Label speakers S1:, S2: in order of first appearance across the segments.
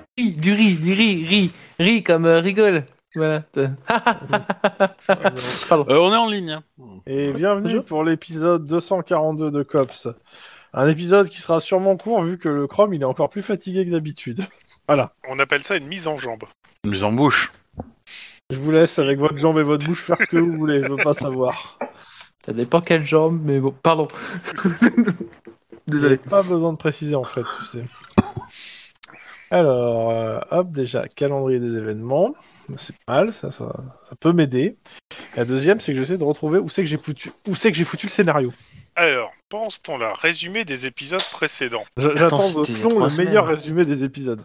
S1: ris, il rit, rit, rit comme euh, rigole. Voilà. Pardon.
S2: Euh, on est en ligne. hein.
S3: Et bienvenue
S1: bonjour.
S3: pour l'épisode 242 de Cops. Un épisode qui sera sûrement court vu que le Chrome il est encore plus fatigué que d'habitude.
S4: On appelle ça une mise en jambe.
S2: Une mise en bouche.
S3: Je vous laisse avec votre jambe et votre bouche faire ce que vous voulez, je veux pas savoir.
S1: Ça dépend quelle jambe, mais bon, pardon. Désolé.
S3: Pas besoin de préciser en fait, tu sais. Alors, euh, hop, déjà, calendrier des événements. C'est pas mal, ça, ça, ça peut m'aider. La deuxième, c'est que j'essaie de retrouver où c'est que j'ai foutu, où c'est que j'ai foutu le scénario.
S4: Alors, pendant ce temps-là, résumé des épisodes précédents.
S3: Je- J'attends de
S1: c'était il y a
S3: plomb
S1: trois
S3: le
S1: semaines.
S3: meilleur résumé des épisodes.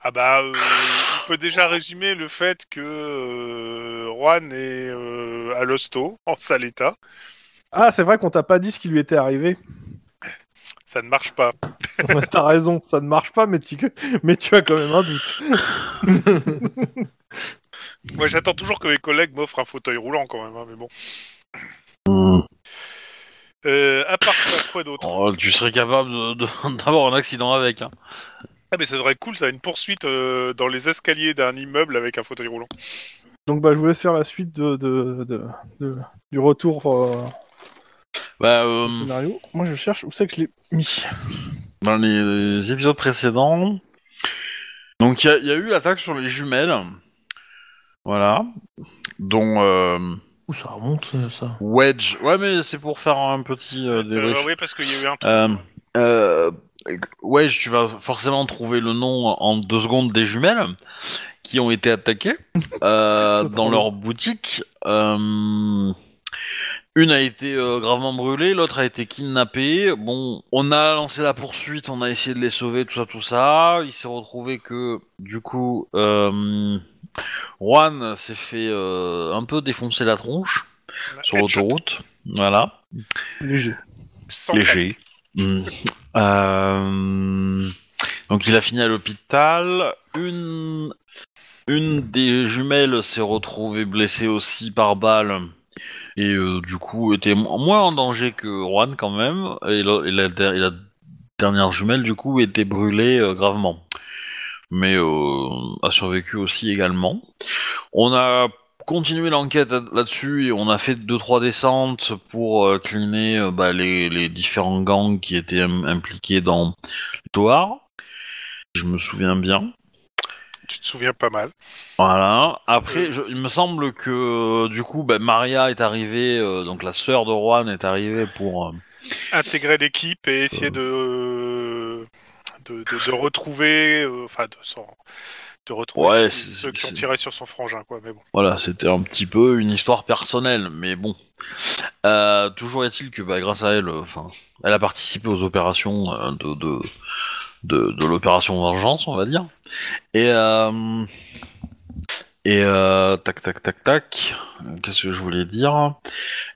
S4: Ah bah, euh, on peut déjà résumer le fait que euh, Juan est euh, à l'hosto, en sale état.
S3: Ah, c'est vrai qu'on t'a pas dit ce qui lui était arrivé.
S4: Ça ne marche pas.
S3: Ouais, T'as raison, ça ne marche pas, mais tu, mais tu as quand même un doute.
S4: Moi, j'attends toujours que mes collègues m'offrent un fauteuil roulant quand même, hein, mais bon. Euh, à part ça, quoi d'autre
S2: Oh, tu serais capable de- de- d'avoir un accident avec. hein.
S4: Ah, mais ça devrait être cool, ça a une poursuite euh, dans les escaliers d'un immeuble avec un fauteuil roulant.
S3: Donc bah, je vous laisse faire la suite de, de, de- de- du retour euh,
S2: Bah, euh,
S3: au scénario. Moi je cherche où c'est que je l'ai mis.
S2: dans les, les épisodes précédents. Donc, il y, a- il y a eu l'attaque sur les jumelles. Voilà. Dont euh,
S1: Ouh, ça remonte, euh, ça.
S2: Wedge. Ouais, mais c'est pour faire un petit euh, débrief.
S4: Euh, oui, parce qu'il y a eu un truc.
S2: Euh, euh, Wedge, tu vas forcément trouver le nom en deux secondes des jumelles qui ont été attaquées euh,
S3: C'est
S2: dans
S3: drôle.
S2: leur boutique. Euh, une a été euh, gravement brûlée, l'autre a été kidnappée. Bon, on a lancé la poursuite, on a essayé de les sauver, tout ça, tout ça. Il s'est retrouvé que, du coup, euh, Juan s'est fait euh, un peu défoncer la tronche sur
S4: Headshot.
S2: l'autoroute. Voilà
S3: Léger.
S4: Sans casque.
S2: léger. Mm. Euh, Donc il a fini à l'hôpital. Une... Une des jumelles s'est retrouvée blessée aussi par balle. Et euh, du coup était mo- moins en danger que Juan quand même. Et la, et la der- et la dernière jumelle du coup était brûlée euh, gravement. Mais euh, a survécu aussi également. On a continuer l'enquête là- là-dessus et on a fait deux trois descentes pour euh, cliner euh, bah, les, les différents gangs qui étaient im- impliqués dans l'histoire. Je me souviens bien.
S4: Tu te souviens pas mal.
S2: Voilà. Après, je- il me semble que euh, du coup, bah, Maria est arrivée, euh, donc la sœur de Juan est arrivée pour. euh,
S4: intégrer l'équipe et essayer
S2: Euh.
S4: de, de, de- de retrouver, euh, enfin de, s'en- de retrouver
S2: Ouais,
S4: ceux,
S2: c'est-
S4: ceux qui ont
S2: c'est-
S4: tiré sur son frangin, quoi. Mais bon,
S2: Voilà, c'était un petit peu une histoire personnelle, mais bon. Euh, toujours est-il que bah, grâce à elle, euh, 'fin, elle a participé aux opérations euh, de, de, de, de l'opération Vengeance, on va dire. Et, euh, et euh, tac, tac, tac, tac. Qu'est-ce que je voulais dire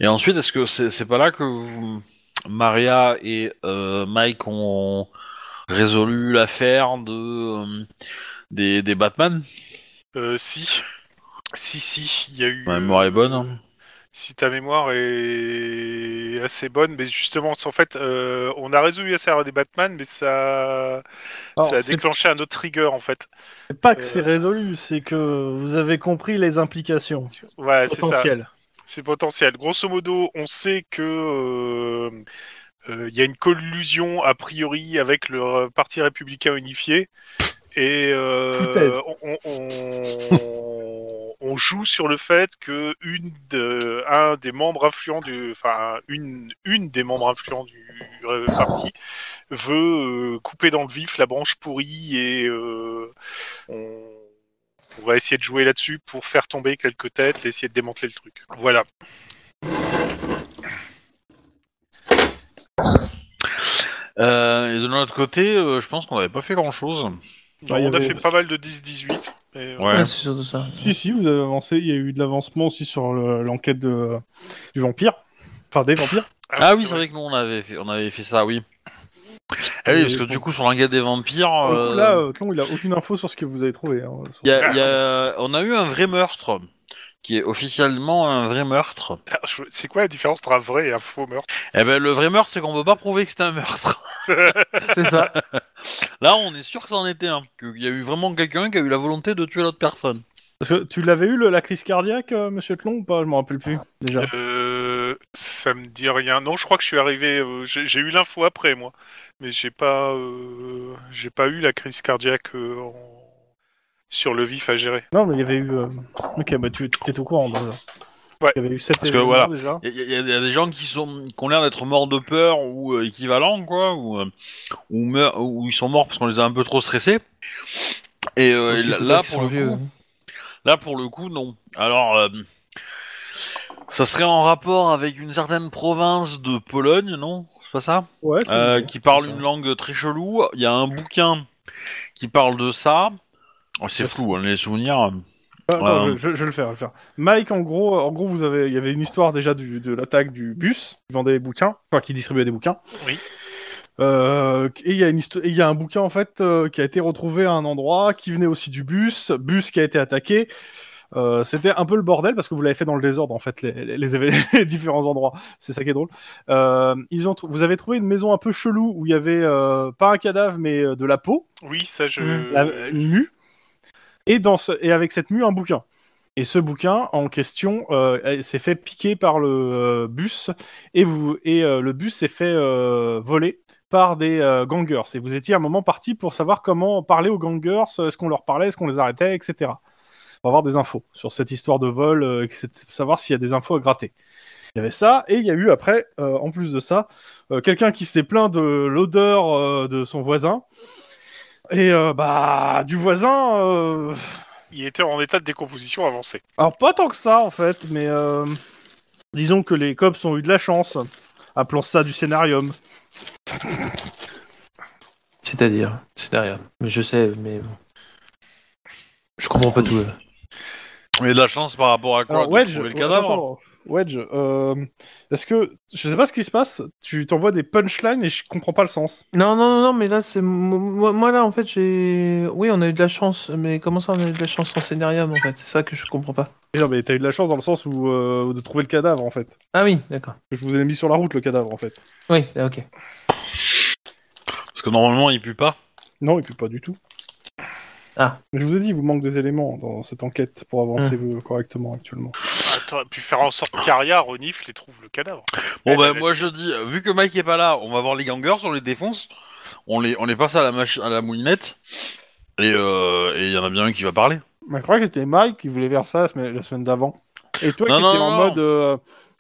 S2: Et ensuite, est-ce que c'est c'est pas là que vous- Maria et euh, Mike ont résolu l'affaire de, euh, des, des Batman
S4: Euh, si, si, si, il y a eu. euh,
S2: Ma mémoire est bonne. hein.
S4: Si ta mémoire est assez bonne, mais justement, en fait, euh, on a résolu la série des Batman, mais ça,
S3: Alors,
S4: ça a
S3: c'est
S4: déclenché un autre trigger en fait.
S3: c'est pas que c'est résolu, c'est que vous avez compris les implications
S4: Voilà, c'est ça.
S3: potentielles.
S4: C'est potentiel. Grosso modo, on sait que euh, euh, il y a une collusion a priori avec le euh, Parti républicain unifié et euh,
S3: Foutaise.
S4: on, on- on joue sur le fait que une de- un des membres influents du, enfin une une des membres influents du euh, parti veut euh, couper dans le vif la branche pourrie et euh, on, on va essayer de jouer là-dessus pour faire tomber quelques têtes et essayer de démanteler le truc. Voilà.
S2: Euh, et de notre côté, euh, je pense qu'on n'avait pas fait grand chose.
S4: Non,
S3: Ouais, Bah, il y
S4: on a
S3: avait-
S4: fait pas mal de 10-18. mais, euh,
S2: Ouais.
S1: Ouais, c'est surtout ça.
S3: Si, si, vous avez avancé, il y a eu de l'avancement aussi sur le- l'enquête de- du vampire. Enfin, des vampires.
S2: Ah oui, c'est vrai que nous on avait fait, on avait fait ça, oui. Ah oui,
S3: Et
S2: parce que
S3: pour-
S2: du coup, sur l'enquête des vampires,
S3: Pour le coup,
S2: euh,
S3: Là, euh, Tlon, il a aucune info sur ce que vous avez trouvé. hein, sur-
S2: y a- y a- on a eu un vrai meurtre qui est officiellement un vrai meurtre.
S4: Je- C'est quoi la différence entre un vrai et un faux meurtre
S2: Eh ben, le vrai meurtre, c'est qu'on peut pas prouver que c'était un meurtre.
S1: C'est ça.
S2: Là, on est sûr que c'en était un. Qu'il y a eu vraiment quelqu'un qui a eu la volonté de tuer l'autre personne.
S3: Parce que tu l'avais eu le- la crise cardiaque, euh, monsieur Tlon, ou pas Je m'en rappelle plus déjà.
S4: euh, Ça me dit rien. Non, je crois que je suis arrivé. euh, j'ai j'ai eu l'info après moi, mais j'ai pas, euh, j'ai pas eu la crise cardiaque euh, en- sur le vif à gérer.
S3: Non, mais il y avait eu. euh, Ok, bah tu étais au courant déjà.
S4: Ouais.
S3: Il y avait eu 7
S2: Parce que, voilà.
S3: déjà.
S2: Il y, a- y a y a des gens qui sont qui ont l'air d'être morts de peur ou euh, équivalents, quoi, ou euh, ou, meur- ou ils sont morts parce qu'on les a un peu trop stressés. Et, euh, et
S1: Aussi,
S2: là,
S1: faut
S2: là,
S1: pas qu'ils
S2: pour le
S1: sont vieux. hein.
S2: coup, Là, pour le coup, non. Alors, euh, ça serait en rapport avec une certaine province de Pologne, non C'est pas ça
S3: Ouais, c'est
S2: Euh,
S3: bon.
S2: Qui parle
S1: c'est ça.
S2: une langue très chelou. Il y a un bouquin qui parle de ça. Oh, c'est
S3: Yes.
S2: flou, hein, les souvenirs.
S3: Ah, Attends, je,
S2: ouais.
S3: je- je vais le faire, je vais le faire. Mike, en gros, en gros, vous avez, il y avait une histoire déjà du- de l'attaque du bus qui vendait des bouquins, enfin qui distribuait des bouquins.
S4: Oui.
S3: Euh, et il y a une histo- et il y a un bouquin en fait euh, qui a été retrouvé à un endroit, qui venait aussi du bus, bus qui a été attaqué. Euh, c'était un peu le bordel parce que vous l'avez fait dans le désordre en fait les, les- les éve- les différents endroits. C'est ça qui est drôle. Euh, ils ont, trou- vous avez trouvé une maison un peu chelou où il y avait euh, pas un cadavre mais euh, de la peau
S4: Oui, ça je.
S2: Mm.
S1: Hmm.
S3: la-
S4: Euh,
S3: une mue, et, dans ce, et avec cette mue, un bouquin. Et ce bouquin en question euh, elle s'est fait piquer par le euh, bus, et, vous, et euh, le bus s'est fait euh, voler par des euh, gangers. Et vous étiez à un moment parti pour savoir comment parler aux gangers, euh, est-ce qu'on leur parlait, est-ce qu'on les arrêtait, etc. Pour avoir des infos sur cette histoire de vol, euh, etc., savoir s'il y a des infos à gratter. Il y avait ça, et il y a eu après, euh, en plus de ça, euh, quelqu'un qui s'est plaint de l'odeur euh, de son voisin, et euh, bah, du voisin, euh,
S4: Il était en état de décomposition avancée.
S3: alors pas tant que ça en fait, mais euh, disons que les cops ont eu de la chance. Appelons ça du scénarium.
S1: C'est-à-dire, c'est derrière. Mais je sais, mais bon. Je comprends pas tout. là.
S2: Mais de la chance par rapport à quoi
S3: Alors,
S2: de
S3: Wedge,
S2: trouver le
S3: attends,
S2: cadavre
S3: attends, Wedge, euh, est-ce que je sais pas ce qui se passe Tu t'envoies des punchlines et je comprends pas le sens.
S1: Non, non, non, non, mais là, c'est. mo- Moi, moi, là, en fait, j'ai. Oui, on a eu de la chance, mais comment ça, on a eu de la chance en scénarium, en fait C'est ça que je comprends pas.
S3: Et non mais t'as eu de la chance dans le sens où euh, de trouver le cadavre en fait.
S1: Ah oui, d'accord.
S3: Je vous ai mis sur la route le cadavre en fait.
S1: Oui, ah, ok.
S2: Parce que normalement, il pue pas.
S3: Non et puis pas du tout.
S1: Ah.
S3: Mais je vous ai dit, il vous manque des éléments dans cette enquête pour avancer euh, correctement actuellement.
S4: Ah, Attends, puis faire en sorte qu'Aria renifle et trouve le cadavre.
S2: Bon,
S4: Eh
S2: ben,
S4: ben,
S2: moi, je dis, euh, vu que Mike est pas là, on va voir les gangers, on les défonce, on les, on les passe à la, machi- à la moulinette, et euh, et il y en a bien un qui va parler.
S3: Mais je crois que c'était Mike qui voulait faire ça la semaine, la semaine d'avant. Et toi
S2: Non,
S3: qui
S2: non,
S3: étais
S2: non,
S3: en
S2: non.
S3: mode euh,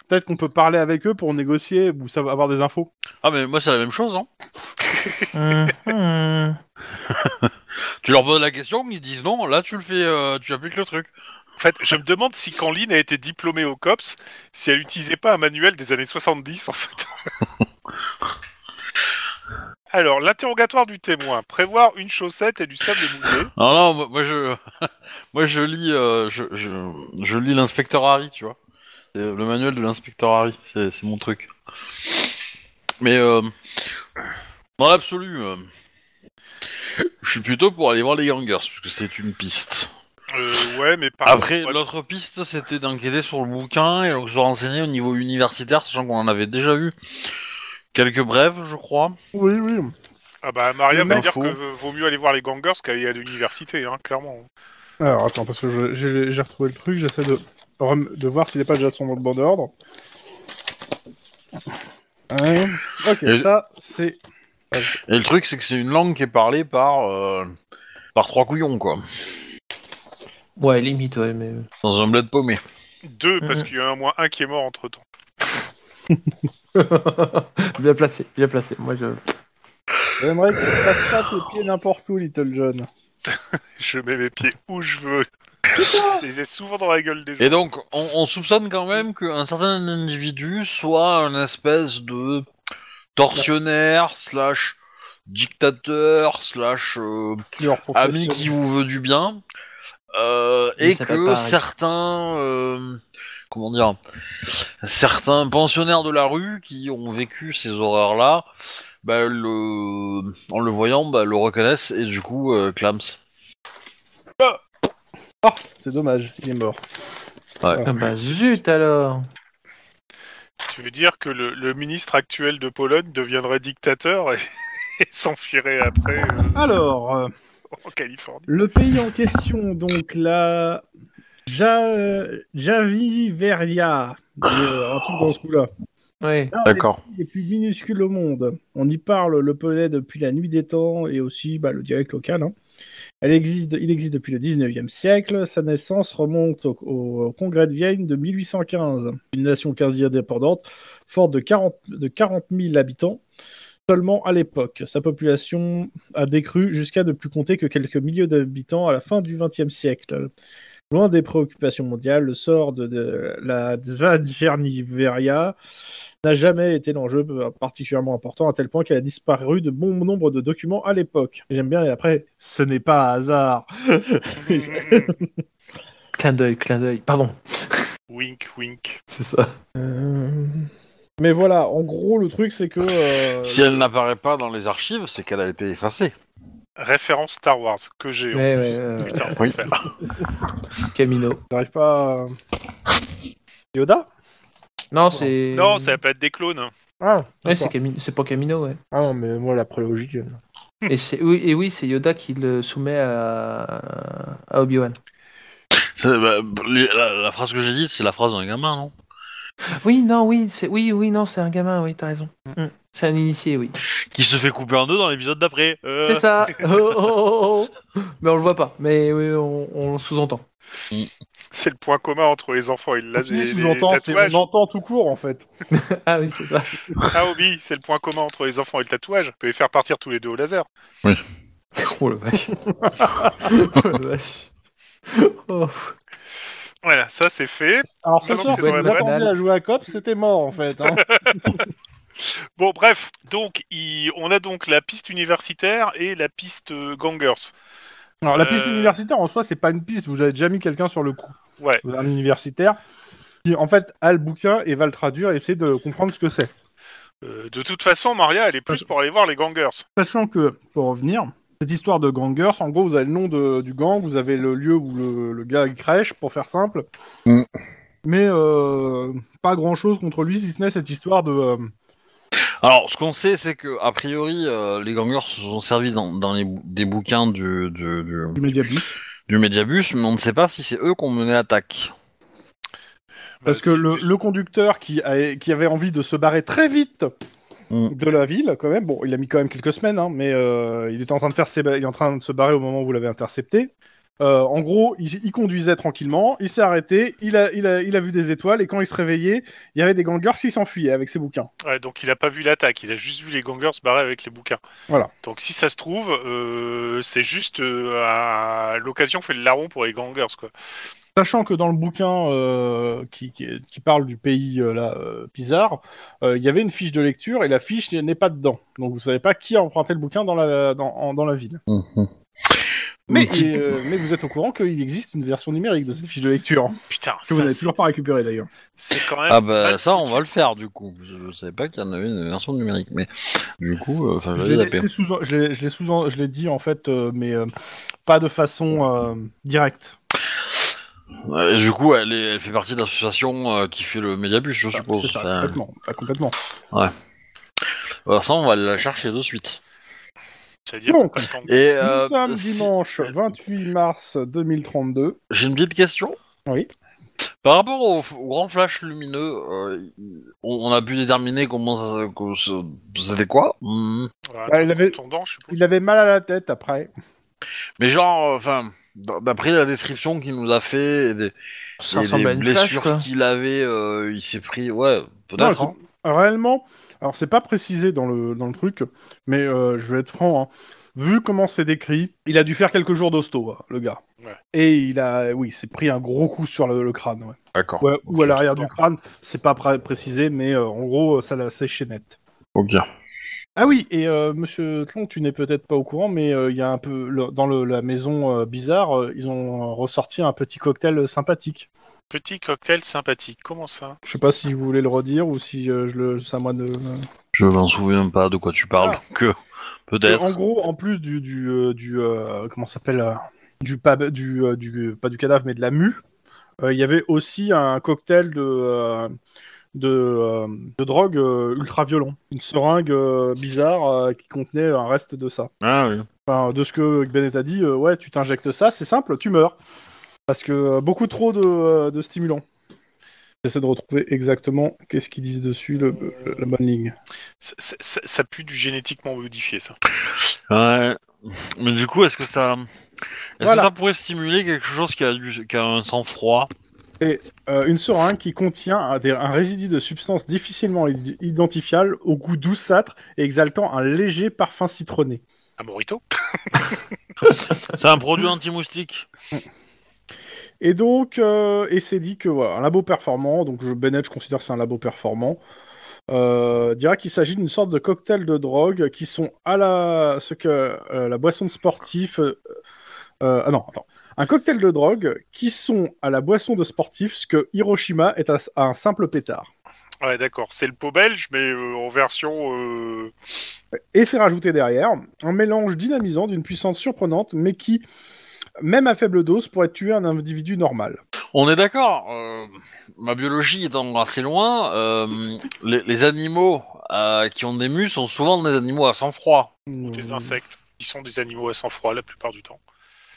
S3: peut-être qu'on peut parler avec eux pour négocier ou savoir- avoir des infos.
S2: Ah, mais moi, c'est la même chose, hein.
S1: Mhm.
S2: Tu leur poses la question, ils disent non, là tu le fais, euh, tu appliques le truc.
S4: En fait, je me demande si quand Lynn a été diplômée au COPS, si elle n'utilisait pas un manuel des années 70, en fait. Alors, l'interrogatoire du témoin. Prévoir une chaussette et du sable mouillé.
S2: Non, non, moi, moi, je, moi je lis, euh, je, je, je lis l'inspecteur Harry, tu vois. C'est le manuel de l'inspecteur Harry, c'est c'est mon truc. Mais euh, dans l'absolu, euh, je suis plutôt pour aller voir les gangers, parce que c'est une piste.
S4: Euh, ouais, mais par
S2: Après,
S4: contre,
S2: l'autre piste, c'était d'enquêter sur le bouquin et donc se renseigner au niveau universitaire, sachant qu'on en avait déjà vu quelques brèves, je crois.
S3: Oui, oui.
S4: ah bah, Maria
S3: une
S4: va dire
S2: info.
S4: que v- vaut mieux aller voir les gangers qu'aller à l'université, hein, clairement.
S3: Alors attends, parce que je- j'ai j'ai retrouvé le truc, j'essaie de, rem- de voir s'il n'est pas déjà sur mon bon ordre. Ouais. ok,
S2: Et-
S3: ça c'est.
S2: Et le truc, c'est que c'est une langue qui est parlée par, euh, par trois couillons, quoi.
S1: Ouais, limite, ouais, mais.
S2: Dans un bled paumé.
S4: Deux, parce
S1: Mhm.
S4: qu'il y en a un moins un qui est mort entre temps.
S1: bien placé, bien placé. Moi, je.
S3: J'aimerais que tu passes pas tes pieds n'importe où, Little John.
S4: Je mets mes pieds où je veux. je les ai souvent dans la gueule des gens.
S2: Et donc, on, on soupçonne quand même qu'un certain individu soit un espèce de tortionnaire, slash dictateur, slash euh,
S3: Plusieurs
S2: ami
S3: professions.
S2: qui vous veut du bien, euh,
S1: Il
S2: et
S1: s'appelle
S2: que
S1: pas Harry.
S2: certains, euh, comment dire, certains pensionnaires de la rue qui ont vécu ces horreurs-là, bah, le, en le voyant, bah, le reconnaissent et du coup, euh, clams.
S3: Ah, c'est dommage, il est mort.
S1: Ah bah zut alors
S4: Tu veux dire que le, le ministre actuel de Pologne deviendrait dictateur et, et s'enfuirait après euh,
S3: Alors, euh,
S4: en Californie
S3: le pays en question, donc la ja... Javiveria, euh, un truc dans ce coup-là.
S1: Oui.
S3: L'un des
S2: D'accord.
S3: pays les plus minuscules au monde. On y parle le polonais depuis la nuit des temps et aussi bah, le dialecte local. hein. Elle existe, il existe depuis le 19e siècle. Sa naissance remonte au, au Congrès de Vienne de 1815. Une nation quasi indépendante, forte de 40, de 40 000 habitants seulement à l'époque. Sa population a décru jusqu'à ne plus compter que quelques milliers d'habitants à la fin du XXe siècle. Loin des préoccupations mondiales, le sort de, de la Zvadjerniveria n'a jamais été l'enjeu particulièrement important à tel point qu'elle a disparu de bon nombre de documents à l'époque. J'aime bien et après, ce n'est pas un hasard.
S4: Mm.
S1: Clin d'œil, clin d'œil. Pardon,
S4: Wink, wink.
S1: c'est ça.
S3: Euh. Mais voilà, en gros, le truc c'est que euh,
S2: Si elle n'apparaît pas dans les archives, c'est qu'elle a été effacée.
S4: Référence Star Wars que j'ai.
S1: Ouais,
S4: en
S1: ouais,
S4: plus.
S1: euh,
S4: Putain,
S2: Oui.
S4: enfer.
S1: Camino.
S3: j'arrive pas. à- Yoda
S1: Non, c'est.
S4: Non, ça va pas être des clones.
S3: Ah,
S1: Ouais,
S3: d'accord.
S1: c'est Camino, c'est pas Camino, ouais.
S3: ah non, mais moi la prélogie. euh,
S1: Et c'est oui, et oui, c'est Yoda qui le soumet à, à Obi-Wan.
S2: C'est- bah, les- la, la phrase que j'ai dite, c'est la phrase d'un gamin, non
S1: Oui, non, oui, c'est oui, oui, non, c'est un gamin, oui, t'as raison. Mm. C'est un initié, oui.
S2: Qui se fait couper en deux dans l'épisode d'après. Euh,
S1: C'est ça. Oh, oh, oh, oh. Mais on le voit pas. Mais oui, on, on le sous-entend.
S4: C'est le point commun entre les enfants et le laser.
S3: Qui
S4: les- les
S3: sous-entend, c'est
S4: tatouages.
S3: on entend tout court en fait.
S1: Ah oui, c'est ça.
S4: Ah oui, c'est le point commun entre les enfants et le tatouage. Vous pouvez les faire partir tous les deux au laser.
S1: Oh la vache. oh la vache. Oh.
S4: Voilà, ça c'est fait.
S3: Alors ce soir,
S4: Maintenant que
S3: si
S4: Ah c'est dans
S3: vous
S4: la
S3: attendiez
S1: banale.
S3: à jouer à COP, c'était mort en fait. hein.
S4: Bon, bref, donc il- on a donc la piste universitaire et la piste euh, gangers.
S3: Alors la piste
S4: Euh.
S3: universitaire en soi, c'est pas une piste, vous avez déjà mis quelqu'un sur le coup.
S4: Ouais.
S3: Vous avez un universitaire qui en fait a le bouquin et va le traduire et essayer de comprendre ce que c'est.
S4: Euh, de toute façon, Maria, elle est plus pour aller voir les gangers.
S3: Sachant que, pour revenir, cette histoire de gangers, en gros, vous avez le nom de- du gang, vous avez le lieu où le, le gars il crèche, pour faire simple.
S2: Mm.
S3: Mais euh, pas grand chose contre lui, si ce n'est cette histoire de. euh,
S2: Alors, ce qu'on sait, c'est que a priori, euh, les gangers se sont servis dans, dans les bou- des bouquins du, du, du,
S3: du Mediabus.
S2: du Mediabus, mais on ne sait pas si c'est eux qui ont mené l'attaque.
S3: Parce que
S4: c'est-
S3: le, le conducteur qui, a- qui avait envie de se barrer très vite
S2: Mm.
S3: de la ville, quand même, bon, il a mis quand même quelques semaines, hein, mais euh, il était en train de faire ses- il est en train de se barrer au moment où vous l'avez intercepté. Euh, en gros, il, il conduisait tranquillement, il s'est arrêté, il a, il, a, il a vu des étoiles et quand il se réveillait, il y avait des gangers qui s'enfuyaient avec ses bouquins.
S4: Ouais, donc il a pas vu l'attaque, il a juste vu les gangers se barrer avec les bouquins.
S3: Voilà.
S4: Donc si ça se trouve, euh, c'est juste euh, à- l'occasion fait le larron pour les gangers quoi.
S3: Sachant que dans le bouquin euh, qui, qui- qui parle du pays euh, là, euh, Pizarre, euh, il y avait une fiche de lecture et la fiche n'est pas dedans. Donc vous savez pas qui a emprunté le bouquin dans la, dans, en- dans la ville.
S2: Mhm.
S3: Mais,
S2: Une petite-
S3: et, euh, mais vous êtes au courant qu'il existe une version numérique de cette fiche de lecture, hein,
S4: Putain,
S3: que vous
S4: ça,
S3: n'avez
S4: c'est-
S3: toujours pas récupérée d'ailleurs.
S4: C'est quand même.
S2: Ah
S4: pas
S2: bah
S4: le
S2: ça, on
S4: truc.
S2: va le faire du coup. Je je savais pas qu'il y en avait une version numérique, mais du coup, euh, enfin,
S3: Je
S2: j'avais
S3: l'ai
S2: zappé.
S3: laissé sous, je l'ai- je l'ai sous- je l'ai dit en fait, euh, mais euh, pas de façon euh, directe.
S2: Ouais, et du coup, elle, est- elle fait partie de l'association euh, qui fait le Mediabus, je suppose.
S3: Ah, C'est ça,
S4: hein.
S2: Enfin,
S3: complètement, pas complètement.
S2: alors ça, on va la chercher de suite.
S4: C'est-à-dire
S3: Donc,
S4: qu'on passe en-
S2: Et
S3: Nous
S2: euh,
S3: sommes
S2: si-
S3: dimanche 28 mars 2032.
S2: J'ai une petite question.
S3: Oui.
S2: Par rapport au, au grand flash lumineux, euh, il- on, on a pu déterminer comment ça, que ce- c'était quoi. Hmm.
S4: Voilà,
S3: Bah, il avait-
S4: tendance, je suppose.
S3: Il avait mal à la tête après.
S2: Mais genre, euh, enfin, d- d'après la description qu'il nous a fait, et des,
S1: Ça
S2: et des
S1: ressemble à une flash,
S2: blessures
S1: quoi.
S2: qu'il avait, euh, il s'est pris, ouais,
S3: Non,
S2: peut-être. hein.
S3: c'est- réellement, alors c'est pas précisé dans le, dans le truc, mais euh, je vais être franc, hein. vu comment c'est décrit, il a dû faire quelques jours d'hosto, hein, le gars.
S4: Ouais.
S3: Et il a, oui, il s'est pris un gros coup sur le, le crâne, ouais.
S2: D'accord.
S3: Ouais, ou à l'arrière du crâne, c'est pas pré- précisé, mais euh, en gros, ça l'a séché net.
S2: Ok.
S3: Ah oui, et euh, Monsieur Tlon, tu n'es peut-être pas au courant, mais euh, il y a un peu le- dans le- la maison euh, bizarre, euh, ils ont ressorti un petit cocktail euh, sympathique.
S4: Petit cocktail sympathique. Comment ça
S3: Je sais pas si vous voulez le redire ou si euh, je le, c'est à moi de.
S2: Je m'en souviens pas de quoi tu parles. Que peut-être.
S3: En gros, en plus du du, euh, du euh, comment ça s'appelle euh, du pas du, euh, du pas du cadavre mais de la mue, euh, il y avait aussi un cocktail de, euh, de, euh, de drogue euh, ultra violent. Une seringue euh, bizarre euh, qui contenait un reste de ça.
S2: Ah oui.
S3: Enfin, de ce que Bennett a dit, euh, ouais, tu t'injectes ça, c'est simple, tu meurs. Parce que euh, beaucoup trop de, euh, de stimulants. J'essaie de retrouver exactement qu'est-ce qu'ils disent dessus, le, le- la bonne ligne.
S4: Ça, ça- ça- ça pue du génétiquement modifié, ça.
S2: Ouais. Mais du coup, est-ce que ça, est-ce
S3: Voilà.
S2: que ça pourrait stimuler quelque chose qui a, du- qui a un sang froid
S3: Euh, une seringue qui contient un, des- un résidu de substance difficilement i- identifiable, au goût douceâtre et exaltant un léger parfum citronné.
S4: Un morito
S2: C'est un produit anti-moustique.
S3: Et donc, euh, et c'est dit que voilà, un labo performant, donc je, Bennett, je considère que c'est un labo performant, euh, dira qu'il s'agit d'une sorte de cocktail de drogue qui sont à la ce que euh, la boisson de sportif. euh, euh, ah non, attends. Un cocktail de drogue qui sont à la boisson de sportif ce que Hiroshima est à, à un simple pétard.
S4: Ouais, d'accord. C'est le pot belge, mais euh, en version. euh,
S3: Et c'est rajouté derrière un mélange dynamisant d'une puissance surprenante, mais qui, même à faible dose, pourrait tuer un individu normal.
S2: On est d'accord. euh, ma biologie étant assez loin, euh, les, les animaux euh, qui ont des mus sont souvent des animaux à sang froid.
S3: Mmh.
S4: des insectes qui sont des animaux à sang-froid la plupart du temps.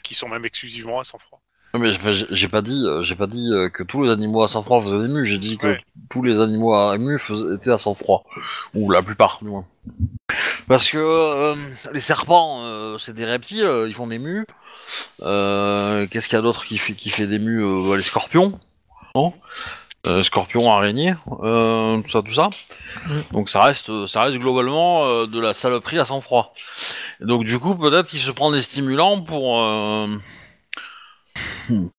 S4: Qui sont même exclusivement à sang-froid.
S2: Non, Mais enfin, j'ai j'ai pas dit, euh, j'ai pas dit euh, que tous les animaux à sang froid faisaient des mus. J'ai dit que
S4: Ouais.
S2: tous les animaux à mus faisaient- étaient à sang froid, ou la plupart du moins. Parce que euh, les serpents, euh, c'est des reptiles, euh, ils font des mus. Euh, Qu'est-ce qu'il y a d'autre qui fait qui fait des mus euh, bah, Les scorpions, non Euh, Scorpions, araignées, euh, tout ça, tout ça. Donc ça reste, ça reste globalement euh, de la saloperie à sang froid. Donc du coup, peut-être qu'il se prend des stimulants pour. euh,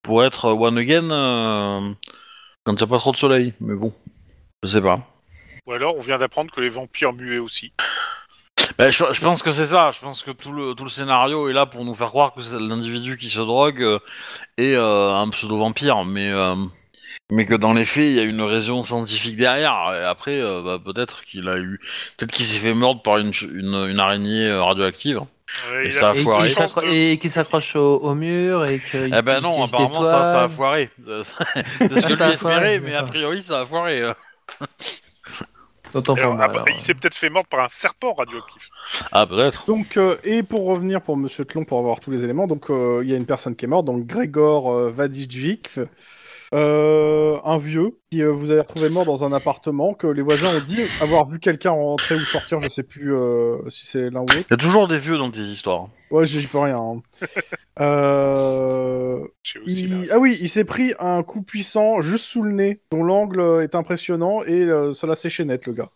S2: pour être one again euh, quand il n'y a pas trop de soleil. Mais bon, je sais pas.
S4: Ou alors, on vient d'apprendre que les vampires muaient aussi.
S2: Bah, je, je pense que c'est ça. Je pense que tout le, tout le scénario est là pour nous faire croire que c'est l'individu qui se drogue euh, est euh, un pseudo-vampire. Mais, euh, mais que dans les faits, il y a une raison scientifique derrière. Et après, euh, bah, peut-être qu'il a eu. Peut-être qu'il s'est fait mordre par une, ch- une, une araignée euh, radioactive.
S4: Ouais,
S2: Et
S4: il
S2: ça
S4: a-
S2: a
S1: Et
S2: foiré.
S1: qui s'accro- et qui s'accroche au, au mur et que.
S2: Eh ben non, apparemment ça, ça a foiré. C'est ce que je
S1: Ça a foiré,
S2: lui espérais, mais a
S1: d'accord.
S2: priori ça a foiré. euh.
S1: Autant pour
S4: Alors,
S1: moi.
S2: bah,
S4: après,
S1: bah, alors.
S4: il s'est peut-être fait mordre par un serpent radioactif.
S2: Ah peut-être.
S3: Donc, euh, et pour revenir pour Monsieur Tlon, pour avoir tous les éléments, donc euh, il y a une personne qui est morte, donc Grégor euh, Vadijvik, euh, un vieux, qui euh, vous avez retrouvé mort dans un appartement, que les voisins ont dit avoir vu quelqu'un rentrer ou sortir, je sais plus euh, si c'est l'un ou l'autre.
S2: Il y a toujours des vieux dans tes histoires.
S3: Ouais, j'y peux rien. hein. Euh,
S4: J'ai aussi
S3: il-
S4: la-
S3: Ah oui, il s'est pris un coup puissant juste sous le nez, dont l'angle euh, est impressionnant et euh, cela séchait net le gars.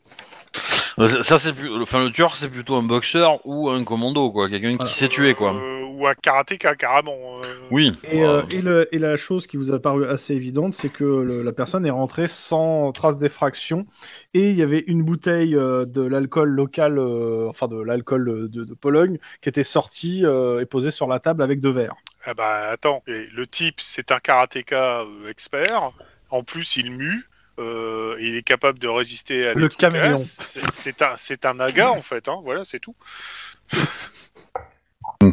S2: Euh, Ça, c'est plus... enfin, le tueur, c'est plutôt un boxeur ou un commando, quoi. Quelqu'un qui s'est tué, quoi.
S4: Euh, ou un karatéka, carrément. euh.
S2: Oui.
S3: Et,
S2: Euh,
S3: euh, et le- et la chose qui vous a paru assez évidente, c'est que le- la personne est rentrée sans trace d'effraction et il y avait une bouteille euh, de l'alcool local, euh, enfin de l'alcool euh, de, de Pologne, qui était sortie euh, et posée sur la table avec deux verres.
S4: Ah bah attends, et le type c'est un karatéka euh, expert, en plus il mue, euh, et il est capable de résister à des
S3: Le
S4: trucs
S3: caméléon.
S4: là. C'est c'est un, c'est un naga en fait, hein, voilà c'est tout.
S2: Hmm.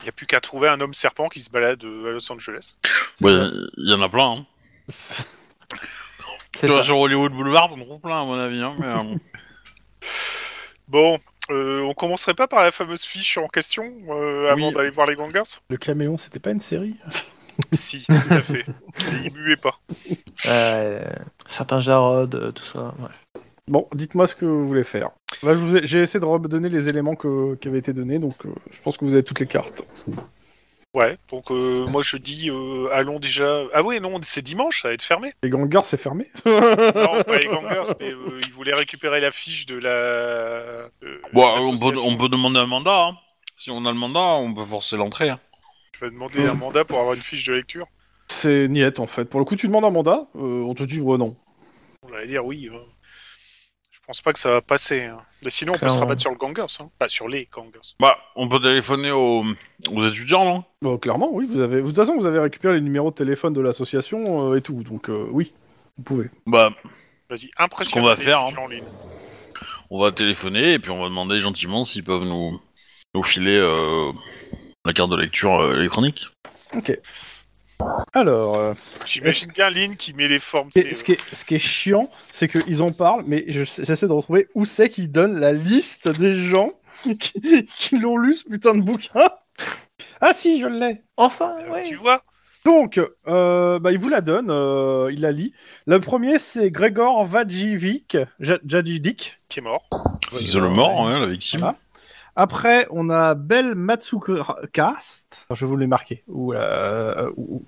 S4: Il n'y a plus qu'à trouver un homme serpent qui se balade euh, à Los Angeles.
S2: ouais, il y en a plein. Hein. Tu
S1: C'est
S2: vois,
S1: ça.
S2: sur Hollywood Boulevard, on trouve plein, à mon avis. Hein, mais, euh,
S4: Bon, euh, on commencerait pas par la fameuse fiche en question euh, avant
S2: Oui.
S4: d'aller voir les gangers
S3: Le caméléon, c'était pas une série
S4: Si, tout à fait. Et il muait pas.
S1: Euh, certains Jarod, euh, tout ça. ouais.
S3: Bon, dites-moi ce que vous voulez faire. Là, je vous ai- j'ai essayé de redonner les éléments que- qui avaient été donnés, donc euh, je pense que vous avez toutes les cartes.
S4: Ouais, donc euh, moi je dis euh, allons déjà. Ah oui, non, c'est dimanche, ça va être fermé.
S3: Les gangers, c'est fermé
S4: Non, pas les gangers, mais euh, ils voulaient récupérer la fiche de la. euh,
S2: Bon, euh, on,
S4: l'association.
S2: peut, on peut demander un mandat. Hein. Si on a le mandat, on peut forcer l'entrée. hein.
S4: Tu vas demander un mandat pour avoir une fiche de lecture
S3: C'est niette en fait. Pour le coup, tu demandes un mandat, euh, on te dit ouais non.
S4: On va dire oui. euh, Je pense pas que ça va passer. hein. Mais sinon, on peut se
S1: Clairement.
S4: rabattre sur le gangers. Hein. Pas sur les gangers.
S2: Bah, on peut téléphoner aux, aux étudiants, non
S3: Bah, clairement, oui, vous avez. De toute façon, vous avez récupéré les numéros de téléphone de l'association euh, et tout, donc euh, oui, vous pouvez.
S2: Bah,
S4: Vas-y, impressionne.
S2: Ce qu'on va
S4: les
S2: faire, hein.
S4: étudiants en ligne.
S2: on va téléphoner et puis on va demander gentiment s'ils peuvent nous, nous filer euh, la carte de lecture euh, électronique.
S3: Ok. Alors, euh,
S4: J'imagine bien Lynn qui met les formes.
S3: ce, qui
S4: c'est- euh,
S3: est, ce qui est- ce qui est chiant, c'est qu'ils en parlent, mais je- j'essaie de retrouver où c'est qu'ils donnent la liste des gens qui, qui l'ont lu ce putain de bouquin. Ah si, je l'ai.
S1: Enfin,
S4: euh,
S1: ouais.
S4: Tu vois
S3: Donc, euh, bah, il vous la donne, euh, il la lit. Le premier, c'est Grégor Vajivic, Ja- Jajidic.
S4: Qui est mort.
S2: C'est le mort, hein, la victime.
S3: Voilà. Après, on a Belle Matsukast. Je vous l'ai marqué. Ou, euh, ou- ou-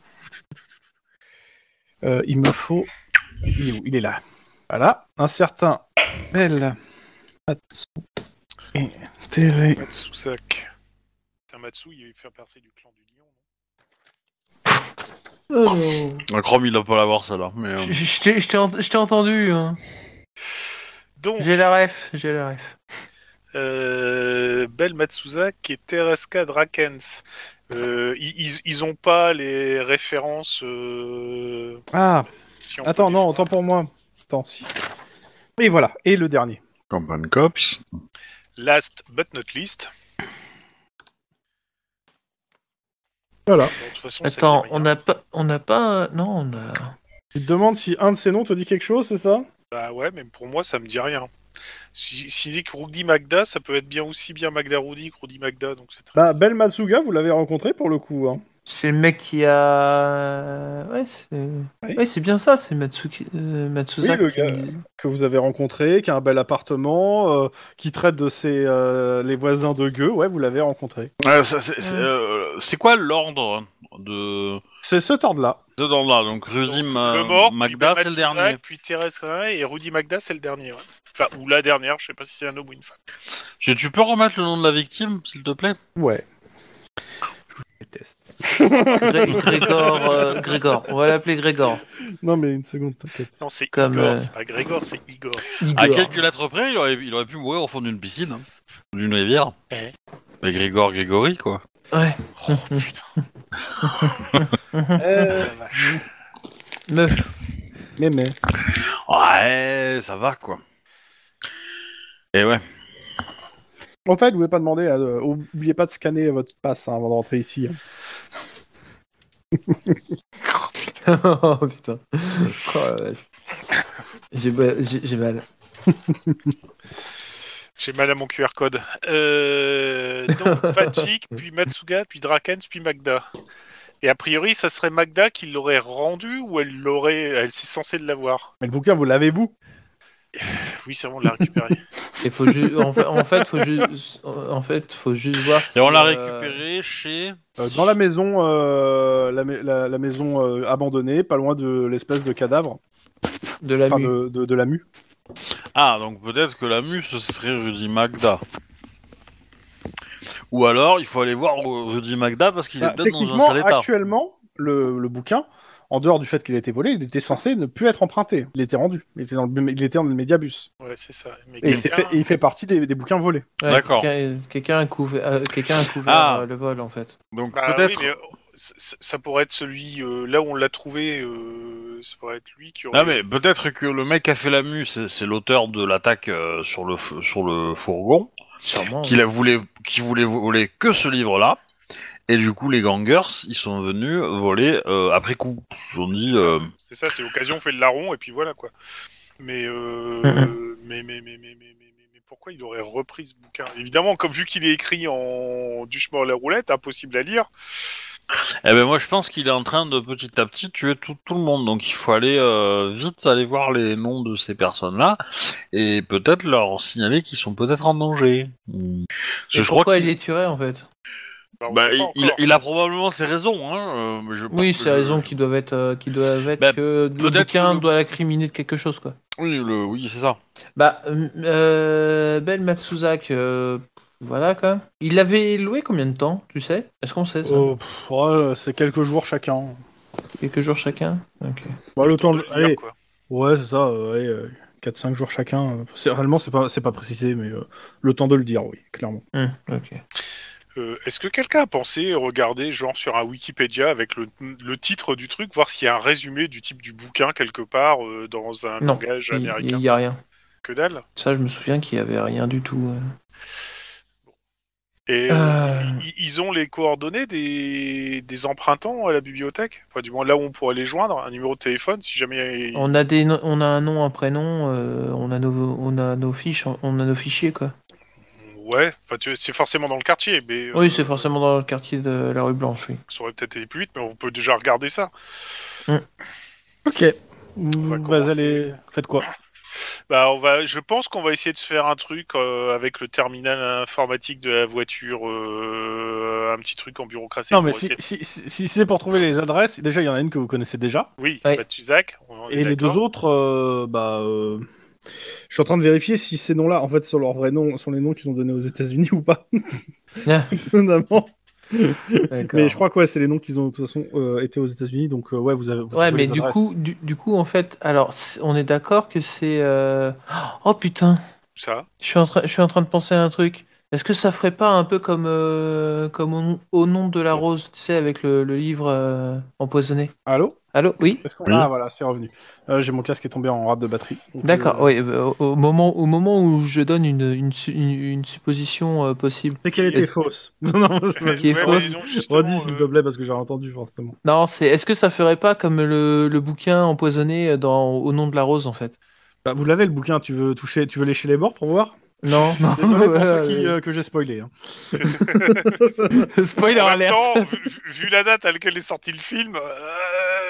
S3: Euh, il me faut. Il est où Il est là. Voilà. Un certain Belle Matsu. Enterré.
S4: Matsusak. Putain, Matsu, il fait partie du clan du lion.
S1: Euh,
S2: La Ah, Chrome, il doit pas l'avoir, celle-là. Mais, euh,
S1: je- Je t'ai- je t'ai ent- je t'ai entendu. hein.
S4: Donc,
S1: J'ai la ref, j'ai la ref.
S4: euh, Belle Matsusak et Tereska Drakens. Euh, ils- ils, ils ont pas les références. euh,
S3: Ah,
S4: si on
S3: attends,
S4: peut les
S3: non,
S4: faire.
S3: autant pour moi. Attends, si. Et voilà. Et le dernier.
S2: Campagne Cops.
S4: Last but not least.
S3: Voilà.
S4: Bon, de toute façon, ça
S1: Attends,
S4: fait rien.
S1: on n'a pas, on n'a pas, non, on a.
S3: Tu te demandes si un de ces noms te dit quelque chose, c'est ça
S4: Bah ouais, mais pour moi, ça me dit rien. Si, si dit que Rudy Magda, ça peut être bien aussi bien Magda Rudy que Rudy Magda, donc c'est très.
S3: Bah, Belle Matsuga, vous l'avez rencontré pour le coup. Hein.
S1: C'est le mec qui a. Ouais, c'est. Ouais, c'est bien ça, c'est Matsuki... euh, Matsuzak.
S3: Oui, le
S1: qui me
S3: gars.
S1: dit.
S3: que vous avez rencontré, qui a un bel appartement, euh, qui traite de ses euh, les voisins de gueux, ouais, vous l'avez rencontré.
S2: Euh, ça, c'est c'est,
S1: Ouais.
S2: euh, c'est quoi l'ordre de.
S3: C'est ce ordre-là.
S2: de dans là Donc,
S4: Donc,
S2: Rudy Ma-
S4: le mort, puis
S2: Euh, Magda,
S4: Ben
S2: c'est le
S4: Matuzak,
S2: dernier.
S4: Puis Thérèse Renin et Rudy Magda, c'est le dernier. ouais. Enfin, ou la dernière, je sais pas si c'est un homme ou une femme.
S2: Tu, tu peux remettre le nom de la victime, s'il te plaît
S3: Ouais. Je vous déteste.
S1: Gré- Grégor, euh, Grégor. On va l'appeler Grégor.
S3: Non, mais une seconde, t'inquiète.
S4: Non, c'est
S1: Comme,
S4: Igor,
S1: euh,
S4: c'est pas Grégor, c'est Igor.
S2: À
S1: Igor.
S2: quelques lettres près, il aurait, il aurait pu mourir au fond d'une piscine, hein, ou d'une rivière.
S4: Ouais.
S2: Mais Grégor Grégory, quoi.
S1: Ouais.
S4: Oh putain.
S3: Ah,
S1: Meuf.
S3: Euh, mais mais.
S2: Ouais, ça va, quoi. Et ouais.
S3: En fait, je voulais pas demander, à- euh, oubliez pas de scanner votre passe hein, avant de rentrer ici. hein.
S1: oh putain. Oh, la vache. J'ai ba- j'ai- j'ai mal.
S4: J'ai mal à mon QR code. Euh, donc Vajik, puis Matsuga, puis Drakens, puis Magda. Et a priori, ça serait Magda qui l'aurait rendu ou elle l'aurait, elle s'est censée de l'avoir.
S3: Mais le bouquin, vous l'avez vous
S4: Oui, c'est bon, on l'a récupéré.
S1: Et faut ju- en, fait, en fait, faut juste, en fait, faut juste voir. Si,
S2: Et on l'a
S1: euh,
S2: récupéré chez.
S3: Euh, Dans la maison, euh, la, ma- la- la maison euh, abandonnée, pas loin de l'espèce de cadavre,
S1: de la
S3: enfin,
S1: mue.
S3: de, de- de la mue.
S2: Ah, donc peut-être que la mue, ce serait Rudy Magda. Ou alors, il faut aller voir Rudy Magda parce qu'il
S3: Bah,
S2: est peut-être dans un
S3: techniquement,
S2: sale état.
S3: actuellement, le, le bouquin, en dehors du fait qu'il a été volé, il était censé ne plus être emprunté. Il était rendu. Il était dans le, il était dans le médiabus.
S4: Ouais, c'est ça. Mais
S3: Et il, s'est
S4: quelqu'un-
S3: fait, et il fait partie des, des bouquins volés.
S1: Ouais,
S2: D'accord.
S1: Quelqu'un quelqu'un a couvert, euh, quelqu'un a couvert
S2: Ah.
S1: euh, le vol en fait.
S2: Donc
S4: Bah
S2: peut-être.
S4: oui, mais, euh, c- c- ça pourrait être celui euh, là où on l'a trouvé. euh, ça pourrait être lui qui aurait.
S2: Non mais peut-être que le mec qui a fait la mue, c'est c'est l'auteur de l'attaque euh, sur le f- sur le fourgon,
S1: Sûrement.
S2: qui la voulait qui voulait voler que ce livre-là, et du coup les gangers ils sont venus voler euh, après coup. Ils ont dit euh,
S4: C'est ça, c'est occasion, on fait le larron et puis voilà quoi. Mais, euh, mais, mais, mais, mais, mais, mais, mais- mais pourquoi il aurait repris ce bouquin Évidemment, comme vu qu'il est écrit en du chemin à la roulette, impossible à lire.
S2: eh ben moi je pense qu'il est en train de petit à petit tuer tout tout le monde, donc il faut aller euh, vite aller voir les noms de ces personnes-là et peut-être leur signaler qu'ils sont peut-être en danger. Ou- Parce que
S1: Et pourquoi il
S2: qu'il-
S1: est tué en fait
S4: Bah, on
S2: bah,
S4: sait
S2: il,
S4: pas
S2: il-
S4: encore.
S2: il a probablement ses raisons. Hein. euh, je-
S1: Oui,
S2: je-
S1: c'est raison qui doivent être, euh, qui doivent être
S2: Bah,
S1: que le
S2: peut-être
S1: bouquin
S2: que-
S1: doit l'incriminer de quelque chose quoi.
S2: Oui, le- oui c'est ça.
S1: Bah, euh, euh, Belle Matsuzak, euh, voilà quoi. Il l'avait loué combien de temps, tu sais Est-ce qu'on sait ça
S3: Oh, pff, ouais, c'est quelques jours chacun.
S1: Quelques jours chacun Ok.
S3: Ouais, Bah, le temps
S4: de
S3: de-
S4: le lire,
S3: allez,
S4: quoi.
S3: ouais, c'est ça. euh, allez, euh, 4-5 jours chacun. euh, C'est, réellement, c'est pas, c'est pas précisé, mais euh, le temps de le dire, oui, clairement.
S1: Hmm, ok.
S4: Euh, Est-ce que quelqu'un a pensé regarder genre sur un Wikipédia avec le, le titre du truc, voir s'il y a un résumé du type du bouquin quelque part euh, dans un
S1: Non.
S4: langage
S1: Il
S4: américain
S1: il y a rien.
S4: Que dalle
S1: Ça, je me souviens qu'il y avait rien du tout. euh.
S4: Et euh,
S1: Euh,
S4: i- ils ont les coordonnées des, des empruntants à la bibliothèque. Enfin, du moins, là où on pourrait les joindre, un numéro de téléphone, si jamais. ils-
S1: on a des, no- on a un nom, un prénom, euh, on a nos, on a nos fiches, on a nos fichiers quoi.
S4: Ouais, enfin, tu- c'est forcément dans le quartier, mais. euh,
S1: Oui, c'est forcément dans le quartier de la rue Blanche, oui.
S4: Ça aurait peut-être été plus vite, mais on peut déjà regarder ça.
S3: Ok.
S4: On va
S3: Vous
S4: commencer.
S3: allez... Faites quoi
S4: Bah, on va, je pense qu'on va essayer de se faire un truc euh, avec le terminal informatique de la voiture, euh, un petit truc en bureaucratie.
S3: Non, mais
S4: pour
S3: si, si-
S4: essayer-
S3: si- si c'est pour trouver les adresses, déjà, il y en a une que vous connaissez déjà.
S4: Oui,
S1: Ouais.
S4: bah, tu Zach. on est
S3: Et les deux
S4: d'accord.
S3: autres, euh, bah, euh, je suis en train de vérifier si ces noms-là, en fait, sont leurs vrais noms, sont les noms qu'ils ont donnés aux États-Unis ou pas.
S1: Ah.
S3: Étonnamment. Mais je crois que ouais, c'est les noms qu'ils ont de toute façon euh, été aux États-Unis, donc euh, ouais, vous avez. vous
S1: Ouais,
S3: trouvez
S1: mais
S3: les
S1: du
S3: adresses.
S1: coup, du, du coup, en fait, alors, c'est- on est d'accord que c'est. euh, Oh putain,
S4: Ça.
S1: je suis, en train, je suis en train de penser à un truc. Est-ce que ça ferait pas un peu comme, euh, comme au, nom- au nom de la rose, tu sais, avec le, le livre euh, empoisonné
S3: Allô
S1: Allô Oui
S3: Est-ce qu'on-
S2: Oui.
S3: Ah voilà, c'est revenu. Euh, J'ai mon casque qui est tombé en rade de batterie. Donc,
S1: D'accord,
S3: euh,
S1: oui. euh, Au, au moment, au moment où je donne une, une, su- une- une supposition euh, possible.
S3: C'est qu'elle était
S1: Est-ce-
S3: fausse. Non, non,
S4: Ouais,
S1: Qui est
S4: mais
S1: fausse.
S4: non, justement,
S3: Redis s'il
S4: euh,
S3: te plaît parce que j'ai entendu forcément.
S1: Non, c'est. Est-ce que ça ferait pas comme le, le bouquin empoisonné euh, dans Au nom de la rose, en fait
S3: Bah, vous l'avez le bouquin, tu veux toucher, tu veux lécher les bords pour voir
S1: Non, non.
S3: Désolé pour
S1: voilà,
S3: ceux qui,
S1: euh,
S3: euh, que j'ai spoilé. hein.
S1: Spoiler
S4: en même
S1: alert.
S4: temps, vu, vu- vu la date à laquelle est sorti le film, euh,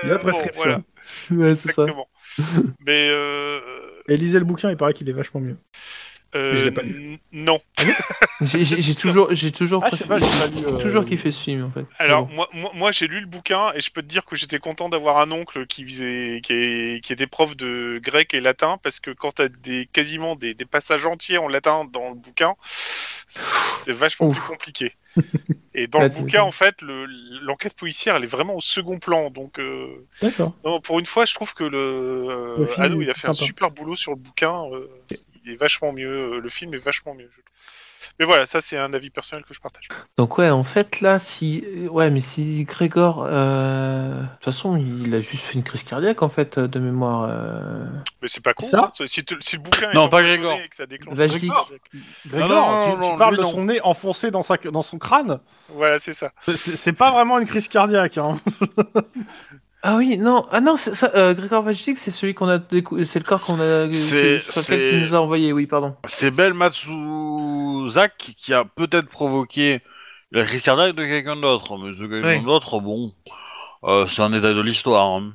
S3: La
S4: bon,
S3: prescription.
S4: voilà,
S1: Ouais, c'est ça.
S4: exactement. mais euh,
S3: Et lisez le bouquin, il paraît qu'il est vachement mieux.
S4: euh,
S3: je l'ai pas lu.
S4: n- non.
S1: J'ai- J'ai j'ai toujours, j'ai toujours,
S3: Ah, je sais
S1: préféré-
S3: pas, j'ai pas lu. euh,
S1: toujours kiffé ce film en fait.
S4: Alors
S1: Mais
S4: moi, moi, moi, j'ai lu le bouquin et je peux te dire que j'étais content d'avoir un oncle qui visait, qui, est- qui était prof de grec et latin parce que quand t'as des quasiment des, des passages entiers en latin dans le bouquin, c'est vachement
S1: Ouf.
S4: plus compliqué. Et dans
S1: Là,
S4: le
S1: tu
S4: bouquin,
S1: m'étonnes.
S4: en fait, le- l'enquête policière, elle est vraiment au second plan. Donc, euh,
S3: D'accord.
S4: non, pour une fois, je trouve que le,
S3: Le
S4: euh,
S3: film
S4: Hano, il a
S3: est
S4: fait un
S3: sympa.
S4: super boulot sur le bouquin. euh, Il est vachement mieux. euh, Le film est vachement mieux. je trouve. Mais voilà, ça, c'est un avis personnel que je partage.
S1: bon. Donc ouais, en fait là, si, ouais, mais si Grégor, euh, de toute façon, il a juste fait une crise cardiaque en fait euh, de mémoire. euh,
S4: Mais c'est pas con.
S3: Ça
S4: hein. si, te- si le bouquin est
S2: Non, pas
S4: empoisonné
S2: Grégor.
S4: et que ça déclenche
S1: Vajdic.
S4: Grégor.
S3: Grégor,
S2: Non, non,
S3: tu,
S2: non,
S3: tu
S2: non,
S3: parles
S2: lui,
S3: de
S2: non.
S3: son nez enfoncé dans, sa, dans son crâne
S4: Voilà, c'est ça.
S3: C'est- C'est pas vraiment une crise cardiaque. Hein.
S1: Ah oui, non, ah non, c'est ça, euh, Grégor Vajdic, c'est celui qu'on a, décou- c'est le corps qu'on a, euh,
S2: C'est-
S1: que- sur lequel
S2: c'est-
S1: tu nous a envoyé. Oui, pardon.
S2: C'est Belmatsuzak qui a peut-être provoqué la crise cardiaque de quelqu'un d'autre, mais de quelqu'un
S1: Oui.
S2: d'autre, bon, euh, c'est un état de l'histoire. hein.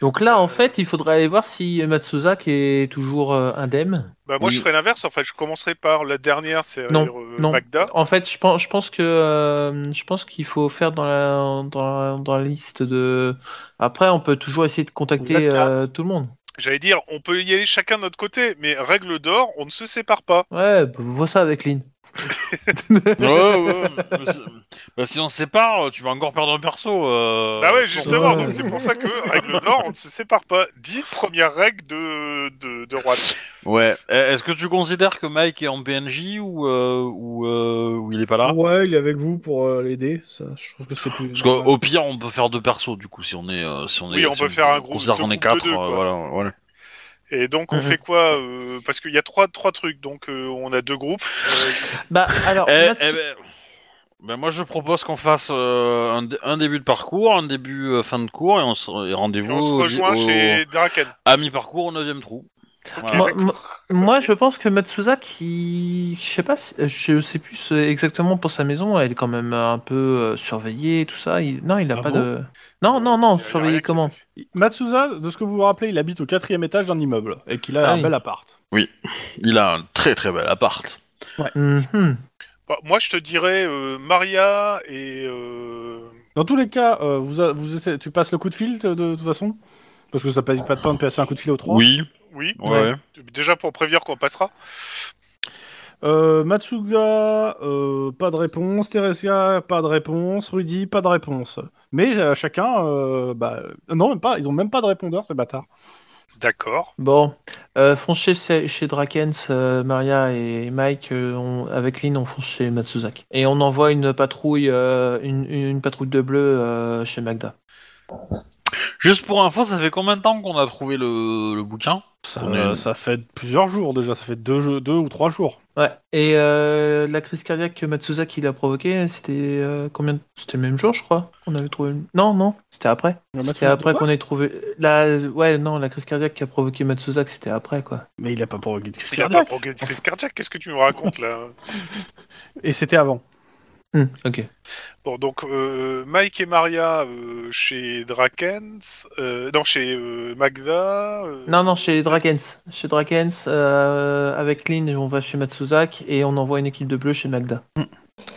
S1: Donc là, en fait, il faudrait aller voir si Matsuzak est toujours euh, indemne.
S4: Bah, moi,
S2: Oui.
S4: je ferais l'inverse. Enfin, je commencerai par la dernière, c'est
S1: Non,
S4: euh,
S1: non.
S4: Magda.
S1: En fait, je pense, je pense que euh, je pense qu'il faut faire dans la, dans la dans la liste de. Après, on peut toujours essayer de contacter
S3: Black Cat.
S1: euh, tout le monde.
S4: J'allais dire, on peut y aller chacun de notre côté, mais règle d'or, on ne se sépare pas.
S1: Ouais, bah, vois ça avec Lynn.
S2: Ouais, ouais, mais c'est- bah, si on se sépare, tu vas encore perdre un perso. euh,
S4: bah ouais,
S2: pour-
S4: justement.
S1: ouais.
S4: Donc c'est pour ça que règle d'or, on ne se sépare pas. Dix premières règles de de, de roi.
S2: Ouais. Eh, Est-ce que tu considères que Mike est en PNJ ou, euh, ou, euh, ou il est pas là
S3: Ouais, il est avec vous pour euh, l'aider. Ça, je trouve que c'est plus.
S2: Parce qu'au au pire, on peut faire deux persos du coup si on est euh, si on est.
S4: Oui, on
S2: si
S4: peut faire un groupe-
S2: Considère
S4: deux
S2: qu'on est
S4: groupes
S2: quatre.
S4: de deux,
S2: euh,
S4: quoi.
S2: voilà, voilà.
S4: Et donc on
S1: Mhm.
S4: fait quoi euh, Parce qu'il y a trois trois trucs. Donc euh, on a deux groupes. Euh,
S1: Bah alors,
S2: Eh,
S1: Matsu-
S2: eh ben, ben moi je propose qu'on fasse euh, un, dé- un début de parcours, un début euh, fin de cours et on se et
S4: et
S2: rendez-vous
S4: on se
S2: au-
S4: rejoint
S2: au-
S4: chez Draken.
S2: à mi-parcours au 9 trou. oh. Voilà.
S1: moi, moi- moi, je pense que Matsuzak, il... je sais pas, si- je sais plus c'est exactement pour sa maison. Elle est quand même un peu euh, surveillée, tout ça. Il... Non, il a
S3: Ah
S1: pas
S3: bon
S1: de. Non, non,
S4: Il y a- il
S1: non,
S4: y a
S1: surveillée
S4: rien qui
S1: comment
S3: Matsuza, de ce que vous vous rappelez, il habite au quatrième étage d'un immeuble et qu'il a
S1: Ah
S3: un
S1: oui.
S3: bel appart.
S2: Il a un très très bel appart.
S1: Mhm.
S4: Bah, moi, je te dirais euh, Maria et. euh,
S3: Dans tous les cas, euh, vous, a- vous essayez- tu passes le coup de fil de, de toute façon Parce que ça passe pas de temps de passer un coup de fil aux trois.
S2: Oui,
S4: Oui,
S2: ouais.
S1: Ouais.
S2: ouais.
S4: déjà pour prévenir qu'on passera.
S3: Euh, Matsuga, euh, pas de réponse. Teresia, pas de réponse. Rudy, pas de réponse. Mais euh, chacun, euh, bah, non, même pas. Ils ont même pas de répondeur, ces bâtards.
S4: D'accord.
S1: Bon, euh, fonce chez, chez Drakens, euh, Maria et Mike, euh, on- avec Lynn, on fonce chez Matsuzak. Et on envoie une patrouille, euh, une, une patrouille de bleu euh, chez Magda.
S2: Juste pour info, ça fait combien de temps qu'on a trouvé le, le bouquin
S3: Ça,
S2: On est-
S3: ça fait plusieurs jours déjà, ça fait deux, jeux- deux ou trois jours.
S1: Ouais. Et euh, la crise cardiaque que Matsuzaki il a provoquée, c'était euh, combien de- C'était le même jour, je crois. On avait trouvé. une- Non, non, c'était après. C'était après qu'on ait trouvé. La... Ouais, non, la crise cardiaque qui a provoqué Matsuzaki, c'était après, quoi.
S3: Mais il a pas provoqué de
S4: C'est
S3: crise
S4: qu'il y a
S3: cardiaque.
S4: pas pour crise cardiaque, qu'est-ce que tu me racontes là
S3: Et c'était avant.
S1: Hmm, ok.
S4: Bon, donc euh, Mike et Maria euh, chez Drakens, euh, non, chez euh, Magda. euh,
S1: Non, non, chez Drakens. Chez Drakens, euh, avec Lynn, on va chez Matsuzaki et on envoie une équipe de bleu chez Magda.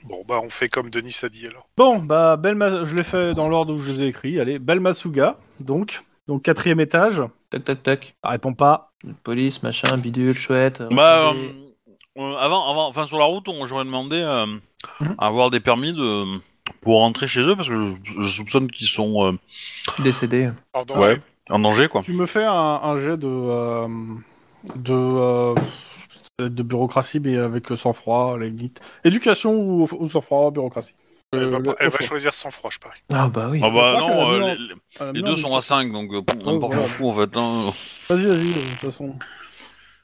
S4: Bon, bah, on fait comme Denis a dit alors.
S3: Bon, bah, Belma... je l'ai fait dans l'ordre où je les ai écrits. Allez, Belmasuga, donc. Donc, quatrième étage.
S1: Tac, tac, tac.
S3: Elle répond pas.
S1: Police, machin, bidule, chouette.
S2: Bah,
S1: regardez.
S2: euh, euh, avant, avant, enfin sur la route, on j'aurais demandé euh,
S3: Mhm.
S2: à avoir des permis de pour rentrer chez eux parce que je, je soupçonne qu'ils sont euh,
S1: Décédé.
S4: Alors, dans-
S2: ouais, en danger quoi.
S3: Tu me fais un, un jet de. euh, de. euh, de bureaucratie, mais avec sang-froid, à la limite. Éducation ou, ou sang-froid, bureaucratie
S2: Eh
S4: elle va,
S2: ben,
S3: Euh, le-
S4: elle
S3: au
S4: va
S3: choix.
S4: choisir sans froid, je parie.
S1: Ah, bah oui.
S2: Ah
S3: crois
S2: bah
S3: qu'elle
S2: non,
S3: a mis
S2: euh, les,
S3: en-
S2: les-
S3: Ah, la
S2: les
S3: merde,
S2: deux sont à 5 donc euh, pff,
S3: Ouais,
S2: n'importe
S3: voilà.
S2: fou en fait. Hein.
S3: Vas-y, vas-y, de toute façon.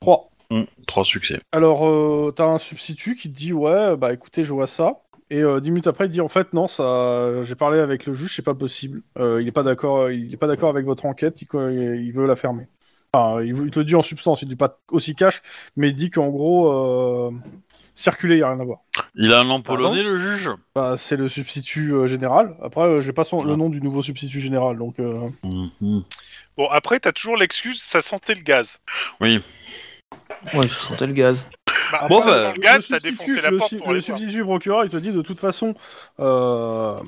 S3: 3.
S2: Hum, Trois succès.
S3: Alors, euh, t'as un substitut qui te dit ouais, bah écoutez, je vois ça. Et euh, dix minutes après, il te dit en fait non, ça, j'ai parlé avec le juge, c'est pas possible. Euh, il est pas d'accord, il est pas d'accord avec votre enquête, il, il veut la fermer. Enfin, il, il te le dit en substance, il dit pas aussi cash, mais il dit qu'en gros, euh, circuler, y a rien à voir.
S2: Il a un nom
S1: Pardon
S2: polonais le juge.
S3: Bah, c'est le substitut euh, général. Après, euh, j'ai pas son- le
S2: Ah.
S3: nom du nouveau substitut général, donc. euh,
S2: Mhm.
S4: Bon, après, t'as toujours l'excuse, ça sentait le gaz.
S2: Oui.
S1: Ouais, je sentais le gaz.
S4: Bah,
S2: Bon,
S4: après,
S2: bah,
S4: sans le gaz,
S3: le
S4: t'as défoncé
S3: substitut-
S4: la
S3: le
S4: porte
S3: su-
S4: pour
S3: Le
S4: aller voir.
S3: substitut procureur, il te dit de toute façon, euh,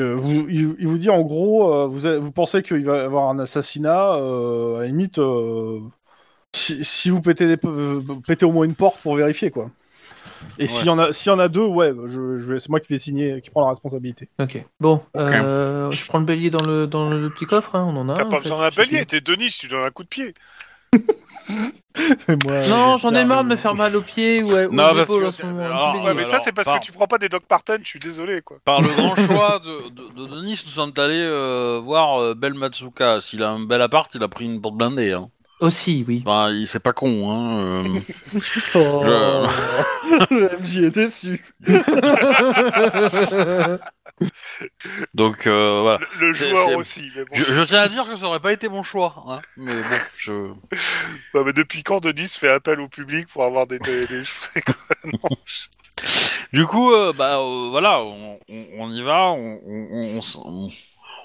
S3: euh, vous- il, il vous dit en gros, euh, vous, avez- vous pensez qu'il va y avoir un assassinat, euh, à la limite, euh, si, si vous pétez, des, euh, pétez au moins une porte pour vérifier, quoi. Et s'il y, en a- s'il y en a deux, ouais, bah, je, je, vais- c'est moi qui vais signer, qui prend la responsabilité.
S1: Ok. Bon, euh, je prends le bélier dans le, dans le petit coffre, hein, on en a.
S4: T'as
S1: un,
S4: pas
S1: en fait,
S4: besoin d'un
S1: je sais
S4: bélier, t'es Denis, tu donnes un coup de pied.
S3: Et moi,
S1: plus. Non,
S3: j'ai-
S1: j'en ai marre de me faire mal aux pieds ou à- aux
S2: Non, parce
S1: épaules
S2: que-
S1: en ce moment. un
S2: alors,
S1: petit
S4: Ouais,
S1: bélier.
S4: mais
S2: alors,
S4: ça, c'est parce
S2: par-
S4: que tu prends pas des Doc Parton, je suis désolé, quoi.
S2: Par le grand choix de, de, de Denis, nous sommes allés euh, voir euh, Bel Matsuka. S'il a un bel appart, il a pris une porte blindée. Hein.
S1: Aussi, oui.
S2: Enfin, il c'est pas con. Hein, euh.
S3: Oh,
S2: Je-
S3: le MJ est déçu.
S2: Donc euh, voilà.
S4: Le, le
S2: C'est-
S4: joueur
S2: c'est-
S4: aussi, mais bon.
S2: Je, je tiens à dire que ça aurait pas été mon choix, hein, mais bon, je...
S4: Ouais, mais depuis quand Denis fait appel au public pour avoir des, des, des-
S2: Du coup, euh, bah euh, voilà, on, on- on y va, on, on- on- on s- on-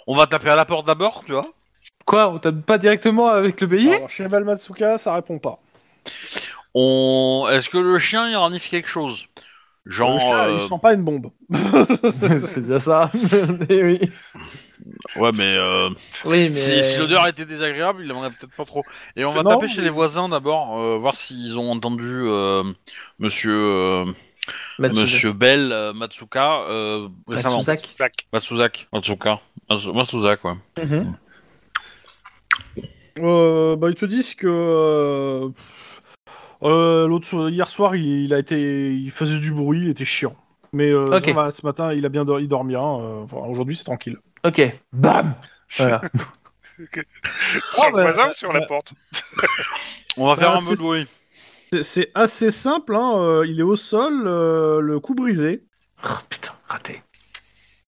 S2: on va taper à la porte d'abord, tu vois.
S1: Quoi, on tape pas directement avec le bélier
S3: Alors, chez Balmatsuka, ça répond pas.
S2: On... Est-ce que le chien il renifle quelque chose Genre,
S3: le chat,
S2: euh,
S3: il sent pas une bombe.
S1: C'est déjà ça. Eh oui.
S2: ouais, mais, euh,
S1: oui, mais.
S2: si, si l'odeur était désagréable, il en a peut-être pas trop. Et on va
S3: Non,
S2: taper chez
S3: mais-
S2: les voisins d'abord, euh, voir s'ils ont entendu euh, Monsieur euh,
S1: Matsuza-
S2: Monsieur Bell euh, Matsuka euh, récemment.
S1: Matsuzaki.
S4: Zach.
S2: Matsuzak, Matsuka, Matsu- Matsuzak, ouais.
S3: Euh, bah, ils te disent que euh, euh, l'autre so- hier soir, il, il a été, il faisait du bruit, il était chiant. Mais euh,
S1: Ok.
S3: ça va, ce matin, il a bien, dor- il dort bien. euh, enfin, Aujourd'hui, c'est tranquille.
S1: Ok. Bam Voilà.
S4: Sur
S3: Ah,
S4: le
S3: bah,
S4: voisin
S3: bah,
S4: ou sur la
S3: bah.
S4: porte
S2: On va faire
S3: Ah,
S2: un peu de
S3: c'est-
S2: bruit.
S3: C'est- C'est assez simple. hein, euh, il est au sol, euh, le cou brisé.
S1: Oh, putain, raté.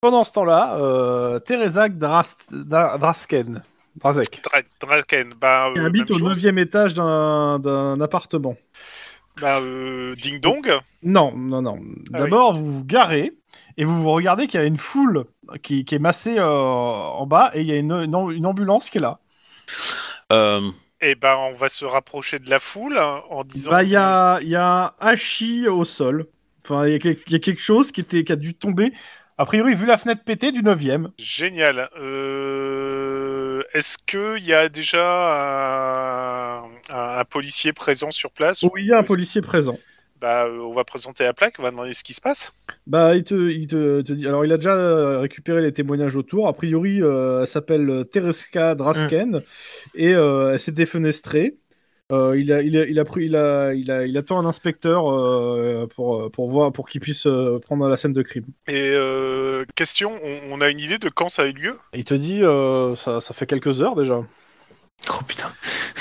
S3: Pendant ce temps-là, euh, Terezak Dras- Dra- Drasken, Drasek,
S4: Dra- Draken, bah. euh,
S3: qui habite
S4: même
S3: au
S4: chose.
S3: neuvième étage d'un d'un appartement.
S4: Bah, euh, Ding Dong.
S3: Non, non, non.
S4: Ah
S3: D'abord, vous vous garez et vous vous regardez qu'il y a une foule qui, qui est massée euh, en bas et il y a une, une am- une ambulance qui est là.
S2: Euh,
S4: Et ben, on va se rapprocher de la foule hein, en disant.
S3: Bah, il y a, il y a un hachis au sol. Enfin, il y, a quel- il y a quelque chose qui, était, qui a dû tomber. A priori, vu la fenêtre pétée du 9ème.
S4: Génial. Euh, Est-ce qu'il y a déjà un, un- un policier présent sur place
S3: Oui, il y a un policier présent.
S4: Bah, euh, on va présenter la plaque, on va demander ce qui se passe.
S3: Bah, il te, il te, te dit. Alors, il a déjà euh, récupéré les témoignages autour. A Mmh. priori, euh, elle s'appelle euh, Tereska Drasken et euh, elle s'est défenestrée. Euh, il, a, il, a, il a pris, il a, il a, il attend un inspecteur euh, pour, pour voir, pour qu'il puisse euh, prendre la scène de crime.
S4: Et euh, question, on, on a une idée de quand ça a eu lieu
S3: Il te dit, euh, ça, ça fait quelques heures déjà.
S1: Oh putain.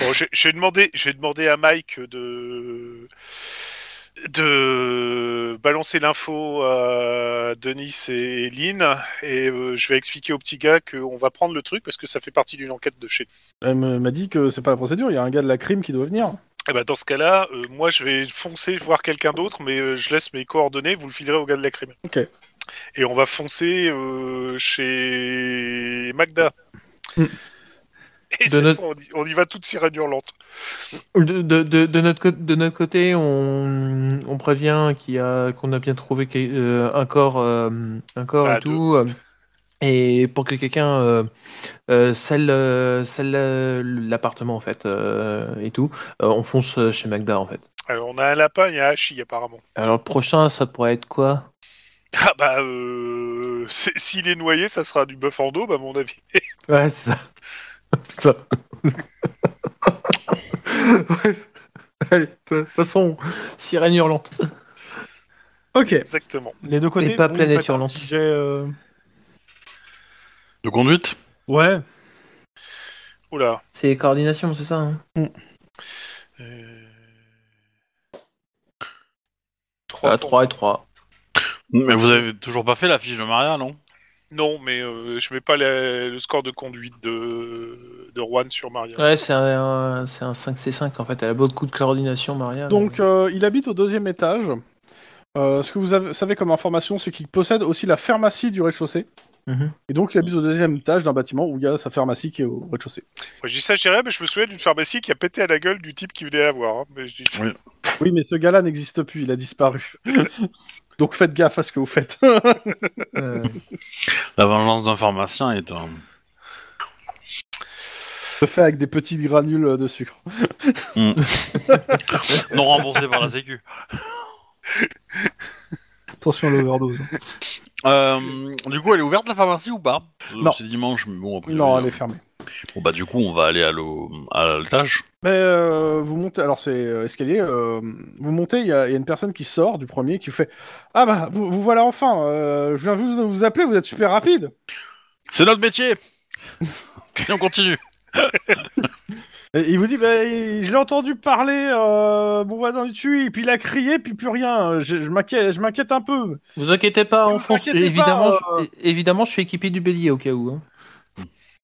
S4: Bon, je, je vais demander, je vais demander à Mike de de balancer l'info à Denis et Lynn et euh, je vais expliquer au petit gars qu'on va prendre le truc parce que ça fait partie d'une enquête de chez.
S3: Elle me- m'a dit que c'est pas la procédure, il y a un gars de la crime qui doit venir.
S4: Eh ben, dans ce cas-là, euh, moi je vais foncer voir quelqu'un d'autre, mais euh, je laisse mes coordonnées, vous le filerez au gars de la crime.
S3: Ok.
S4: Et on va foncer euh, chez Magda.
S3: Hmm.
S4: Et
S1: De
S4: cette
S1: notre-
S4: fois, on, y, on y va toute sirène hurlante.
S1: De, de- de- de notre, cô- de notre côté, on, on prévient qu'il y a, qu'on a bien trouvé quel- euh, un corps, euh, un corps
S4: Ah,
S1: et tout. euh, Et pour que quelqu'un euh, euh, scelle, euh, scelle, euh, l'appartement, en fait, euh, et tout, euh, on fonce euh, chez Magda, en fait.
S4: Alors on a un lapin et un hachis apparemment.
S1: Alors, le prochain, ça pourrait être quoi
S4: Ah bah, euh, c'est- s'il est noyé, ça sera du bœuf en dos, bah, à mon avis.
S1: Ouais, c'est ça. Putain. Ouais. Allez, de toute façon, sirène hurlante.
S3: Ok.
S4: Exactement.
S3: Les deux côtés.
S1: Et pas
S3: bon,
S1: planète
S3: faites un
S1: hurlante.
S3: petit jet, euh,
S2: De conduite
S3: Ouais.
S4: Oula.
S1: C'est coordination, c'est ça hein
S4: 3,
S1: Ah, 3 et 3.
S2: Mais vous avez toujours pas fait la fiche de Maria, non
S4: Non, mais euh, je mets pas la- le score de conduite de, de Juan sur Maria.
S1: Ouais, c'est un, c'est un 5C5 en fait. Elle a beaucoup de coordination, Maria.
S3: Donc,
S1: mais-
S3: euh, il habite au deuxième étage. Euh, ce que vous avez- savez comme information, c'est qu'il possède aussi la pharmacie du rez-de-chaussée.
S1: Mhm.
S3: Et donc, il habite au deuxième étage d'un bâtiment où il y a sa pharmacie qui est au rez-de-chaussée.
S4: Moi, je dis ça, je dis rien, mais je me souviens d'une pharmacie qui a pété à la gueule du type qui venait la voir. hein. Mais je dis-
S3: Oui, mais ce gars-là n'existe plus, il a disparu. donc, faites gaffe à ce que vous faites.
S1: Euh,
S2: La vengeance d'un pharmacien est un.
S3: Se fait avec des petits granules de sucre.
S2: non remboursé par la Sécu.
S3: Attention à l'overdose.
S2: Euh, du coup, elle est ouverte la pharmacie ou pas
S3: Non.
S2: C'est dimanche, mais bon, après.
S3: non, elle est fermée.
S2: Bon, bah, du coup, on va aller à l'eau- à l'étage.
S3: Mais euh, vous montez, alors c'est euh, escalier, euh, vous montez, il y, a il y a une personne qui sort du premier qui fait Ah bah, vous, vous voilà enfin, euh, je viens juste de vous appeler, vous êtes super rapide.
S2: C'est notre métier Et on continue
S3: Et il vous dit, bah, il- je l'ai entendu parler, euh, mon voisin du dessus, et puis il a crié, puis plus rien. euh, Je, je m'inquiète, je m'inquiète un peu.
S1: vous inquiétez pas,
S3: Vous
S1: on fonce.
S3: inquiétez pas,
S1: Évidemment,
S3: euh.
S1: je... évidemment, je suis équipé du bélier au cas où. hein.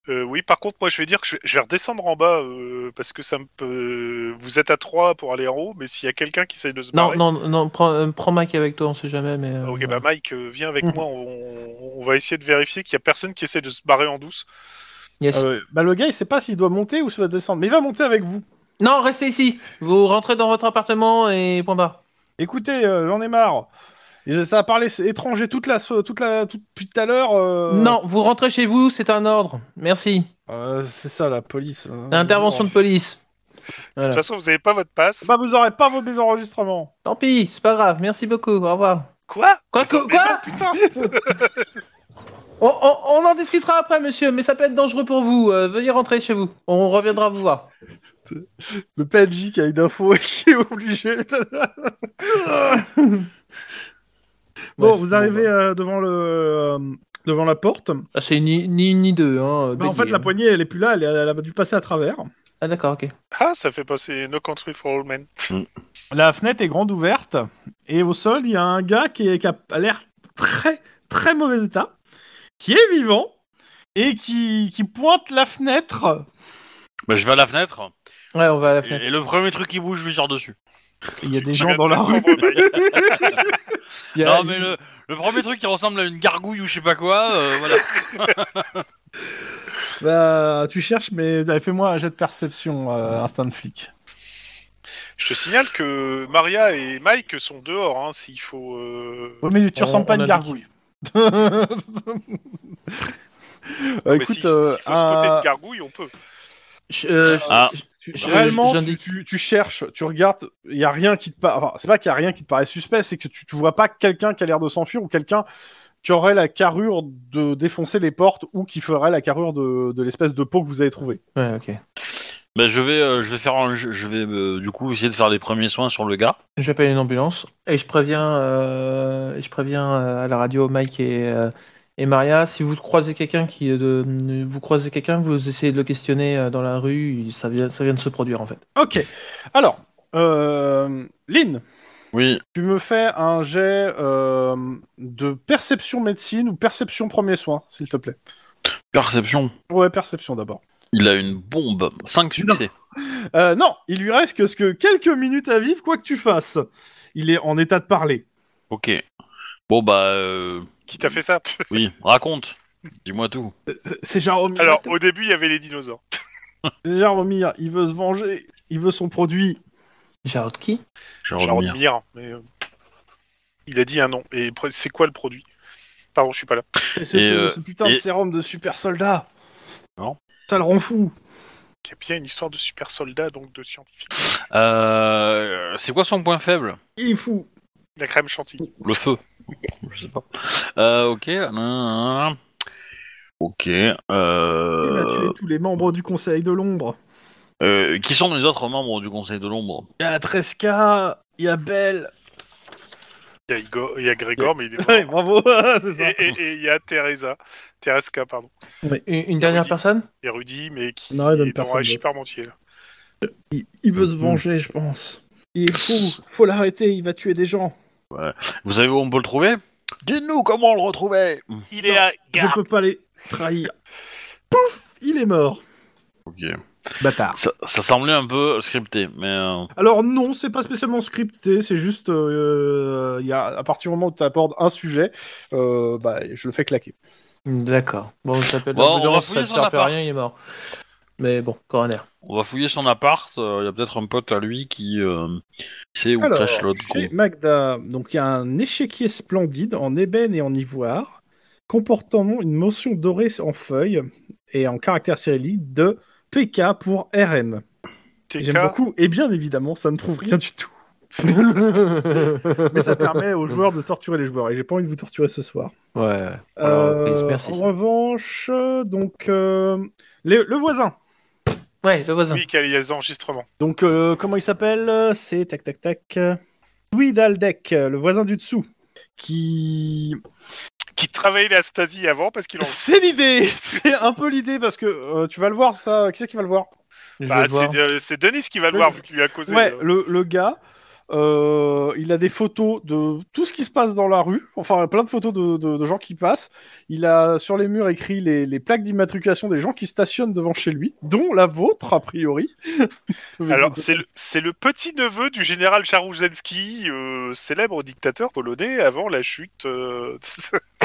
S4: Euh, oui, par contre, moi, je vais dire que je vais, je vais redescendre en bas euh, parce que ça me peut. Vous êtes à 3 pour aller en haut, mais s'il y a quelqu'un qui essaye de se
S1: Non,
S4: barrer.
S1: non, non, prends, euh, prends Mike avec toi, on sait jamais. Mais, euh,
S4: Ok, bah Mike, euh, viens avec
S1: Mm.
S3: Mhm.
S4: moi, on, on va essayer de vérifier qu'il y a personne qui essaie de se barrer en douce.
S1: yes.
S3: Euh, bah, le gars, il sait pas s'il doit monter ou s'il doit descendre, mais il va monter avec vous.
S1: Non, restez ici. Vous rentrez dans votre appartement et point barre.
S3: Écoutez, euh, j'en ai marre. Et ça a parlé c'est étranger toute la, so- toute la, toute- depuis tout à l'heure. euh,
S1: Non, vous rentrez chez vous, c'est un ordre. Merci.
S3: Euh, c'est ça, la police. euh,
S1: Intervention de
S3: bon.
S1: police.
S4: De
S1: Voilà.
S4: toute façon, vous n'avez pas votre passe.
S3: Bah, vous aurez pas vos désenregistrements.
S1: Tant pis, c'est pas grave. Merci beaucoup. Au revoir.
S4: Quoi
S1: Quoi,
S4: Mais
S1: que-
S4: non, mais
S1: quoi
S4: non, putain
S1: On, on- on en discutera après, monsieur, mais ça peut être dangereux pour vous. Euh, veuillez rentrer chez vous. On reviendra vous voir.
S3: Le PNJ qui a une info et qui est obligé. de- bon,
S1: Bref,
S3: vous arrivez
S1: bah.
S3: euh, devant le. euh, devant la porte.
S1: Ah, c'est ni, ni une ni deux. Hein,
S3: Bah, en
S1: bélier,
S3: fait, la
S1: hein.
S3: poignée, elle est plus là, elle, est- elle a dû passer à travers.
S1: Ah, d'accord, ok.
S4: Ah, ça fait passer No Country for All Men.
S3: La fenêtre est grande ouverte, et au sol, il y a un gars qui, est- qui a l'air très, très mauvais état, qui est vivant, et qui, qui pointe la fenêtre.
S2: Bah, je vais à la fenêtre,
S1: Ouais, on va à la
S2: et,
S1: fenêtre.
S2: et le premier truc qui bouge, je lui tire dessus.
S3: Il y a des
S4: Tu
S3: gens
S4: viens
S3: dans
S4: de
S1: Ah
S3: la rue.
S4: descendre, Mike.
S1: Il y a-
S2: Non, mais le, le premier truc qui ressemble à une gargouille ou je sais pas quoi, euh, voilà.
S3: Bah, tu cherches, mais allez, fais-moi un jet de perception, euh, instinct de flic.
S4: Je te signale que Maria et Mike sont dehors, hein, s'il faut... euh,
S3: Ouais, mais tu
S1: On-
S3: ressembles pas à
S1: on
S3: une
S1: indique.
S3: gargouille. Euh,
S4: mais
S3: écoute,
S4: si-
S3: euh,
S4: s'il faut se
S3: un-
S4: poter de gargouille, on peut.
S1: Je- euh, je-
S2: Ah.
S1: je-
S3: tu-
S1: Je-
S3: réellement,
S1: je-
S3: tu,
S1: j'indique.
S3: tu- tu cherches, tu regardes, il y a rien qui te paraît. Enfin, c'est pas qu'il y a rien qui te paraît suspect, c'est que tu, tu vois pas quelqu'un qui a l'air de s'enfuir ou quelqu'un qui aurait la carrure de défoncer les portes ou qui ferait la carrure de, de l'espèce de peau que vous avez trouvée.
S1: Ouais, ok.
S2: Bah, je vais, euh, je vais faire, un- je je vais euh, du coup essayer de faire les premiers soins sur le gars.
S1: J'appelle une ambulance et je préviens, euh, je préviens euh, à la radio Mike et, euh, et Maria. Si vous croisez quelqu'un qui est de, vous croisez quelqu'un, vous essayez de le questionner euh, dans la rue. Ça vient, ça vient de se produire en fait.
S3: Ok. Alors, euh, Lynn,
S2: Oui.
S3: tu me fais un jet euh, de perception médecine ou perception premier soin, s'il te plaît.
S2: Perception.
S3: Ouais, perception d'abord.
S2: Il a une bombe. 5 succès.
S3: Euh, non, il lui reste que, ce que quelques minutes à vivre, quoi que tu fasses. Il est en état de parler.
S2: Ok. Bon bah euh,
S4: Qui t'a fait ça
S2: oui, raconte. Dis-moi tout.
S3: C'est- C'est Jaromir.
S4: Alors, au début, il y avait les dinosaures.
S3: C'est Jaromir, il veut se venger. Il veut son produit.
S1: Jarod qui
S2: Je vais
S4: Jérôme
S2: revenir.
S4: Mir, mais euh, il a dit un nom. Et pro- c'est quoi le produit Pardon, je suis pas là.
S3: Et c'est
S2: Et,
S3: ce,
S2: euh,
S3: ce putain de
S2: et-
S3: sérum de super soldat.
S2: Non.
S3: Ça le rend fou.
S4: Il y a bien une histoire de super soldat, donc de scientifique.
S2: Euh, c'est quoi son point faible
S3: Il est fou.
S4: La crème chantilly.
S2: Le feu. Je sais pas. Euh, ok. nan, nan, nan. Ok.
S3: Il a tué
S2: Euh,
S3: tous les membres du Conseil de l'Ombre.
S2: euh, qui sont les autres membres du Conseil de l'Ombre
S3: Il y a Tresca, il y a Belle.
S4: Il y a, Igor- il y a Grégor, mais il est mort.
S3: Ouais, bravo, c'est ça.
S4: Et- Et et il y a Teresa. Tereska, pardon.
S1: Une, une dernière
S4: Rudy.
S1: personne
S4: Et Rudy, mais qui
S3: Non, il donne
S4: est dans
S3: personne
S4: Rachid
S3: d'autre.
S4: Parmentier. là.
S3: Il, il veut
S2: Mm-hmm.
S3: se venger, je pense. Il est fou. Faut l'arrêter, il va tuer des gens.
S2: Vous savez où on peut le trouver Dites-nous comment le retrouver
S4: Il
S3: est
S4: à
S3: Je peux pas les trahir. Pouf, il est mort.
S2: Ok.
S3: Bâtard.
S2: Ça, ça semblait un peu scripté, mais euh,
S3: Alors non, c'est pas spécialement scripté, c'est juste, euh, il y a, à partir du moment où tu abordes un sujet, euh, bah, je le fais claquer.
S1: D'accord. Bon, ça s'appelle
S2: Bon, on va
S1: l'ambulance,
S2: fouiller
S1: ça ne
S2: son
S1: sert plus à
S2: appart.
S1: rien, il est mort. Mais bon, coroner.
S2: on va fouiller son appart. Euh, Il y a peut-être un pote à lui qui euh, sait où
S3: Alors,
S2: cache l'autre con.
S3: Chez Magda, donc il y a un échiquier splendide en ébène et en ivoire, comportant une mention dorée en feuille et en caractère cyrillique de PK pour RM. J'aime
S4: TK,
S3: beaucoup, et bien évidemment, ça ne prouve rien du tout. Mais
S1: Mais
S3: ça permet aux joueurs de torturer les joueurs, et j'ai pas envie de vous torturer ce soir.
S1: Ouais.
S3: Euh,
S1: Alors, merci.
S3: En revanche, euh, donc euh, les- le voisin.
S1: Ouais, le voisin.
S4: oui, qu'il y a les enregistrements.
S3: Donc, euh, comment il s'appelle euh, C'est tac tac tac. euh, Louis Daldec, euh, le voisin du dessous. Qui.
S4: Qui travaillait la Stasi avant parce qu'il en.
S3: C'est l'idée C'est un peu l'idée parce que euh, tu vas le voir, ça. Qui c'est qui va le voir
S1: Je
S4: Bah,
S1: vais
S4: c'est
S1: voir.
S4: euh, c'est Denis qui va le
S3: Oui.
S4: voir vu qu'il lui a causé.
S3: Ouais,
S4: euh,
S3: le, le gars, euh, il a des photos de tout ce qui se passe dans la rue, enfin plein de photos de, de- de gens qui passent. Il a sur les murs écrit les, les plaques d'immatriculation des gens qui stationnent devant chez lui, dont la vôtre, a priori.
S4: Alors, c'est le, c'est le petit-neveu du général Jaruzelski, euh, célèbre dictateur polonais avant la chute. euh,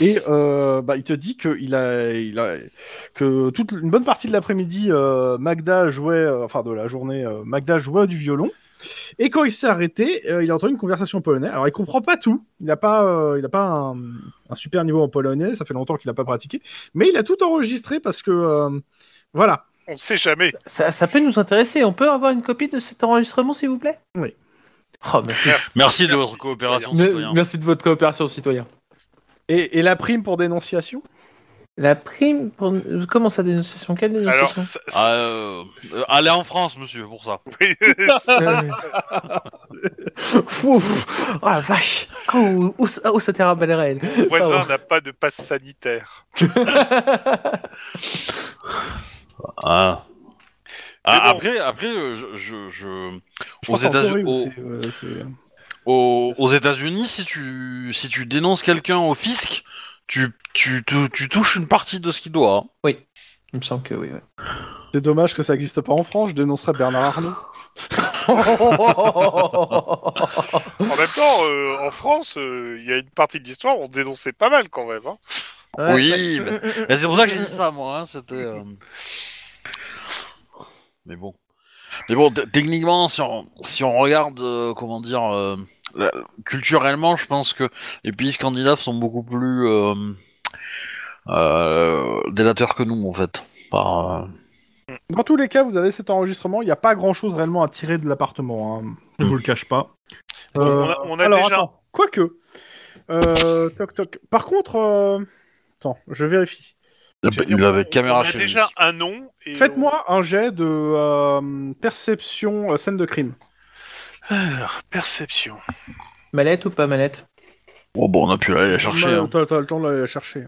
S3: Et euh, bah, il te dit que il a, il a, que toute une bonne partie de l'après-midi, euh, Magda jouait, euh, enfin de la journée, euh, Magda jouait du violon. Et quand il s'est arrêté, euh, il a entendu une conversation polonaise. Alors il comprend pas tout. Il n'a pas, euh, il a pas un, un super niveau en polonais. Ça fait longtemps qu'il n'a pas pratiqué. Mais il a tout enregistré parce que euh, voilà.
S4: on ne sait jamais.
S1: Ça, ça peut nous intéresser. On peut avoir une copie de cet enregistrement, s'il vous plaît
S3: Oui.
S1: Oh, merci.
S2: Merci de votre coopération.
S1: Me-
S2: citoyen.
S1: merci de votre coopération, citoyen.
S3: Et, et la prime pour dénonciation.
S1: La prime pour... Comment ça, dénonciation Quelle
S4: Alors,
S1: dénonciation
S4: ça-
S2: Ah,
S4: ça-
S2: euh, euh, allez en France, monsieur, pour ça.
S4: oui,
S1: Euh, Ouf. Oh la vache Ah, Où, où, ça- où ça te ramènerait, elle
S4: le voisin
S1: Pardon.
S4: n'a pas de passe sanitaire.
S2: Ah.
S4: Mais bon.
S2: Après, après, euh, je, je, je-
S3: Je
S2: aux
S3: crois qu'en Corée,
S2: États-Unis,
S3: où
S2: aux,
S3: c'est, euh, c'est-
S2: aux- aux États-Unis, si tu, si tu dénonces quelqu'un au fisc, tu, tu, tu, tu touches une partie de ce qu'il doit. hein.
S1: Il me semble que oui. ouais.
S3: c'est dommage que ça n'existe pas en France. Je dénoncerais Bernard Arnault.
S4: En même temps, euh, en France, euh, il y a une partie de l'histoire, on dénonçait pas mal quand même. hein.
S1: Ouais,
S2: oui.
S1: ouais.
S2: Et c'est pour ça que j'ai dit ça, moi. hein, C'était. euh. Mais bon. Mais bon, t- techniquement, si on, si on regarde, euh, comment dire, euh, la- culturellement, je pense que les pays scandinaves sont beaucoup plus euh, euh, délateurs que nous, en fait. Par, euh,
S3: Dans tous les cas, vous avez cet enregistrement. Il n'y a pas grand-chose réellement à tirer de l'appartement. hein. Je vous le cache pas.
S4: Bon, Euh, on a- on a
S3: Euh, alors,
S4: déjà-
S3: attends. Quoique. Euh, toc toc. Par contre, euh, attends, je vérifie.
S2: Il
S4: Je veux
S2: a-
S4: dire,
S2: il avait
S4: on-
S2: caméra
S4: on a
S2: chez lui.
S4: déjà un nom. et
S3: Faites-moi un jet de euh, perception euh, scène de crime.
S4: on- Alors, perception.
S1: Mallette ou pas mallette
S2: Oh, bon, on a pu aller la chercher.
S3: Ouais,
S2: hein.
S3: Bah, T'as t'as le temps de la chercher.
S2: De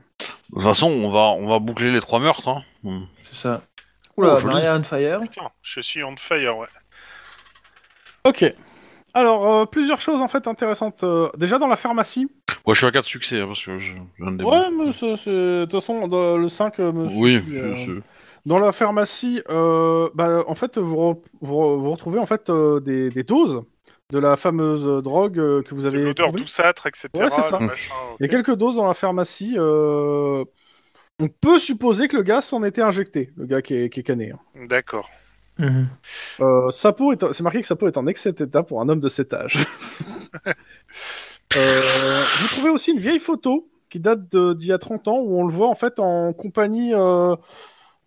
S2: toute façon, on va, on va boucler les trois meurtres. Hein. Mm.
S1: C'est ça. Oula,
S2: Oh, joli.
S1: Maria on fire.
S4: Putain, je suis on fire, ouais.
S3: Ok. Alors, euh, plusieurs choses en fait intéressantes. Euh, déjà dans la pharmacie.
S2: Ouais, je suis à 4 succès hein, parce que je, je viens de débattre.
S3: Ouais, mais ça, c'est- de toute façon, dans le 5 euh, me
S2: Oui,
S3: suffit, euh.
S2: c'est- c'est-
S3: Dans la pharmacie, euh, bah, en fait, vous, re- vous, re- vous retrouvez en fait euh, des, des doses de la fameuse euh, drogue euh, que vous
S4: De
S3: avez
S4: L'odeur
S3: trouvée.
S4: douceâtre, etc.
S3: Ouais, c'est ça.
S4: le machin, ok.
S3: Il y a quelques doses dans la pharmacie. euh, On peut supposer que le gars s'en était injecté, le gars qui est, qui est cané. hein.
S4: D'accord.
S1: Mhm.
S3: Euh, sa peau est, en- c'est marqué que sa peau est en excellent état pour un homme de cet âge. Euh, vous trouvez aussi une vieille photo qui date de- d'il y a 30 ans où on le voit en fait en compagnie euh,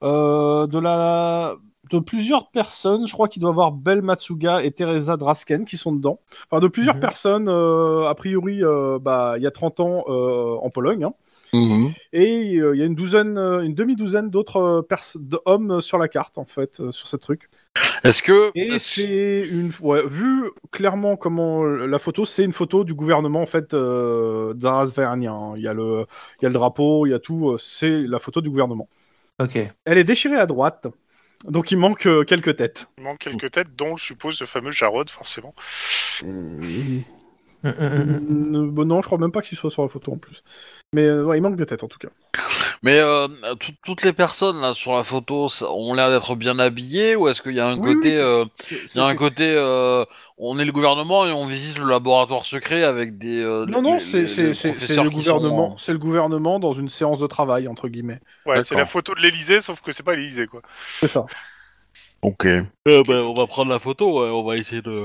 S3: euh, de la de plusieurs personnes, je crois qu'il doit y avoir Belle Matsuga et Teresa Drasken qui sont dedans. Enfin, de plusieurs
S1: Mhm.
S3: personnes, euh, a priori, euh, bah, il y a 30 ans euh, en Pologne. hein.
S2: Mhm.
S3: Et euh, il y a une douzaine, euh, une demi-douzaine d'autres euh, pers- d'hommes sur la carte, en fait, euh, sur ce truc.
S2: Est-ce que.
S3: Et
S2: est-ce-
S3: c'est une. ouais, vu clairement comment la photo, c'est une photo du gouvernement en fait euh, d'Arasvernien. hein. Il y a le, il y a le drapeau, il y a tout. euh, C'est la photo du gouvernement.
S1: Ok.
S3: Elle est déchirée à droite, donc il manque euh, quelques têtes.
S4: Il manque quelques têtes, dont je suppose le fameux Jarod, forcément.
S1: Mhm, mhm, mhm.
S3: Euh, bon, non, je crois même pas qu'il soit sur la photo en plus. Mais euh, ouais, il manque des têtes en tout cas.
S2: Mais euh, tout- toutes les personnes là sur la photo ça- ont l'air d'être bien habillées ou est-ce qu'il y a un
S3: Oui,
S2: côté.
S3: oui, c'est-
S2: euh, il y a un
S3: C'est-
S2: côté. euh, on est le gouvernement et on visite le laboratoire secret avec des. euh,
S3: Non,
S2: les-
S3: non,
S2: les-
S3: c'est
S2: les
S3: c'est- c'est- c'est
S2: professeurs
S3: le
S2: qui
S3: gouvernement.
S2: sont-
S3: C'est le gouvernement dans une séance de travail entre guillemets.
S4: Ouais, c'est
S2: D'accord.
S4: la photo de l'Elysée, sauf que c'est pas l'Elysée, quoi.
S3: C'est ça.
S2: Ok. Euh, ben, on va prendre la photo, ouais, on va essayer de.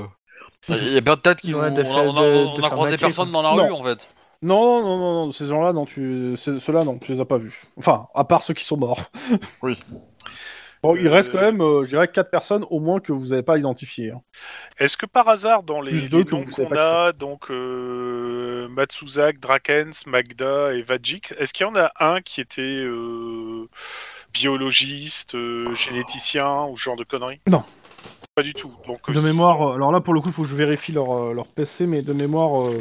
S2: Il y a pas de têtes qui
S1: Ouais,
S2: vont-
S1: de
S2: on a,
S1: faire-
S2: on a-
S1: de-
S2: on
S1: de
S2: a
S1: faire
S2: croisé
S1: matcher,
S2: personne dans la
S3: quoi.
S2: rue
S3: Non.
S2: en fait.
S3: Non, non, non, non, ces gens-là, non, tu, c'est- ceux-là, non, tu les as pas vus. Enfin, à part ceux qui sont morts.
S2: Oui.
S3: Bon, il
S4: Euh,
S3: reste quand même, euh, je dirais, quatre personnes au moins que vous n'avez pas identifiées. hein.
S4: Est-ce que par hasard, dans les,
S3: Plus
S4: les
S3: deux que
S4: noms
S3: vous savez
S4: qu'on
S3: pas
S4: a, donc euh, Matsuzak, Drakens, Magda et Vajik, est-ce qu'il y en a un qui était euh, biologiste, euh, généticien ou ce genre de conneries
S3: Non.
S4: Pas du tout. Donc, euh,
S3: De
S4: si-
S3: mémoire, euh, alors là, pour le coup, faut que je vérifie leur, euh, leur PC, mais de mémoire, euh,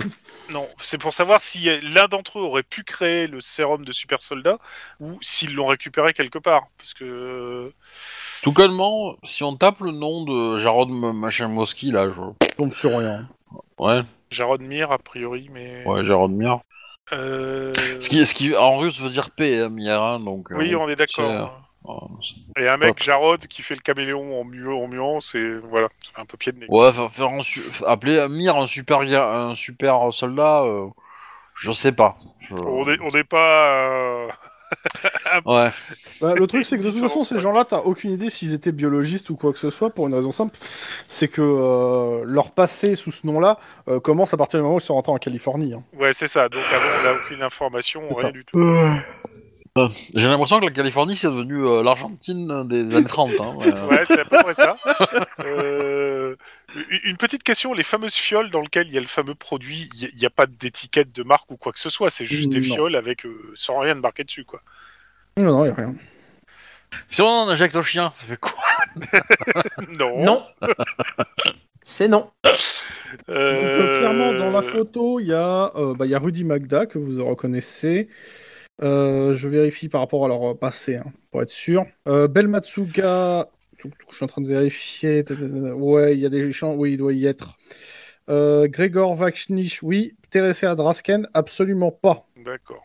S4: Non, c'est pour savoir si euh, l'un d'entre eux aurait pu créer le sérum de super soldat ou s'ils l'ont récupéré quelque part. Parce que. euh,
S2: Tout connement, si on tape le nom de Jarod M- Machin Moski là, je-
S3: je tombe sur rien.
S2: ouais,
S4: Jarod Mir, a priori, mais.
S2: ouais, Jarod Mir.
S4: Euh,
S2: Ce qui, ce qui en russe veut dire paix, hein, Mir, hein, donc. euh,
S4: Oui, on est d'accord. hein.
S2: on-
S4: Et un
S2: Hop.
S4: mec, Jarod, qui fait le caméléon en muant, en muant c'est voilà, c'est un peu pied de nez.
S2: Ouais, fa- faire un su- appeler un Mir un super, ga- un super soldat, euh, je sais pas. Je-
S4: On n'est on est pas. euh,
S2: Ouais.
S3: Bah, le truc, c'est que de toute
S4: Différence,
S3: façon, ces
S4: ouais.
S3: gens-là, t'as aucune idée s'ils étaient biologistes ou quoi que ce soit, pour une raison simple, c'est que euh, leur passé sous ce nom-là euh, commence à partir du moment où ils sont rentrés en Californie. hein.
S4: Ouais, c'est ça. Donc avant, on n'a aucune information,
S3: C'est
S4: rien
S3: ça.
S4: du tout.
S3: Euh.
S2: J'ai l'impression que la Californie c'est devenu euh, l'Argentine des années 30. Hein, ouais.
S4: Ouais, c'est à peu près ça. Euh, une- une petite question les fameuses fioles dans lesquelles il y a le fameux produit, il n'y a pas d'étiquette de marque ou quoi que ce soit. C'est juste des
S3: Non.
S4: fioles avec euh, sans rien de marqué dessus, quoi.
S3: Non, non, y a rien.
S2: Si on en injecte au chien, ça fait quoi
S4: Non.
S1: Non. C'est non.
S3: Donc,
S4: Euh,
S3: euh, clairement, dans la photo, il y, a, euh, bah, il y a Rudy Magda, que vous reconnaissez. Euh, je vérifie par rapport à leur euh, passé, hein, pour être sûr. Euh, Belle Matsuga, je suis en train de vérifier. Ouais, il y a des gens, oui, il doit y être. Euh, Grégor Vachnich, oui. Teresa Drasken, absolument pas.
S4: D'accord.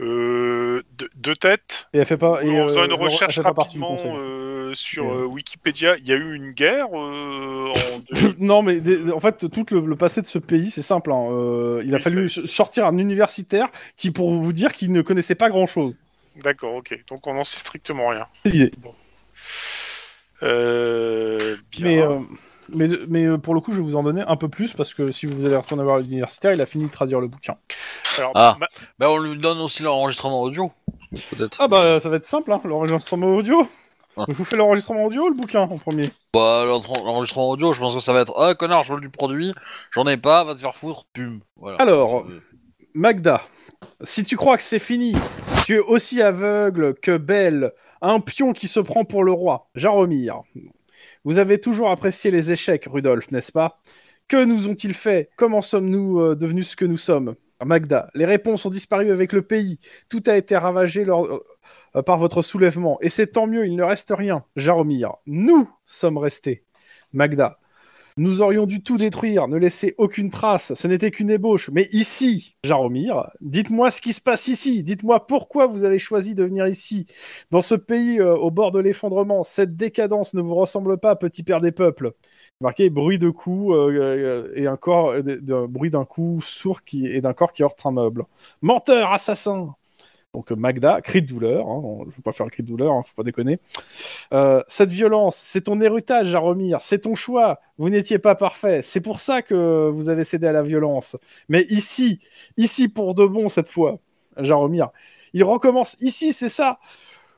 S4: Euh, deux, deux têtes.
S3: Et elle fait pas. et,
S4: en faisant
S3: euh,
S4: une
S3: elle
S4: recherche
S3: fait pas partie du
S4: rapidement
S3: conseil.
S4: euh, sur
S3: Et,
S4: euh, Wikipédia, il y a eu une guerre euh, en
S3: Non, mais des- en fait, tout le, le passé de ce pays, c'est simple. hein. Euh, il a
S4: Oui,
S3: fallu sortir un universitaire qui, pour vous dire, qu'il ne connaissait pas grand-chose.
S4: D'accord, ok. Donc on n'en sait strictement rien.
S3: C'est l'idée.
S4: Euh, bien.
S3: Mais, euh, mais, mais euh, pour le coup, je vais vous en donner un peu plus parce que si vous allez retourner voir l'universitaire, il a fini de traduire le bouquin.
S4: Alors,
S2: Ah.
S4: ma-
S2: Bah on lui donne aussi l'enregistrement audio. Peut-être.
S3: Ah bah ça va être simple, hein, l'enregistrement audio.
S2: Ah.
S3: Je vous fais l'enregistrement audio ou le bouquin en premier
S2: Bah l'entre- l'enregistrement audio, je pense que ça va être ah connard, je vole du produit, j'en ai pas, va te faire foutre, pum. Voilà.
S3: Alors, Magda, si tu crois que c'est fini, Tu es aussi aveugle que belle, un pion qui se prend pour le roi, Jaromir. Vous avez toujours apprécié les échecs, Rudolf, n'est-ce pas Que nous ont-ils fait Comment sommes-nous euh, devenus ce que nous sommes Magda, les réponses ont disparu avec le pays. Tout a été ravagé lors- euh, euh, par votre soulèvement. Et c'est tant mieux, il ne reste rien. Jaromir, nous sommes restés. Magda, nous aurions dû tout détruire, ne laisser aucune trace. Ce n'était qu'une ébauche. Mais ici, Jaromir, dites-moi ce qui se passe ici. Dites-moi pourquoi vous avez choisi de venir ici. Dans ce pays euh, au bord de l'effondrement, cette décadence ne vous ressemble pas, petit père des peuples. Marqué bruit de coups euh, euh, et un corps euh, d- d'un bruit d'un coup sourd qui et d'un corps qui heurte un meuble. Menteur, assassin. Donc euh, Magda, cri de douleur. hein, on- je veux pas faire le cri de douleur, hein, faut pas déconner. Euh, cette violence, c'est ton héritage, Jaromir. C'est ton choix. Vous n'étiez pas parfait. C'est pour ça que vous avez cédé à la violence. Mais ici, ici pour de bon cette fois, Jaromir. Il recommence ici, c'est ça.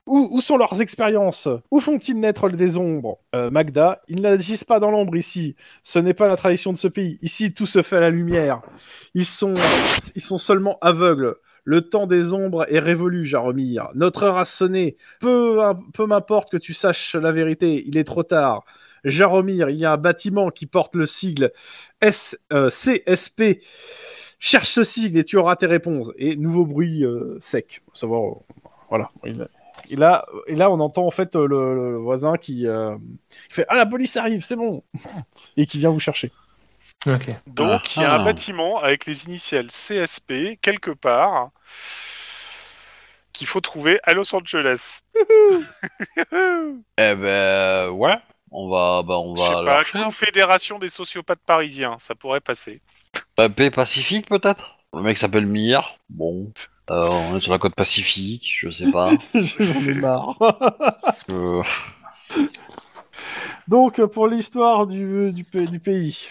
S3: Où, où sont leurs expériences Où font-ils naître des ombres Euh, Magda, ils n'agissent pas dans l'ombre ici. Ce n'est pas la tradition de ce pays. Ici, tout se fait à la lumière. Ils sont, ils sont seulement aveugles. Le temps des ombres est révolu, Jaromir. Notre heure a sonné. Peu, peu m'importe que tu saches la vérité, il est trop tard. Jaromir, il y a un bâtiment qui porte le sigle S, euh, CSP. Cherche ce sigle et tu auras tes réponses. Et nouveau bruit euh, sec. Faut savoir, euh, voilà. Il- Et là, et là, on entend en fait euh, le, le voisin qui, euh, qui fait Ah, la police arrive, c'est bon et qui vient vous chercher.
S1: Ok.
S4: Donc, il y a
S2: Ah.
S4: un bâtiment avec les initiales CSP quelque part qu'il faut trouver à Los Angeles.
S2: Eh ben, ouais. On va, bah, on
S4: Je sais
S2: va.
S4: pas,
S2: leur
S4: Confédération
S2: faire.
S4: des sociopathes parisiens, ça pourrait passer.
S2: Bah, paix pacifique, peut-être. Le mec s'appelle Mir. Bon. Euh, on est sur la côte pacifique, je sais pas.
S3: J'en ai marre.
S2: Euh,
S3: Donc euh, pour l'histoire du, du, pa- du pays.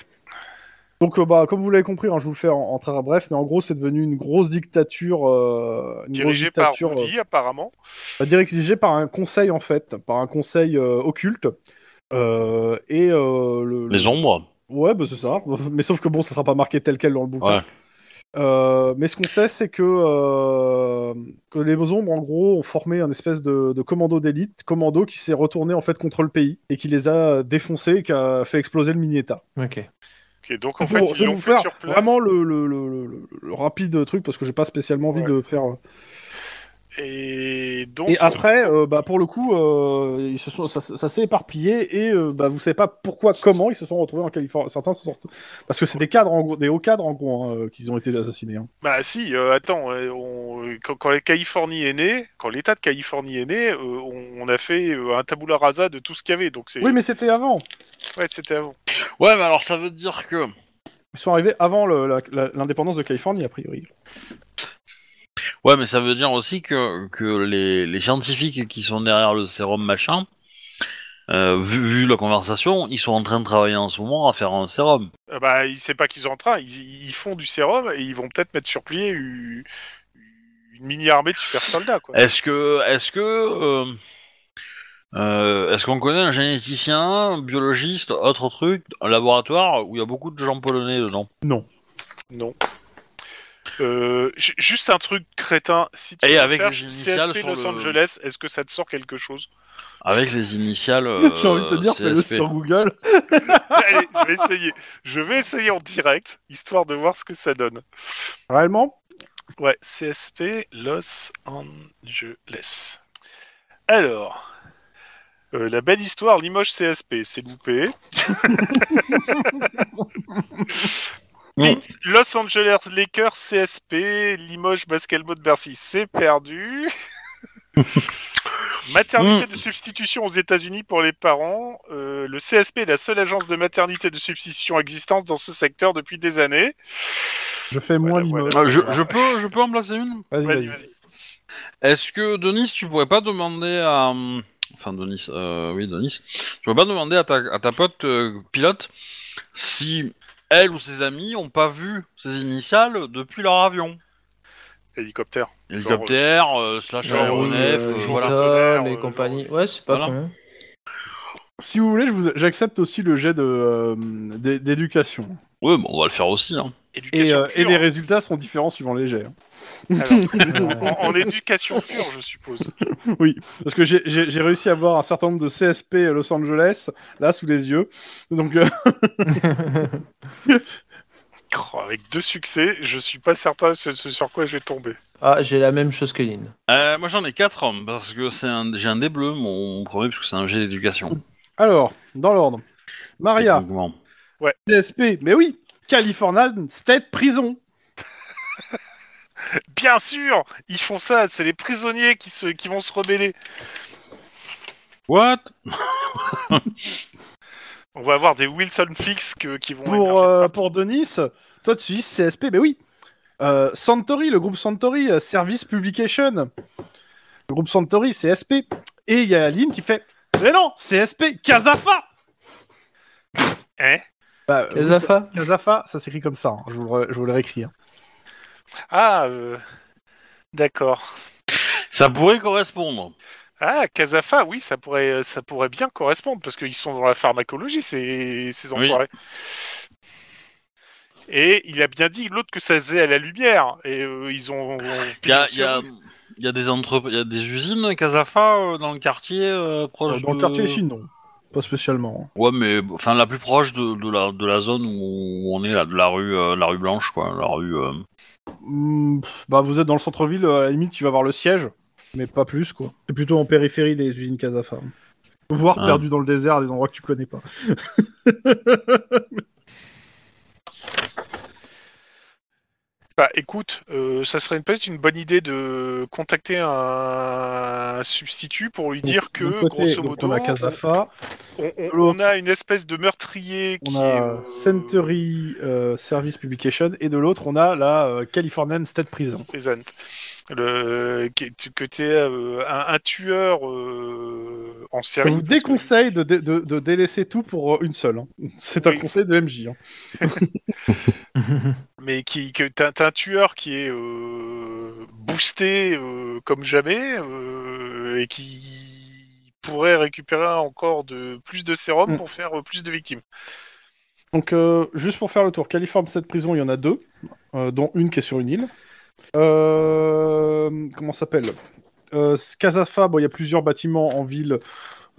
S3: Donc euh, bah comme vous l'avez compris, hein, je vous le fais en, en très bref, mais en gros c'est devenu une grosse dictature, euh, une grosse
S4: Dirigé par
S3: dictature,
S4: Rudy, apparemment.
S3: euh, dirigée par un conseil en fait, par un conseil euh, occulte. Euh, et euh, le,
S2: les ombres.
S3: ouais bah, c'est ça. Mais sauf que bon, ça sera pas marqué tel quel dans le bouquin.
S2: Ouais.
S3: Euh, mais ce qu'on sait, c'est que, euh, que les ombres, en gros, ont formé un espèce de, de commando d'élite, commando qui s'est retourné en fait contre le pays et qui les a euh, défoncés, et qui a fait exploser le mini-État.
S1: Ok.
S4: Ok, donc en
S3: Pour-
S4: fait,
S3: je
S4: ils
S3: vais
S4: l'ont
S3: vous
S4: fait
S3: faire
S4: sur place.
S3: vraiment le, le- le- le- le rapide truc parce que j'ai pas spécialement envie
S4: Ouais.
S3: de faire. euh,
S4: Et donc,
S3: Et après, euh, bah pour le coup, euh, ils se sont, ça, ça s'est éparpillé et euh, bah vous savez pas pourquoi, comment ils se sont retrouvés en Californie. Certains se sont retrou- parce que c'est des cadres, en gros, des hauts cadres en gros, hein, qui ont été assassinés. hein.
S4: bah si, euh, attends, euh, on- quand, quand la Californie est née, quand l'État de Californie est né, euh, on, on a fait euh, un tabula rasa de tout ce qu'il y avait. Donc c'est,
S3: Oui, mais c'était avant.
S4: ouais, c'était avant.
S2: Ouais, mais alors ça veut dire que.
S3: Ils sont arrivés avant le- la- la- l'indépendance de Californie, a priori.
S2: Ouais, mais ça veut dire aussi que, que les, les scientifiques qui sont derrière le sérum machin, euh, vu, vu la conversation, ils sont en train de travailler en ce moment à faire un sérum.
S4: Euh, bah, il sait pas qu'ils sont en train. Ils, ils font du sérum et ils vont peut-être mettre sur plié une, une mini armée de super soldats. Quoi.
S2: Est-ce que. Est-ce que. euh, euh, est-ce qu'on connaît un généticien, un biologiste, autre truc, un laboratoire où il y a beaucoup de gens polonais dedans
S4: Non. Euh, ju- juste un truc crétin. Si tu
S2: Et avec
S4: cherches
S2: les initiales
S4: CSP
S2: sur
S4: Los
S2: le-
S4: Angeles, est-ce que ça te sort quelque chose
S2: Avec les initiales. euh,
S3: J'ai envie de te dire, fais-le
S2: CSP.
S3: sur Google.
S4: Allez, je vais essayer. Je vais essayer en direct, histoire de voir ce que ça donne.
S3: Réellement
S4: Ouais, CSP Los Angeles. Alors, euh, la belle histoire Limoges CSP, c'est loupé.
S2: Non.
S4: Los Angeles Lakers CSP, Limoges Basketball de Bercy, c'est perdu. Maternité de substitution aux États-Unis pour les parents. Euh, le CSP est la seule agence de maternité de substitution existante dans ce secteur depuis des années.
S3: Je fais moins
S4: Voilà,
S3: l'image.
S2: Euh, je, je peux, je peux en placer une
S3: Vas-y, vas-y.
S4: Vas-y, vas-y.
S2: Est-ce que Denis, tu pourrais pas demander à euh, enfin Denis, euh, oui Denis, tu pourrais pas demander à ta, à ta pote euh, pilote si elle ou ses amis ont pas vu ses initiales depuis leur avion,
S4: Hélicoptère.
S2: hélicoptère, euh, slash
S1: Bah
S4: Genre,
S2: aéronef,
S4: euh,
S2: euh,
S4: genre-
S2: voilà.
S4: Tonnerre,
S1: et
S4: euh,
S1: compagnie. Ouais, c'est pas
S2: voilà.
S1: con.
S3: Si vous voulez, je vous- j'accepte aussi le jet de, euh, d'é- d'éducation.
S2: Ouais, bon, on va le faire aussi. Hein.
S3: Et,
S4: Éducation
S3: euh, et
S4: pure.
S3: les résultats seront différents suivant les jets. hein.
S1: hein.
S4: Alors, en, en éducation pure, je suppose.
S3: Oui, parce que j'ai- j'ai j'ai réussi à voir un certain nombre de CSP à Los Angeles, là, sous les yeux. Donc, euh,
S4: Oh, Avec deux succès, je suis pas certain ce, ce sur quoi je vais tomber.
S1: ah, j'ai la même chose que Lynn.
S2: Euh, moi j'en ai 4 parce que c'est un... j'ai un dé bleu, mon premier, parce que c'est un jet d'éducation.
S3: alors, dans l'ordre. Maria,
S2: techniquement.
S3: CSP, mais oui, California State Prison.
S4: Bien sûr, ils font ça, c'est les prisonniers qui, se, qui vont se rebeller.
S2: What
S4: On va avoir des Wilson Fix que- qui vont...
S3: Pour, euh, pour Denis, toi, tu dis CSP, mais oui. Euh, Santori, le groupe Santori, euh, Service Publication. Le groupe Santori, CSP. Et il y a Lynn qui fait Mais non, CSP, Casafa
S4: Hein
S3: bah, euh, oui,
S1: Kazafa
S3: Casafa, ça s'écrit comme ça, hein. je, vous le, ré- je vous le réécris. hein.
S4: ah, euh, d'accord.
S2: Ça pourrait correspondre.
S4: Ah, Casafa, oui, ça pourrait, euh, ça pourrait bien correspondre, parce qu'ils sont dans la pharmacologie, ces, ces
S2: Oui.
S4: enfoirés. Et il a bien dit l'autre que ça faisait à la lumière, et euh, ils ont...
S2: Il y a, y a- y a des entrep- y a des usines Casafa euh, dans le quartier euh, proche
S3: Dans le
S2: de-
S3: quartier des Chines, non. Pas spécialement. hein.
S2: Ouais, mais bon, enfin la plus proche de, de la, de la zone où on est là, de la rue, euh, la rue blanche quoi, la rue. euh.
S3: Hmm, pff, bah, vous êtes dans le centre-ville, à la limite, tu vas voir le siège, mais pas plus, quoi. C'est plutôt en périphérie des usines Casafa. Voire
S2: Ah.
S3: perdu dans le désert, à des endroits que tu connais pas.
S4: Bah écoute, euh, ça serait peut-être une bonne idée de contacter un, un substitut pour lui dire que,
S3: De l'autre côté,
S4: grosso
S3: donc,
S4: modo,
S3: on a Casafa,
S4: on, on-
S3: de l'autre.
S4: on a une espèce de meurtrier qui
S3: on
S4: est...
S3: a
S4: euh,
S3: Century euh, Service Publication, et de l'autre, on a la euh, Californian State Prison.
S4: Present. Le, qui est- que t'es euh, un, un tueur euh, en
S3: Je
S4: série.
S3: vous
S4: parce que-
S3: déconseille de, dé- de- de délaisser tout pour euh, une seule. hein. C'est un
S4: Oui.
S3: conseil de MJ. hein.
S4: mais qui, que t'es un, t'es un tueur qui est euh, boosté euh, comme jamais euh, et qui pourrait récupérer encore de plus de sérum
S3: Mm.
S4: pour faire euh, plus de victimes.
S3: Donc, euh, juste pour faire le tour, Californie State Prison, il y en a deux, euh, dont une qui est sur une île. Euh, comment ça s'appelle euh, Casafa, bon, il y a plusieurs bâtiments en ville,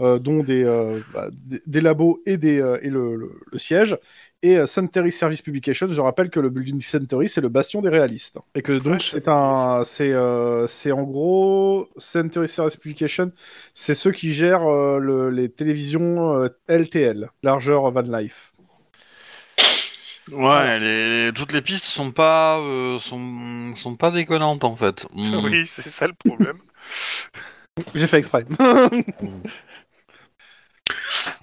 S3: euh, dont des, euh, bah, des, des labos et, des, euh, et le, le- le siège. Et euh, Century Service Publication, je rappelle que le building Century, c'est le bastion des réalistes. Et que donc,
S4: Ouais, je
S3: c'est
S4: savais pas
S3: un. C'est euh, c'est en gros. Century Service Publication, c'est ceux qui gèrent euh, le- les télévisions euh, LTL, largeur van life.
S2: Ouais, les, les- toutes les pistes sont pas euh, sont, sont pas déconnantes en fait. Mm.
S4: Oui, c'est ça le problème.
S3: J'ai fait exprès.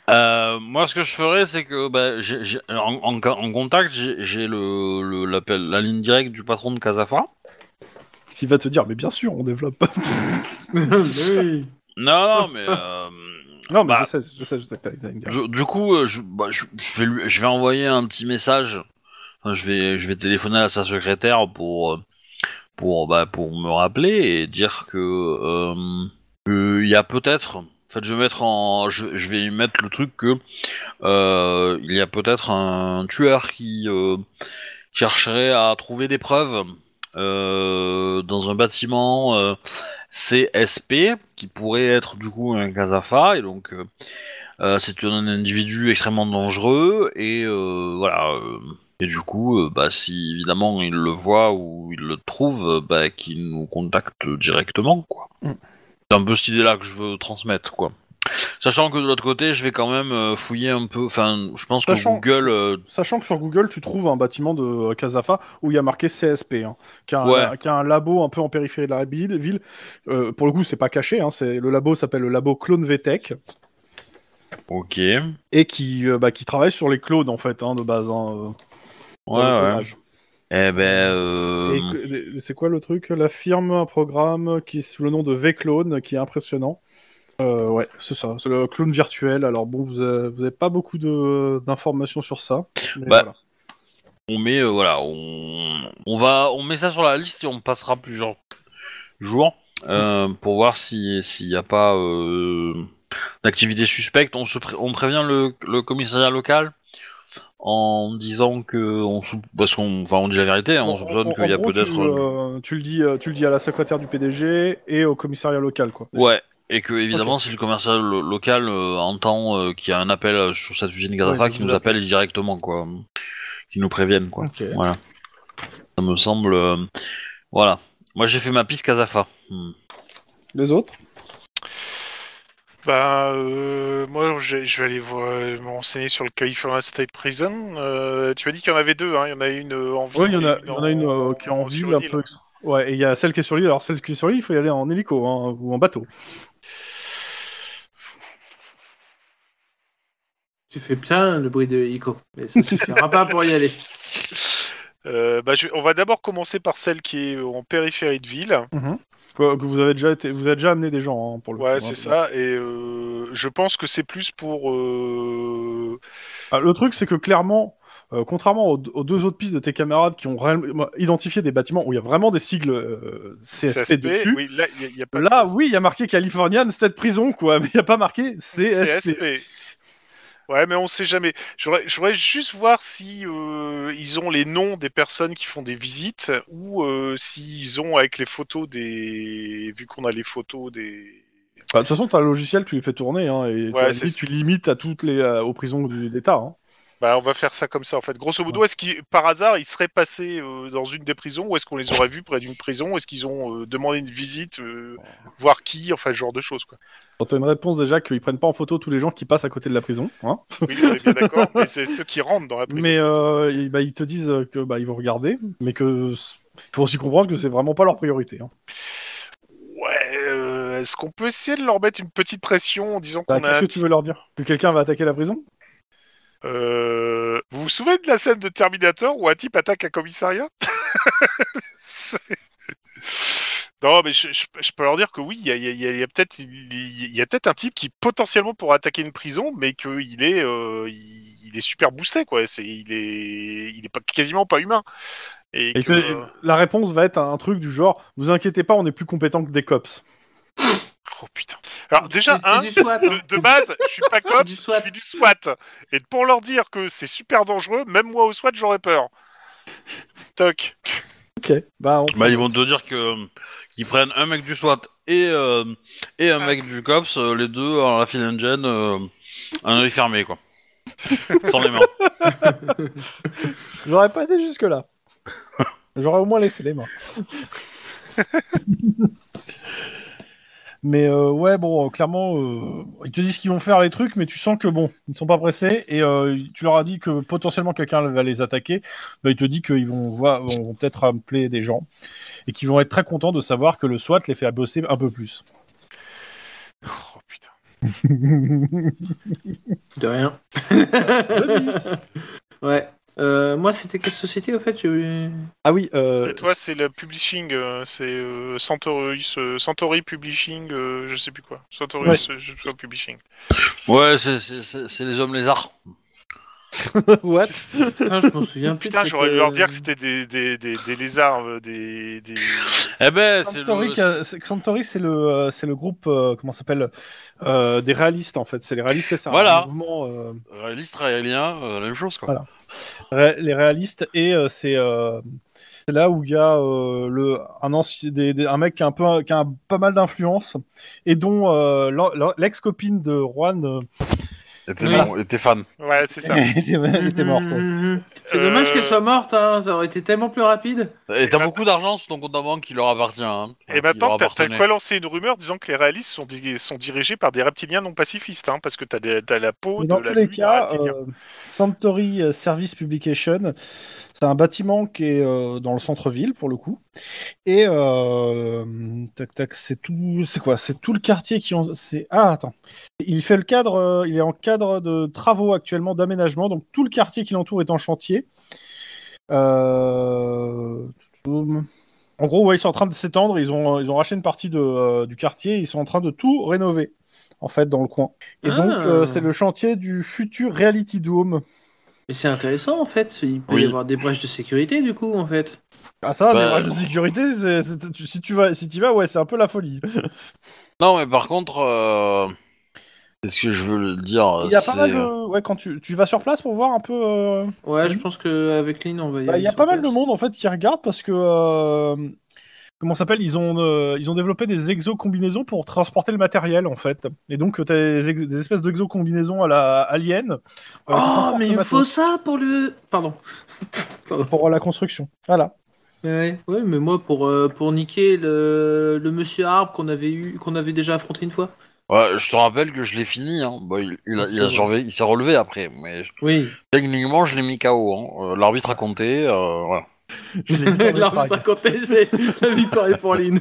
S2: Euh, moi, ce que je ferais, c'est que bah, j'ai- j'ai- en, en- en contact, j'ai j'ai le, le- l'appel, la ligne directe du patron de Casafa.
S3: Qui va te dire, mais bien sûr, on développe pas.
S1: oui.
S2: Non, non, mais euh,
S3: non, mais
S2: Bah.
S3: je sais, je sais, je sais que t'as t'as une idée.
S2: je- du coup, euh, je, bah, je, je vais lui- je vais envoyer un petit message. Enfin, je vais, je vais téléphoner à sa secrétaire pour euh, pour bah, pour me rappeler et dire que euh, que il y a peut-être. En fait, je vais mettre en, je, je vais y mettre le truc que euh, il y a peut-être un tueur qui euh, chercherait à trouver des preuves euh, dans un bâtiment euh, CSP qui pourrait être du coup un Casafa et donc euh, euh, c'est un individu extrêmement dangereux et euh, voilà euh, et du coup euh, bah si évidemment il le voit ou il le trouve euh, bah qu'il nous contacte directement quoi
S3: Mm.
S2: c'est un peu cette idée là que je veux transmettre quoi sachant que de l'autre côté je vais quand même euh, fouiller un peu enfin je pense que
S3: Sachant-
S2: Google euh,
S3: Sachant que sur Google, tu trouves un bâtiment de euh, Casafa où il y a marqué CSP, hein, qui, a un,
S2: Ouais.
S3: qui a un labo un peu en périphérie de la ville. ville. Euh, pour le coup, c'est pas caché. Hein, c'est- le labo s'appelle le labo Clone VTech
S2: ok ouais
S3: et qui, euh, bah, qui travaille sur les clones en fait hein, de base. hein, euh, dans le
S2: ouais
S3: clonage.
S2: eh ben euh,
S3: Et que- c'est quoi le truc La firme, un programme qui est sous le nom de V-Clone, qui est impressionnant. Euh, ouais, c'est ça, c'est le clone virtuel. Alors bon, vous n'avez pas beaucoup de- d'informations sur ça. mais
S2: Bah,
S3: voilà.
S2: on met euh, voilà on, on va on met ça sur la liste et on passera plusieurs jours euh, pour voir si s'il n'y a pas euh, d'activité suspecte on se pré- on prévient le, le commissariat local en disant que on sou- parce qu'on enfin on dit la vérité, hein, on soupçonne qu'il y a
S3: gros,
S2: peut-être
S3: Tu, euh, tu le dis, euh, tu le dis à la secrétaire du PDG et au commissariat local, quoi.
S2: euh, ouais et que évidemment si le commercial lo- local euh, entend euh, qu'il y a un appel euh, sur cette usine Gazafa,
S1: Ouais,
S2: qui
S1: vous
S2: nous appelle directement quoi, qui nous préviennent quoi.
S3: Ok.
S2: Voilà. Ça me semble euh, voilà. Moi j'ai fait ma piste Gazafa. Hmm.
S3: Les autres
S4: Bah, euh, moi, je, je vais aller voir, euh, me renseigner sur le California State Prison. Euh, tu m'as dit qu'il y en avait deux, hein. Il y en a une euh, en ville.
S3: Oui, il y en a,
S4: et
S3: il y en a une euh, qui est en
S4: sur
S3: ville un
S4: l'île.
S3: peu. Ouais, et il y a celle qui est sur l'île. Alors celle qui est sur l'île, il faut y aller en hélico hein, ou en bateau.
S1: Tu fais bien le bruit de Ico, mais ça suffira pas pour y aller.
S4: Euh, bah, je- on va d'abord commencer par celle qui est euh, en périphérie de ville.
S3: Quoi, que vous avez déjà été, vous avez déjà amené des gens hein, pour le.
S4: Ouais,
S3: coup, hein.
S4: c'est ça. Et euh, je pense que c'est plus pour. euh,
S3: Ah, le truc, c'est que clairement, euh, contrairement aux, aux deux autres pistes de tes camarades qui ont réellement identifié des bâtiments où il y a vraiment des sigles euh, CSP,
S4: CSP.
S3: dessus,
S4: Oui, là, il y a- il y a pas de
S3: là,
S4: CSP.
S3: oui, il y a marqué Californian State Prison, quoi, mais il n'y a pas marqué CSP.
S4: CSP. Ouais, mais on sait jamais. J'aurais j'aurais juste voir si euh, ils ont les noms des personnes qui font des visites ou euh, s'ils ont avec les photos des. Vu qu'on a les photos des.
S3: Bah, De toute façon, t'as le logiciel, tu les fais tourner, hein, et tu,
S4: Ouais,
S3: à la
S4: c'est
S3: limite, tu
S4: ça.
S3: limites à toutes les euh, aux prisons du- d'État. hein.
S4: Bah, on va faire ça comme ça en fait. Grosso modo, est-ce qu'ils, par hasard, ils seraient passés euh, dans une des prisons ou est-ce qu'on les aurait vus près d'une prison Est-ce qu'ils ont euh, demandé une visite, euh, voir qui, enfin, ce genre de choses quoi.
S3: Quand t'as une réponse déjà qu'ils prennent pas en photo tous les gens qui passent à côté de la prison, hein.
S4: Oui, on est bien d'accord, mais c'est ceux qui rentrent dans la prison.
S3: mais euh, ils- bah, ils te disent euh, que bah, ils vont regarder, mais que c- faut aussi comprendre que c'est vraiment pas leur priorité. hein.
S4: Ouais, euh, est-ce qu'on peut essayer de leur mettre une petite pression en disant
S3: Bah,
S4: qu'on a
S3: Qu'est-ce
S4: un
S3: que tu veux leur dire Que quelqu'un va attaquer la prison
S4: Euh, vous vous souvenez de la scène de Terminator où un type attaque un commissariat C'est- Non, mais je, je- je peux leur dire que oui, il y a, il y a- il y a- il y a peut-être il y a peut-être un type qui potentiellement pourrait attaquer une prison, mais qu'il est euh, il, il est super boosté quoi. C'est il est il est pas, quasiment pas humain. Et,
S3: Et que
S4: que, euh,
S3: la réponse va être un, un truc du genre vous inquiétez pas, on est plus compétent que des cops.
S4: oh putain. Alors déjà
S1: T'es- t'es
S4: un
S1: du SWAT, hein.
S4: de, de base, je suis pas
S1: T'es
S4: cop,
S1: du
S4: je
S1: SWAT.
S4: suis du SWAT. Et pour leur dire que c'est super dangereux, même moi au SWAT j'aurais peur. Toc.
S3: Ok, bah on.
S2: Bah, ils vont te dire que qu'ils prennent un mec du SWAT et euh, et un mec du cops, euh, les deux à la file engine, euh, un œil fermé quoi, sans les mains.
S3: J'aurais pas été jusque-là. J'aurais au moins laissé les mains. mais euh, ouais, bon, euh, clairement, euh, ils te disent qu'ils vont faire les trucs, mais tu sens que bon, ils ne sont pas pressés et euh, tu leur as dit que potentiellement quelqu'un va les attaquer. Bah, il te dit qu'ils vont, voir- vont, vont peut-être appeler des gens et qu'ils vont être très contents de savoir que le SWAT les fait bosser un peu plus.
S4: Oh putain.
S1: De rien. ouais. Euh, moi, c'était quelle société au fait J'ai-
S3: ah oui, euh,
S4: Et toi, c'est le publishing, euh, c'est euh, Santorus, euh, Santori Publishing, euh, je sais plus quoi. Santorus, euh, je sais plus quoi, Publishing.
S2: Ouais, c'est c'est- c'est c'est les hommes lézards.
S3: what
S1: Putain, je m'en souviens plus. de
S4: Putain,
S1: cette,
S4: j'aurais dû leur
S1: euh,
S4: dire que c'était des, des, des, des lézards, euh, des. des...
S2: Eh ben, c'est
S3: Santori,
S2: le
S3: qu'a- c'est- Santori, c'est le, euh, c'est le groupe, euh, comment ça s'appelle euh, Des réalistes, en fait. C'est les réalistes, c'est un
S2: Voilà.
S3: mouvement. euh,
S2: réaliste israélien, euh, la même chose quoi.
S3: Voilà. ré- les réalistes, et euh, c'est euh, c'est là où il y a euh, le, un, ancien, des- des- un mec qui a, un peu, qui a un- pas mal d'influence, et dont euh, l'en- l'en- l'ex-copine de Juan euh,
S2: Et t'es
S1: Oui.
S2: bon, et t'es fan.
S4: Ouais, c'est ça.
S3: était, était morte. ouais.
S1: Mhm. C'est
S4: Euh,
S1: dommage qu'elle soit morte, hein. ça aurait été tellement plus rapide.
S2: Et t'as
S4: maintenant-
S2: beaucoup d'argent sur ton compte en banque qui leur appartient. hein.
S4: Et
S2: Qui
S4: maintenant,
S2: leur
S4: t'as- t'as
S2: appartenait.
S4: quoi lancé une rumeur disant que les réalistes sont, di- sont dirigés par des reptiliens non pacifistes, hein, parce que t'as des- t'as la peau
S3: Mais
S4: de
S3: dans
S4: la hein.
S3: tous les
S4: nuit d'un
S3: cas,
S4: reptilien.
S3: euh, Santori euh, Service Publication, c'est un bâtiment qui est euh, dans le centre-ville pour le coup. Et euh, tac tac, c'est tout, c'est quoi C'est tout le quartier qui en, c'est ah attends, il fait le cadre, euh, il est en cadre de travaux actuellement d'aménagement, donc tout le quartier qui l'entoure est en chantier. Euh, En gros, ouais, ils sont en train de s'étendre. Ils ont, ils ont racheté une partie de, euh, du quartier. Ils sont en train de tout rénover, en fait, dans le coin. Et
S1: Ah.
S3: donc, euh, c'est le chantier du futur Reality Dome.
S1: Mais c'est intéressant en fait. Il peut
S2: Oui.
S1: y avoir des brèches de sécurité du coup en fait.
S3: Ah ça,
S2: Bah,
S3: des rages de sécurité, c'est- c'est- tu-
S2: bah,
S3: si tu vas, si t'y vas, ouais, c'est un peu la folie.
S2: Non, mais par contre, euh, Est-ce que je veux le dire
S3: Il y a pas
S2: c'est- euh,
S3: mal de... Ouais, quand tu, tu vas sur place pour voir un peu... euh,
S1: Ouais,
S3: Mhm.
S1: je pense qu'avec Lynn, on va y
S3: Bah, Il
S1: aller.
S3: y a
S1: sur
S3: pas mal de
S1: place.
S3: monde en fait qui regarde parce que euh, comment ça s'appelle ils ont euh, ils ont développé des exo combinaisons pour transporter le matériel en fait et donc euh, t'as des, ex- des espèces d'exo combinaisons à la alien euh, qui
S1: Oh,
S3: transportent
S1: mais
S3: le
S1: il me
S3: matos
S1: faut ça pour le. Pardon. Pardon.
S3: pour la construction voilà
S1: Ouais, ouais, mais moi, pour, euh, pour niquer le, le monsieur arbre qu'on avait, eu, qu'on avait déjà affronté une fois.
S2: Ouais, je te rappelle que je l'ai fini. Hein. Bon, il il
S3: Ah,
S2: a- il a
S1: C'est
S2: survécu- il s'est relevé après, mais
S1: Oui,
S2: techniquement, je l'ai mis KO. hein. Euh, L'arbitre a compté. euh, voilà.
S3: Je l'ai mis dans les
S1: l'arme
S3: frags.
S1: 50 c'est la victoire est pour Lynn.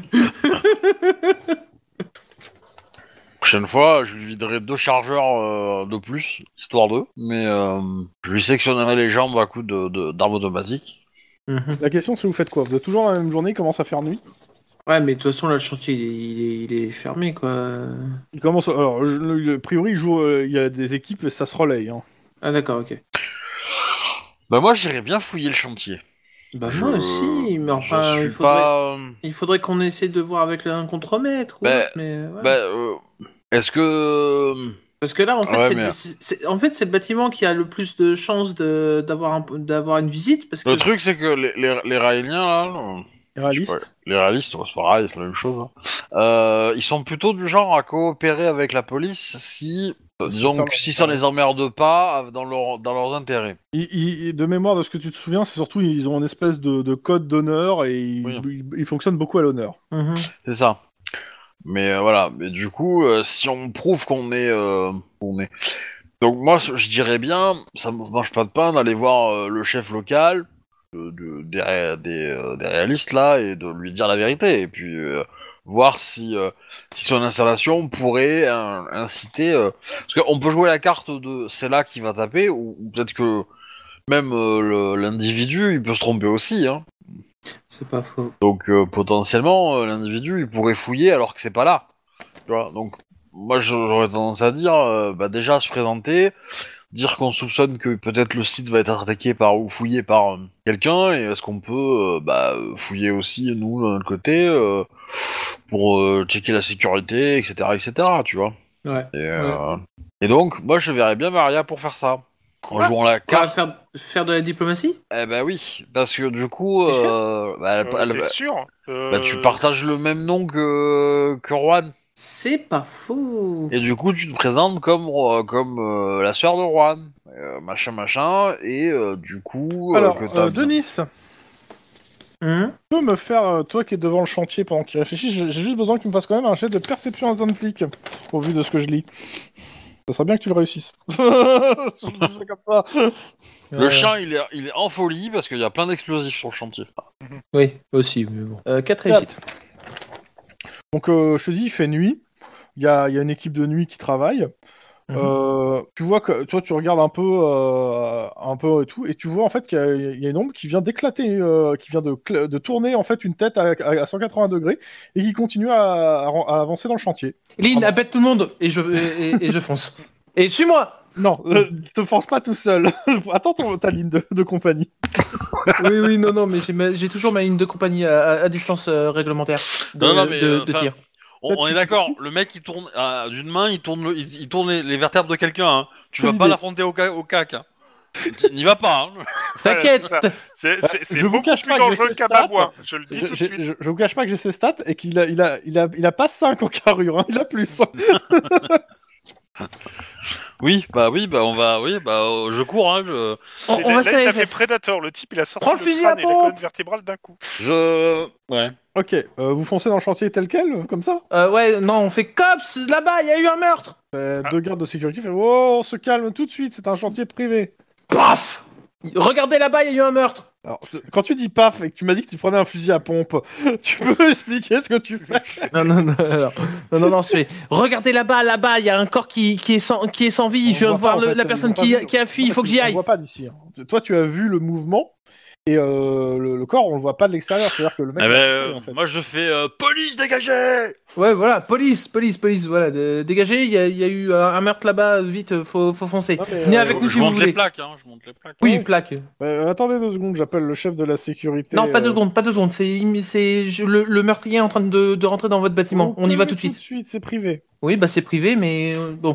S2: Prochaine fois, je lui viderai deux chargeurs euh, de plus, histoire d'eux. Mais euh, je lui sectionnerai les jambes à coups d'armes de, d'armes automatiques.
S1: Mhm.
S3: la question c'est vous faites quoi vous êtes toujours dans la même journée il commence à faire nuit
S1: Ouais, mais de toute façon, là, le chantier, il est, il est- il est fermé, quoi.
S3: il commence alors je- le- a priori il joue, euh, il y a des équipes et ça se relaye hein.
S1: Ah, d'accord, ok.
S2: Bah moi, j'irais bien fouiller le chantier.
S1: Bah,
S2: je...
S1: moi aussi, mais enfin,
S2: je suis
S1: il faudrait,
S2: pas... euh,
S1: il faudrait qu'on essaie de voir avec un contremaître. ou
S2: Bah,
S1: autre, mais, euh, ouais.
S2: bah, euh, Est-ce que...
S1: Parce que là, en fait,
S2: Ouais,
S1: c'est
S2: mais-
S1: le- c'est c'est- en fait, c'est le bâtiment qui a le plus de chances de- d'avoir un- d'avoir une visite. Parce que...
S2: Le truc, c'est que les, les, les Raéliens, là... euh,
S3: réaliste
S2: Ouais, les réalistes, ouais, c'est pareil, c'est la même chose. hein. Euh, ils sont plutôt du genre à coopérer avec la police si, disons,
S3: ça
S2: que
S3: leur-
S2: si ça les emmerde pas euh, dans, leur, dans leurs intérêts.
S3: Ils- ils- ils- de mémoire de ce que tu te souviens c'est surtout ils ont une espèce de, de code d'honneur et ils,
S2: Oui.
S3: ils- ils fonctionnent beaucoup à l'honneur
S1: Mhm.
S2: C'est ça. Mais euh, voilà, mais du coup, euh, si on prouve qu'on est, euh, qu'on est. Donc moi, ce- je dirais bien, ça me mange pas de pain d'aller voir euh, le chef local de, de- des, ré- des, euh, des réalistes là et de lui dire la vérité et puis euh, voir si, euh, si son installation pourrait euh, inciter. euh, Parce qu'on peut jouer la carte de c'est là qui va taper ou, ou peut-être que même euh, le- l'individu il peut se tromper aussi. Hein.
S1: C'est pas faux.
S2: Donc euh, potentiellement, euh, l'individu il pourrait fouiller alors que c'est pas là. Tu vois Donc moi je- j'aurais tendance à dire, euh, bah déjà se présenter, dire qu'on soupçonne que peut-être le site va être attaqué par ou fouillé par euh, quelqu'un et est-ce qu'on peut euh, bah, fouiller aussi nous de notre côté euh, pour euh, checker la sécurité, etc., etc. Tu vois
S1: Ouais.
S2: et, euh, et donc moi je verrais bien Maria pour faire ça. En
S1: Ah,
S2: jouant la
S1: Quoi,
S2: carte,
S1: faire, faire de la diplomatie
S2: eh ben oui, parce que du coup,
S1: T'es sûr
S2: euh, bah, elle-
S4: Euh,
S2: elle-
S4: t'es sûr Euh,
S2: bah, tu partages le même nom que, que Juan.
S1: C'est pas faux.
S2: Et du coup, tu te présentes comme, euh, comme euh, la sœur de Juan. Euh, machin, machin. Et euh, du coup, euh,
S3: alors
S2: que t'as-
S3: euh, Denis
S1: Hein
S3: peux me faire, euh, toi qui es devant le chantier pendant que tu réfléchis, j'ai j'ai juste besoin que tu me fasses quand même un jet de perception instant flic, au vu de ce que je lis. Ça serait bien que tu le réussisses. Si je dis ça comme ça. euh,
S2: Le chien, il est, il est en folie parce qu'il y a plein d'explosifs sur le chantier.
S1: Oui, aussi, mais bon. Euh, 4
S3: réussites. Donc euh, je te dis, il fait nuit. Il y a, il y a une équipe de nuit qui travaille.
S1: Mhm.
S3: Euh, tu vois que toi tu regardes un peu, euh, un peu et tout, et tu vois en fait qu'il y, a- il y a une ombre qui vient d'éclater, euh, qui vient de, cl- de tourner en fait une tête à, à 180 degrés et qui continue à- à- à avancer dans le chantier.
S1: Lynn, appelle tout le monde et je, et, et- et je fonce. Et suis-moi
S3: Non, euh, te force pas tout seul. Attends ton, ta ligne de, de compagnie.
S1: Oui, oui, non, non, mais j'ai ma- j'ai toujours ma ligne de compagnie à, à- à distance euh, réglementaire de,
S2: Non, non, mais,
S1: de-
S2: euh,
S1: de
S2: ça-
S1: tir.
S2: On, on est d'accord, le mec, il tourne euh, d'une main, il tourne, le- il, il tourne les, les vertèbres de quelqu'un. hein. Tu
S3: C'est
S2: vas pas
S3: l'idée.
S2: l'affronter au, ca- au cac. hein. N'y va pas. hein.
S1: T'inquiète
S4: c'est ça. C'est c'est- c'est
S3: Bah, Je vous
S4: beaucoup
S3: cache
S4: plus
S3: pas que
S4: dangereux
S3: ces
S4: qu'à Babouin, je le dis
S3: Je,
S4: tout de
S3: je-
S4: suite.
S3: je- je vous cache pas que j'ai ses stats et qu'il a, il a, il a, il a pas 5 en carrure, hein, il a plus.
S2: Oui, bah oui, bah on va. Oui, bah euh, je cours. Hein, je-
S1: On,
S4: Et
S1: on va
S4: là, là, il
S1: serrer
S4: a
S1: les
S4: fait
S1: fesses.
S4: Predator, le type il a sorti
S1: Prends le
S4: le,
S1: fusil à
S4: crâne et la
S1: pompe.
S4: colonne vertébrale d'un coup.
S2: je... Ouais.
S3: ok, euh, vous foncez dans le chantier tel quel, euh, comme ça
S1: Euh, ouais, non, on fait cops là-bas, il y a eu un meurtre
S3: Euh,
S4: Ah.
S3: Deux gardes de sécurité font Oh, on se calme tout de suite, c'est un chantier privé.
S1: Paf Regardez là-bas, il y a eu un meurtre
S3: Alors, c'est- quand tu dis paf et que tu m'as dit que tu prenais un fusil à pompe, tu peux expliquer ce que tu fais
S1: Non, non, non, non, non, non, non, je fais. Regardez là-bas, là-bas, il y a un corps qui, qui, est, sans, qui est sans vie,
S3: On
S1: je viens de
S3: voit
S1: voir
S3: pas, en
S1: le-
S3: fait,
S1: la
S3: on
S1: personne
S3: voit
S1: qui,
S3: pas bien.
S1: qui a fui, il faut que j'y
S3: On le
S1: aille
S3: voit pas d'ici. hein. Toi, tu as vu le mouvement et euh, le, le corps, on le voit pas de l'extérieur. C'est-à-dire que le mec.
S2: Eh ben,
S3: est seul,
S2: euh,
S3: en fait.
S2: Moi je fais euh, police dégagée
S1: Ouais, voilà, police, police, police, voilà, de- dégagez, il y, a- il y a eu euh, un meurtre là-bas, vite, faut, faut foncer.
S3: Non, mais,
S1: Venez
S3: euh,
S1: avec
S2: je,
S1: nous
S2: je
S1: si vous
S2: monte les
S1: voulez.
S2: plaques, hein, je monte les plaques.
S1: Oui, plaque.
S3: Euh, attendez deux secondes, j'appelle le chef de la sécurité.
S1: Non, pas deux
S3: euh,
S1: secondes, pas deux secondes, c'est immé- c'est je- le, le meurtrier est en train de, de rentrer dans votre bâtiment, on y va tout de
S3: Oh, Tout
S1: suite.
S3: de suite, c'est privé.
S1: Oui, bah c'est privé, mais euh, bon,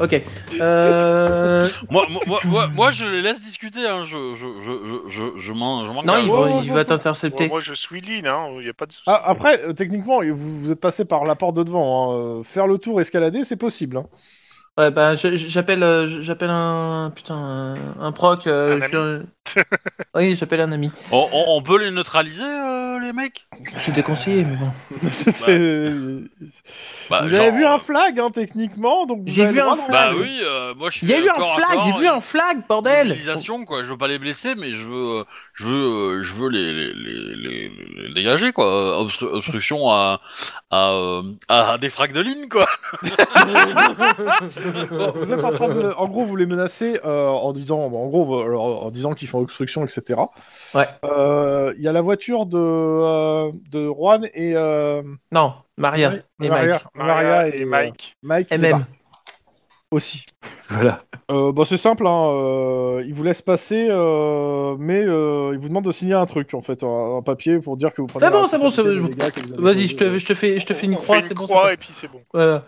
S1: ok. Euh...
S2: Moi, moi, moi, moi- moi, je les laisse discuter, hein, je, je, je, je, je, je m'en je m'en
S1: Non,
S2: garde.
S1: il
S3: ouais,
S1: va,
S3: ouais,
S1: il
S3: ouais.
S1: va t'intercepter.
S4: moi, je suis lean, hein, il n'y a pas de souci.
S3: Ah, après, euh, techniquement, vous, vous êtes passé par la porte de devant. hein, euh, Faire le tour, escalader, c'est possible. hein.
S1: Ouais, bah je- je- j'appelle, euh, je- j'appelle un putain, un, un proc. euh,
S4: Un ami.
S1: je- oui, j'appelle un ami.
S2: On, on- on peut les neutraliser, euh, les mecs
S1: C'est déconseillé, mais bon.
S3: C'est-
S2: Bah,
S3: vous
S2: genre,
S3: avez vu
S2: euh,
S3: un flag, hein, techniquement, donc vous
S1: J'ai
S3: avez
S1: vu
S3: le droit
S1: un
S3: de-
S1: flag.
S2: Bah oui, euh, moi je suis.
S1: Il y a eu un
S2: corps à
S1: flag,
S2: corps,
S1: j'ai vu
S2: et-
S1: un flag, bordel.
S2: Mobilisation, quoi. Je veux pas les blesser, mais je veux, euh, je veux, euh, je veux les, les, les, les- les dégager quoi. Euh, obstru- obstruction à, à, euh, à des frags de ligne quoi.
S3: Vous êtes en train de- en gros, vous les menacez euh, en disant, en gros, alors, en disant qu'ils font obstruction, etc.
S1: Ouais.
S3: Euh, Il y a la voiture de euh, de Juan et euh,
S1: Non, Maria
S3: Ouais,
S1: et
S3: Maria,
S1: Mike.
S3: Maria et, euh, Mike.
S4: Mike.
S3: Mike
S1: MM.
S3: débarquent aussi.
S1: Voilà.
S3: Euh, bah, c'est simple, hein, euh, ils vous laissent passer, euh, mais euh, ils vous demandent de signer un truc en fait, un, un papier pour dire que vous prenez.
S1: C'est bon,
S3: la
S1: c'est bon, c'est bon.
S3: responsabilité des dégâts que vous avez euh.
S1: Vas-y, je te,
S3: causés.
S1: je te fais, je te fais une
S4: On
S1: croix,
S4: fait
S1: c'est bon. ça
S4: croix
S1: passe.
S4: et puis c'est bon.
S1: Voilà.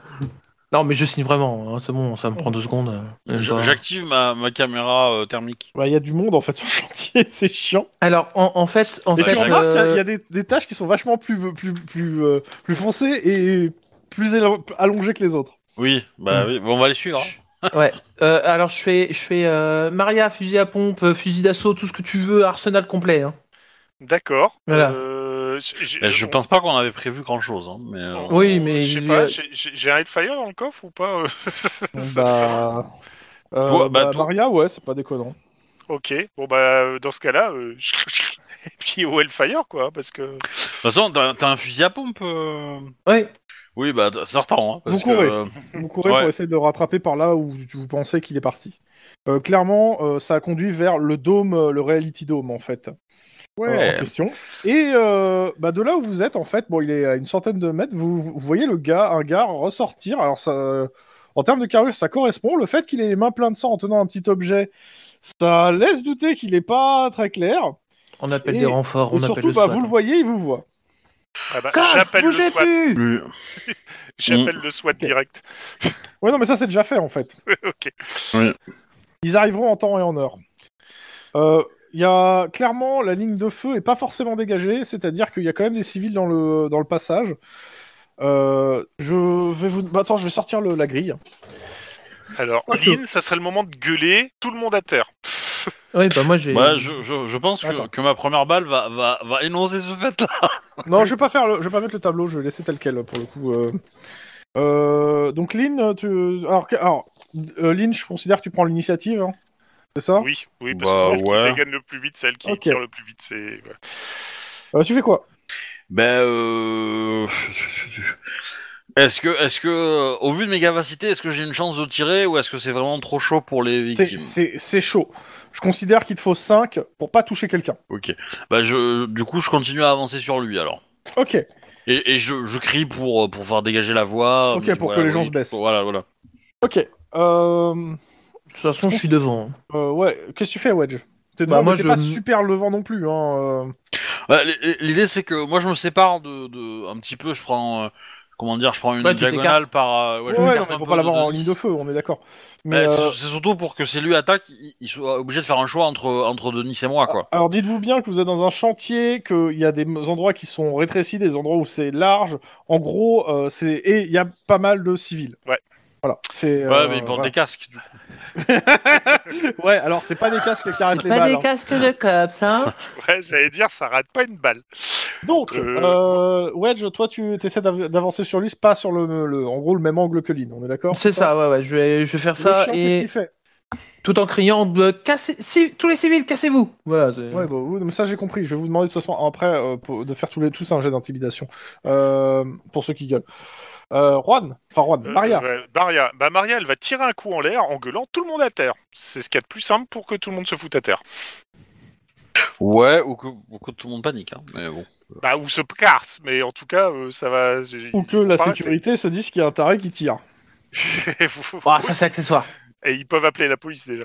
S1: Non, mais je signe vraiment. hein, c'est bon, ça me prend deux secondes. euh, même
S2: Je-
S1: pas.
S2: J'active ma, ma caméra euh, thermique.
S3: Bah, Il y a du monde en fait sur le chantier, c'est chiant.
S1: Alors, en, en fait, en
S3: Et
S1: fait,
S3: tu remarques qu'il y a- il y
S1: euh,
S3: a des, des tâches qui sont vachement plus plus plus euh, plus foncées et plus élo- allongées que les autres.
S2: Oui, bah
S1: Mm.
S2: oui, bon, on va les suivre. hein.
S1: ouais. Euh, alors, je fais, je fais euh, Maria, fusil à pompe, euh, fusil d'assaut, tout ce que tu veux, arsenal complet. hein.
S4: D'accord.
S1: Voilà.
S4: Euh, j- j-
S2: Eh, Je
S4: on-
S2: pense pas qu'on avait prévu grand chose, mais. euh,
S4: on-
S1: Oui,
S4: on-
S1: mais
S4: je sais
S1: il-
S4: pas, j'ai- j'ai j'ai un Hellfire dans le coffre ou pas euh, Ça-
S3: Bah, euh,
S2: Ouais, bah,
S3: bah,
S2: tout-
S3: Maria, ouais, c'est pas déconnant.
S4: Ok, bon bah euh, dans ce cas-là, euh, et puis au Hellfire quoi, parce que
S2: De toute façon, t'as t'as un fusil à pompe. euh,
S1: Ouais.
S2: Oui, bah t- sortant. Hein, parce
S3: Vous courez.
S2: que, euh,
S3: Vous courez
S2: Ouais.
S3: pour essayer de le rattraper par là où tu- vous pensez qu'il est parti. Euh, clairement, euh, ça a conduit vers le dôme, euh, le reality dôme en fait. euh, en question. Et euh, bah, de là où vous êtes, en fait, bon, il est à une centaine de mètres, vous, vous voyez le gars, un gars ressortir. Alors, ça, euh, en termes de carrure, ça correspond. Le fait qu'il ait les mains pleines de sang en tenant un petit objet, ça laisse douter qu'il n'est pas très clair.
S1: On appelle
S3: Et-
S1: des renforts,
S3: et
S1: on appelle
S3: surtout,
S1: le
S3: bah,
S1: SWAT. hein.
S3: vous le voyez, il vous voit.
S4: ah bah,
S1: Coche,
S4: j'appelle le
S1: bougez
S4: SWAT,
S1: plus
S2: lui-
S4: j'appelle le SWAT direct.
S3: Ouais, non, mais ça, c'est déjà fait, en fait.
S4: ok.
S3: Ils arriveront en temps et en heure. Euh, Il y a clairement la ligne de feu est pas forcément dégagée, c'est-à-dire qu'il y a quand même des civils dans le dans le passage. Euh, je vais vous bah, attends, je vais sortir le- la grille.
S4: Alors,
S3: Ok.
S4: Lynn, ça serait le moment de gueuler tout le monde à terre.
S1: Oui, bah moi j'ai.
S2: Ouais, je, je, je pense que,
S3: Attends.
S2: que ma première balle va, va, va énoncer ce fait-là.
S3: Non, je vais pas faire, le- je vais pas mettre le tableau, je vais laisser tel quel pour le coup. euh. Euh, donc Lynn, tu alors, que- alors, euh, Lynn, je considère que tu prends l'initiative, hein, c'est ça
S4: Oui, oui, parce
S2: Bah,
S4: que celle
S2: ouais.
S4: qui gagne le plus vite, celle qui
S3: Ok.
S4: tire le plus vite, c'est. ouais.
S3: Euh, Tu fais quoi
S2: Ben, euh... est-ce que, est-ce que, au vu de mes capacités, est-ce que j'ai une chance de tirer ou est-ce que c'est vraiment trop chaud pour les
S3: C'est-
S2: victimes
S3: C'est c'est chaud. Je considère qu'il te faut 5 pour pas toucher quelqu'un.
S2: Ok. Ben, je, du coup, je continue à avancer sur lui alors.
S3: Ok.
S2: Et, et je, je crie pour, euh, pour faire dégager la voix.
S3: Ok,
S2: mais
S3: pour que les gens se baissent.
S2: Voilà, voilà.
S3: Ok. Euh...
S1: De toute façon, je suis devant. hein.
S3: Euh, ouais, qu'est-ce que tu fais, Wedge T'es
S1: Bah,
S3: devant,
S1: moi,
S3: mais t'es
S1: je-
S3: pas super levant non plus. Hein. euh.
S2: Ouais, Bah, l- l- L'idée, c'est que moi, je me sépare de, de un petit peu. Je prends, euh, comment dire, je prends une
S1: Ouais, tu
S2: diagonale par. euh,
S3: Ouais,
S2: je
S3: ouais,
S2: m'écarte
S3: non, mais
S2: un
S3: pour
S2: peu
S3: pas l'avoir en
S2: dix.
S3: ligne de feu, on est d'accord. Mais
S2: Ben, c'est-
S3: euh,
S2: C'est surtout pour que si lui attaque, il, il soit obligé de faire un choix entre, entre Denis et moi, quoi.
S3: alors dites-vous bien que vous êtes dans un chantier, qu'il y a des endroits qui sont rétrécis, des endroits où c'est large. En gros, euh, c'est et il y a pas mal de civils.
S4: Ouais.
S3: Voilà. C'est.
S2: Ouais,
S3: euh,
S2: mais il porte
S3: voilà.
S2: des casques. du
S3: Ouais, alors c'est pas des casques qui arrêtent
S1: C'est
S3: les
S1: pas
S3: balles.
S1: des
S3: hein.
S1: casques de cops, hein
S4: Ouais, j'allais dire, ça rate pas une balle.
S3: Donc,
S4: Euh.
S3: euh, Wedge, toi, tu essaies d'avancer sur lui, pas sur le, le- en gros, le même angle que Lynn. On est d'accord
S1: C'est ça, ouais, ouais, je vais, je vais faire
S3: Le
S1: ça
S3: chien, qu'est-ce
S1: et
S3: qu'il fait
S1: tout en criant euh, cassez, si- tous les civils, cassez-vous Voilà, c'est-
S3: Ouais, bah, oui, mais ça j'ai compris. Je vais vous demander de toute façon après euh, pour- de faire tous les tous un jet d'intimidation euh, pour ceux qui gueulent. Euh, Juan, enfin Juan,
S4: Euh,
S3: Maria.
S4: ouais, Maria. Bah, Maria, elle va tirer un coup en l'air en gueulant tout le monde à terre. C'est ce qu'il y a de plus simple pour que tout le monde se foute à terre.
S2: Ouais, ou que, ou que tout le monde panique, hein. Mais bon.
S4: Bah, ou se casse, mais en tout cas, euh, ça va.
S3: Euh. Ou que la sécurité se dise qu'il y a un taré qui tire.
S4: Et vous-
S1: Ah, ça c'est accessoire.
S4: Et ils peuvent appeler la police déjà.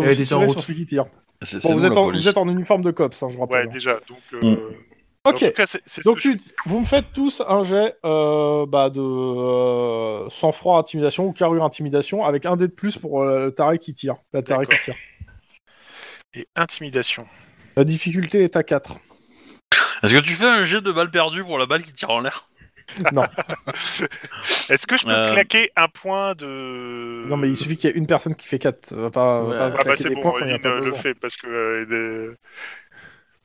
S1: Elle
S3: vous
S1: est déjà en
S3: tirez
S1: route.
S3: sur celui qui tire.
S2: C'est c'est
S3: Bon, vous,
S2: nous,
S3: êtes
S2: la
S3: en,
S2: police.
S3: vous êtes en uniforme de cops, hein, je
S4: Ouais,
S3: rappelle.
S4: déjà. Donc, euh,
S3: Mm. ok,
S4: en tout cas, c'est c'est ce
S3: donc
S4: que je-
S3: tu- vous me faites tous un jet euh, bah, de euh, sang-froid intimidation ou carrure intimidation avec un dé de plus pour euh, le taré qui tire. La taré qui tire.
S4: Et intimidation.
S3: La difficulté est à 4.
S2: Est-ce que tu fais un jet de balle perdue pour la balle qui tire en l'air
S4: Est-ce que je peux
S2: Euh.
S4: claquer un point de.
S3: Non mais il suffit qu'il y ait une personne qui fait 4. Ça va pas,
S1: Ouais.
S3: pas
S1: Ah bah,
S4: Euh, Ah bah
S3: claquer
S4: c'est
S3: des
S4: bon,
S3: points quand il y a
S4: Lynn,
S3: pas
S4: le
S3: besoin.
S4: fait parce que. euh, des-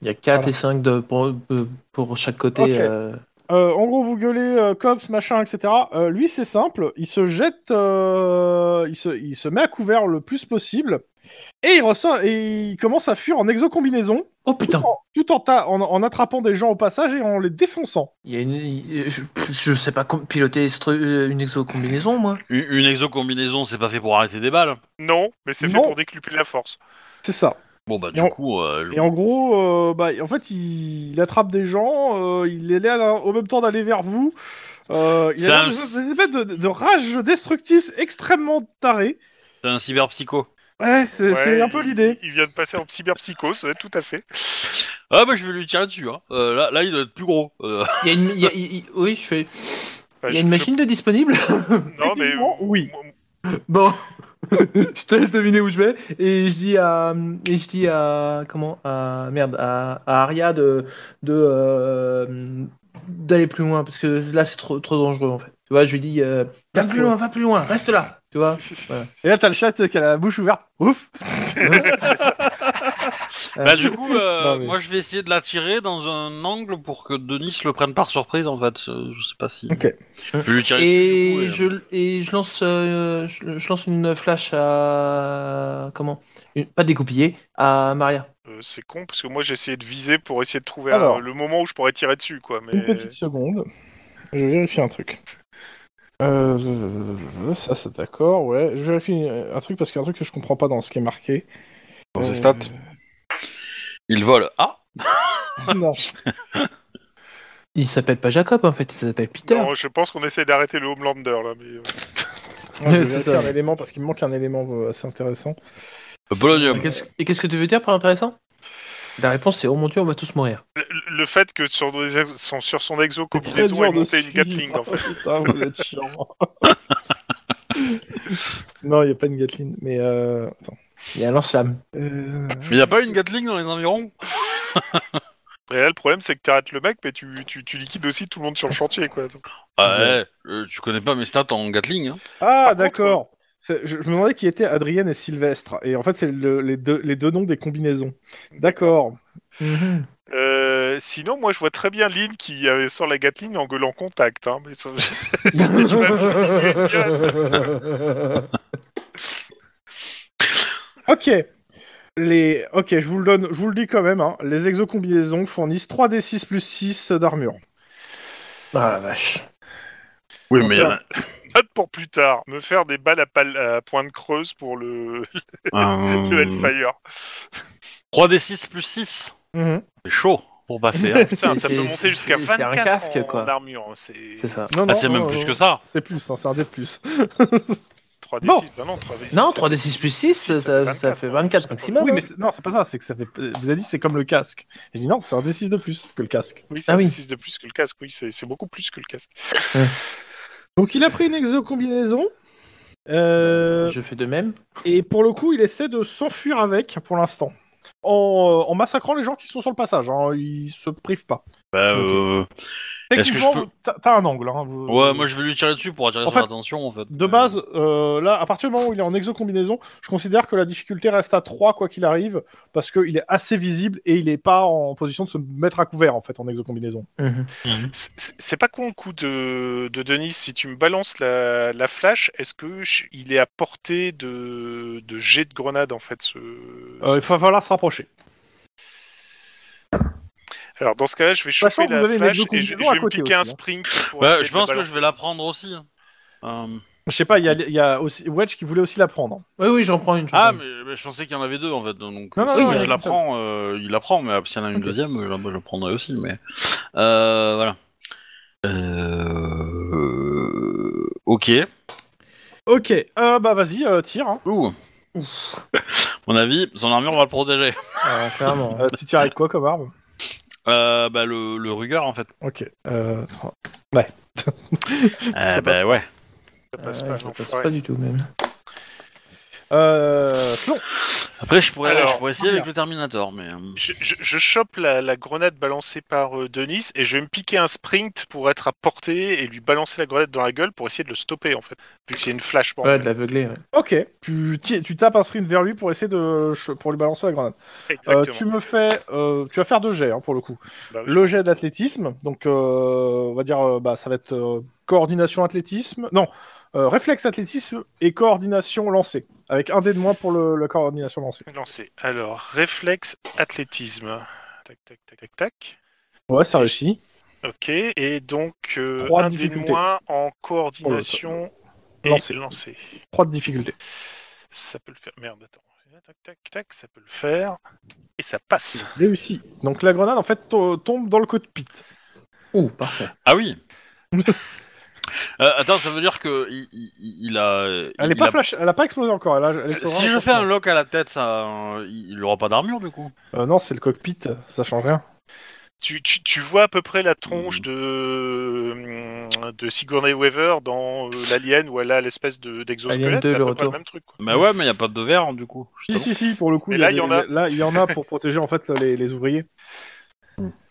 S1: Il y a 4
S3: Voilà.
S1: et 5 de, pour, euh, pour chaque côté.
S3: Ok.
S1: euh,
S3: Euh, en gros, vous gueulez euh, cops, machin, etc. Euh, lui, c'est simple, il se jette, euh, il, se, il se met à couvert le plus possible, et il ressort et il commence à fuir en exo-combinaison,
S1: Oh
S3: tout,
S1: putain
S3: en, tout en, ta- en- en attrapant des gens au passage et en les défonçant.
S1: il y a une... il- je, je sais pas com- piloter stru- euh, une exo-combinaison, moi.
S2: Une, une exo-combinaison, c'est pas fait pour arrêter des balles.
S4: Non, mais c'est fait
S3: Non.
S4: pour décupler la force.
S3: C'est ça.
S2: Bon, bah,
S3: Et en-
S2: du coup, euh, le-
S3: Et en gros, euh, bah, en fait, il, il attrape des gens, euh, il les laisse au même temps d'aller vers vous. Euh, il
S2: C'est
S3: a
S2: un-
S3: des, des espèces de, de rage destructrice extrêmement tarée.
S2: c'est un cyberpsycho.
S3: Ouais, c'est
S4: Ouais,
S3: c'est un peu
S4: il-
S3: l'idée.
S4: Il vient de passer en cyberpsychose, ouais, tout à fait.
S2: Ah, bah, je vais lui tirer dessus. Hein. Euh, là, là, il doit être plus gros. Euh,
S1: Il y a une... il y a- il- il- oui, je fais... Il y
S4: Enfin,
S1: a
S4: Bah, je-
S1: une
S4: je-
S1: machine de disponible
S4: Non, mais.
S3: Techniquement, oui.
S4: moi-
S1: Bon, je te laisse deviner où je vais et je dis à et je dis à comment à merde à, à Aria de de euh, d'aller plus loin parce que là c'est trop trop dangereux en fait. Tu vois, je lui dis euh, va plus loin, va plus loin, reste là, tu vois.
S3: Et là, t'as le chat tu sais, qui a la bouche ouverte. Ouf
S2: Bah, du coup, euh,
S3: Non, mais-
S2: moi, je vais essayer de la tirer dans un angle pour que Denis le prenne par surprise, en fait. Euh, Je sais pas si.
S3: Ok.
S2: Je vais
S4: Euh,
S2: lui tirer
S1: Et,
S2: dessus. Du coup, et-
S1: je, et je lance euh, je, je lance une flash à comment une- pas découpillée à Maria.
S4: Euh, c'est con parce que moi j'ai essayé de viser pour essayer de trouver
S3: Alors.
S4: un- le moment où je pourrais tirer dessus quoi. Mais
S3: Une petite seconde. Je vérifie un truc. Euh, ça, c'est d'accord, ouais. Je vérifie un truc parce qu'il y a un truc que je comprends pas dans ce qui est marqué.
S2: Dans ses
S3: Euh,
S2: stats Il vole. Ah
S3: Non.
S1: Il s'appelle pas Jacob en fait, il s'appelle Peter.
S4: non, je pense qu'on essaie d'arrêter le Homelander là. Mais... euh,
S3: Moi, je
S1: Ouais, c'est
S3: vérifie
S1: ça.
S3: un élément parce qu'il me manque un élément euh, assez intéressant.
S2: Le
S4: euh,
S2: polonium.
S1: Qu'est-ce- et qu'est-ce que tu veux dire par intéressant La réponse c'est oh mon dieu, on va tous mourir.
S4: Le, le fait que sur, nos ex- son- sur son exo
S3: Très
S4: combinaison
S3: dur
S4: est
S3: de
S4: monté une
S3: suivre.
S4: Gatling en fait.
S3: Putain, vous êtes chiant. non, il n'y a pas une Gatling, mais euh... Attends.
S1: Il y a un lance-flamme.
S3: Euh,
S2: Mais y a pas une Gatling dans les environs
S4: Et là le problème c'est que t'arrêtes le mec mais tu, tu, tu liquides aussi tout le monde sur le chantier quoi. Donc,
S2: Ah, ouais, euh, tu connais pas mes stats en Gatling. Hein.
S3: Ah,
S4: contre,
S3: d'accord. C'est- Je, je me demandais qui étaient Adrienne et Sylvestre. Et en fait, c'est le- les, deux, les deux noms des combinaisons. D'accord.
S4: euh, sinon moi je vois très bien Lynn qui euh, sort la Gatling en gueulant contact. Hein, mais ça-
S3: Ok. Les... Ok, je vous le donne, je vous le dis quand même, hein. les exocombinaisons fournissent 3d6 plus 6 d'armure.
S1: Ah la vache.
S2: Oui,
S3: mais
S2: mais
S3: y en a-
S4: Note pour plus tard, me faire des balles à, pal- à pointe creuse pour le,
S2: euh, Hmm.
S4: le Hellfire.
S2: 3d6 plus 6.
S3: Mhm.
S2: C'est chaud pour passer. hein.
S4: Putain, ça
S1: C'est-
S4: peut
S1: c'est-
S4: monter jusqu'à
S1: c'est- c'est un
S4: 24 en,
S1: casque, quoi.
S4: en armure. hein, C'est
S1: C'est ça.
S3: Non,
S2: Ah,
S3: non,
S2: c'est même
S3: non,
S2: plus
S3: non.
S2: que ça.
S3: C'est plus, hein, c'est un dé de plus.
S4: 3D6.
S3: Bon.
S4: bah non, 3D6.
S1: Non, 3d6 plus 6, ça,
S4: Ça fait
S1: ça- ça
S4: 24,
S1: fait 24
S4: hein.
S1: maximum.
S3: oui,
S1: hein.
S3: mais c'est- non, c'est pas ça, c'est que ça fait. Vous avez dit c'est comme le casque. J'ai dit non, c'est un d6 de plus que le casque.
S4: Oui, c'est
S1: Ah
S4: un
S1: oui.
S4: D6 de plus que le casque. Oui, c'est c'est beaucoup plus que le casque.
S3: Donc il a pris une exocombinaison. Euh...
S1: Je fais de même.
S3: Et pour le coup, il essaie de s'enfuir avec pour l'instant. En, euh, en massacrant les gens qui sont sur le passage, hein, il se prive pas.
S2: Bah,
S1: Ok.
S2: euh, Est-ce que je
S3: Techniquement,
S2: peux-
S3: vous- t'as- t'as un angle. hein, vous-
S2: Ouais, moi je vais lui tirer dessus pour attirer
S3: En
S2: son
S3: fait,
S2: attention en fait.
S3: De base, euh, là, à partir du moment où il est en exo-combinaison, je considère que la difficulté reste à 3 quoi qu'il arrive, parce qu'il est assez visible et il n'est pas en position de se mettre à couvert en fait en exo-combinaison.
S1: Mhm.
S2: Bah,
S4: C'est- C'est c'est pas con le coup de, de Denis. Si tu me balances la, la flash, est-ce que je- il est à portée de, de jet de grenade en fait ce...
S3: Euh, il va falloir se rapprocher.
S4: Alors dans ce cas-là, je vais
S3: Sachant
S4: choper
S3: que vous
S4: la
S3: avez les
S4: flash
S3: deux
S4: et je,
S3: combinaisons
S4: je
S3: à
S4: vais me
S3: côté
S4: piquer un
S3: aussi, hein.
S4: sprint. pour
S2: Ouais,
S4: essayer
S2: Bah, je
S4: de la
S2: pense que
S4: balancer.
S2: je vais la prendre aussi. hein. Euh,
S3: Je sais pas, il y a, il y a aussi Wedge qui voulait aussi la prendre. hein.
S1: Oui, oui, j'en prends une. j'en
S2: Ah,
S1: prends une.
S2: mais, mais je pensais qu'il y en avait deux en fait. Donc,
S3: Non, non,
S2: si
S3: non, il y en
S2: je
S3: a
S2: la
S3: qu'une seule.
S2: prends, euh, il la prend, mais euh, s'il y en a une
S3: Ok.
S2: deuxième, euh, là, bah, je la prendrai aussi. Mais euh, voilà. Euh... Ok.
S3: Ok, euh, bah vas-y, euh, tire. hein.
S2: Ouh. Mon avis, son armure va le protéger.
S1: Ah, clairement.
S3: Euh, tu tires avec quoi comme arme
S2: Euh, bah, le, le rugard en fait.
S3: Ok. Euh, attends. passe
S2: Euh, bah, ouais.
S4: Ça passe
S1: Ouais,
S4: Ah, pas,
S1: je
S4: non,
S1: passe
S4: ouais.
S1: pas du tout, même.
S3: Euh, Flon.
S2: Après, je pourrais,
S4: Alors,
S2: je pourrais essayer avec le Terminator, mais. euh,
S4: Je, je- je chope la, la grenade balancée par euh, Denis et je vais me piquer un sprint pour être à portée et lui balancer la grenade dans la gueule pour essayer de le stopper en fait, vu que c'est une flashbang.
S1: Ouais, de l'aveugler. ouais.
S3: Ok. Tu, ti- tu tapes un sprint vers lui pour essayer de ch- pour lui balancer la grenade. Euh,
S4: Exactement.
S3: tu me fais, euh, tu vas faire deux jets hein, pour le coup.
S4: Bah oui.
S3: Le jet d'athlétisme, donc euh, on va dire, euh, bah ça va être euh, coordination athlétisme, non, euh, réflexe athlétisme et coordination lancée, avec un dé de moins pour le, la coordination lancée.
S4: Lancé. Alors, réflexe, athlétisme. Tac, tac, tac, tac, tac.
S3: Ouais, ça réussit.
S4: Ok, et donc euh,
S3: Trois
S4: un des
S3: difficultés.
S4: moins en coordination et
S3: Lancé.
S4: lancé.
S3: Trois de difficulté.
S4: Ça peut le faire. Merde, attends. Tac, tac, tac, ça peut le faire. Et ça passe.
S3: Réussi. Donc la grenade en fait to- tombe dans le cockpit.
S1: Ouh, parfait.
S2: Ah oui. Euh, attends, ça veut dire que il, il- il a.
S3: Elle
S2: il
S3: n'est pas
S2: a-
S3: flash, elle a pas explosé encore. Elle a- elle explosera
S2: Si je
S3: encore.
S2: fais un lock à la tête, ça, euh, il il aura pas d'armure du coup.
S3: Euh, non, c'est le cockpit, ça change rien.
S4: Tu, tu, tu vois à peu près la
S1: Mhm.
S4: tronche de, de Sigourney Weaver dans euh, l'Alien où elle a l'espèce de-
S1: Alien
S4: d'exosquelette,
S1: 2,
S4: c'est à
S1: le
S4: peu près le
S1: retour.
S4: même truc. Quoi.
S2: Bah ouais, mais y a pas de verre du coup.
S3: Si, si, si, pour le coup,
S4: Mais là,
S3: des-
S4: il y en a.
S3: Là, il y en a pour protéger en fait les, les ouvriers.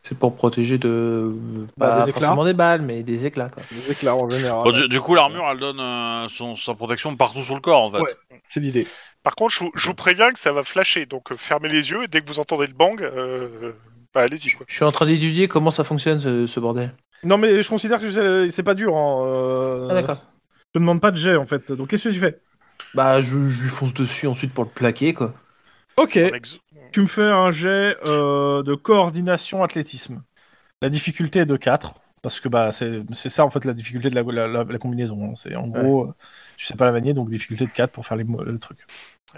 S1: C'est pour protéger de.
S3: Bah,
S1: pas
S3: des éclats.
S1: forcément des balles, mais des éclats, quoi.
S3: Les éclats en général.
S2: Bon,
S4: Oh,
S2: du, du coup, l'armure, elle donne euh, son, sa protection partout sur le corps, en fait.
S3: Ouais. C'est l'idée.
S4: Par contre, je, vous- je vous préviens que ça va flasher, donc euh, fermez les yeux et dès que vous entendez le bang, euh, bah, allez-y. quoi.
S1: Je suis en train d'étudier comment ça fonctionne, ce, ce bordel.
S3: Non, mais je considère que c'est- c'est pas dur. Hein. euh,
S1: Ah, d'accord.
S3: Je te demande pas de jet en fait. Donc qu'est-ce que tu fais
S1: Bah, je, je lui fonce dessus ensuite pour le plaquer, quoi.
S3: Ok.
S4: En exo-
S3: Tu me fais un jet euh, de coordination athlétisme. La difficulté est de 4. Parce que bah, c'est c'est ça en fait la difficulté de la, la- la- la combinaison. hein. C'est en
S1: Ouais.
S3: gros, euh, tu sais pas la manier, donc difficulté de 4 pour faire les, mo- le truc.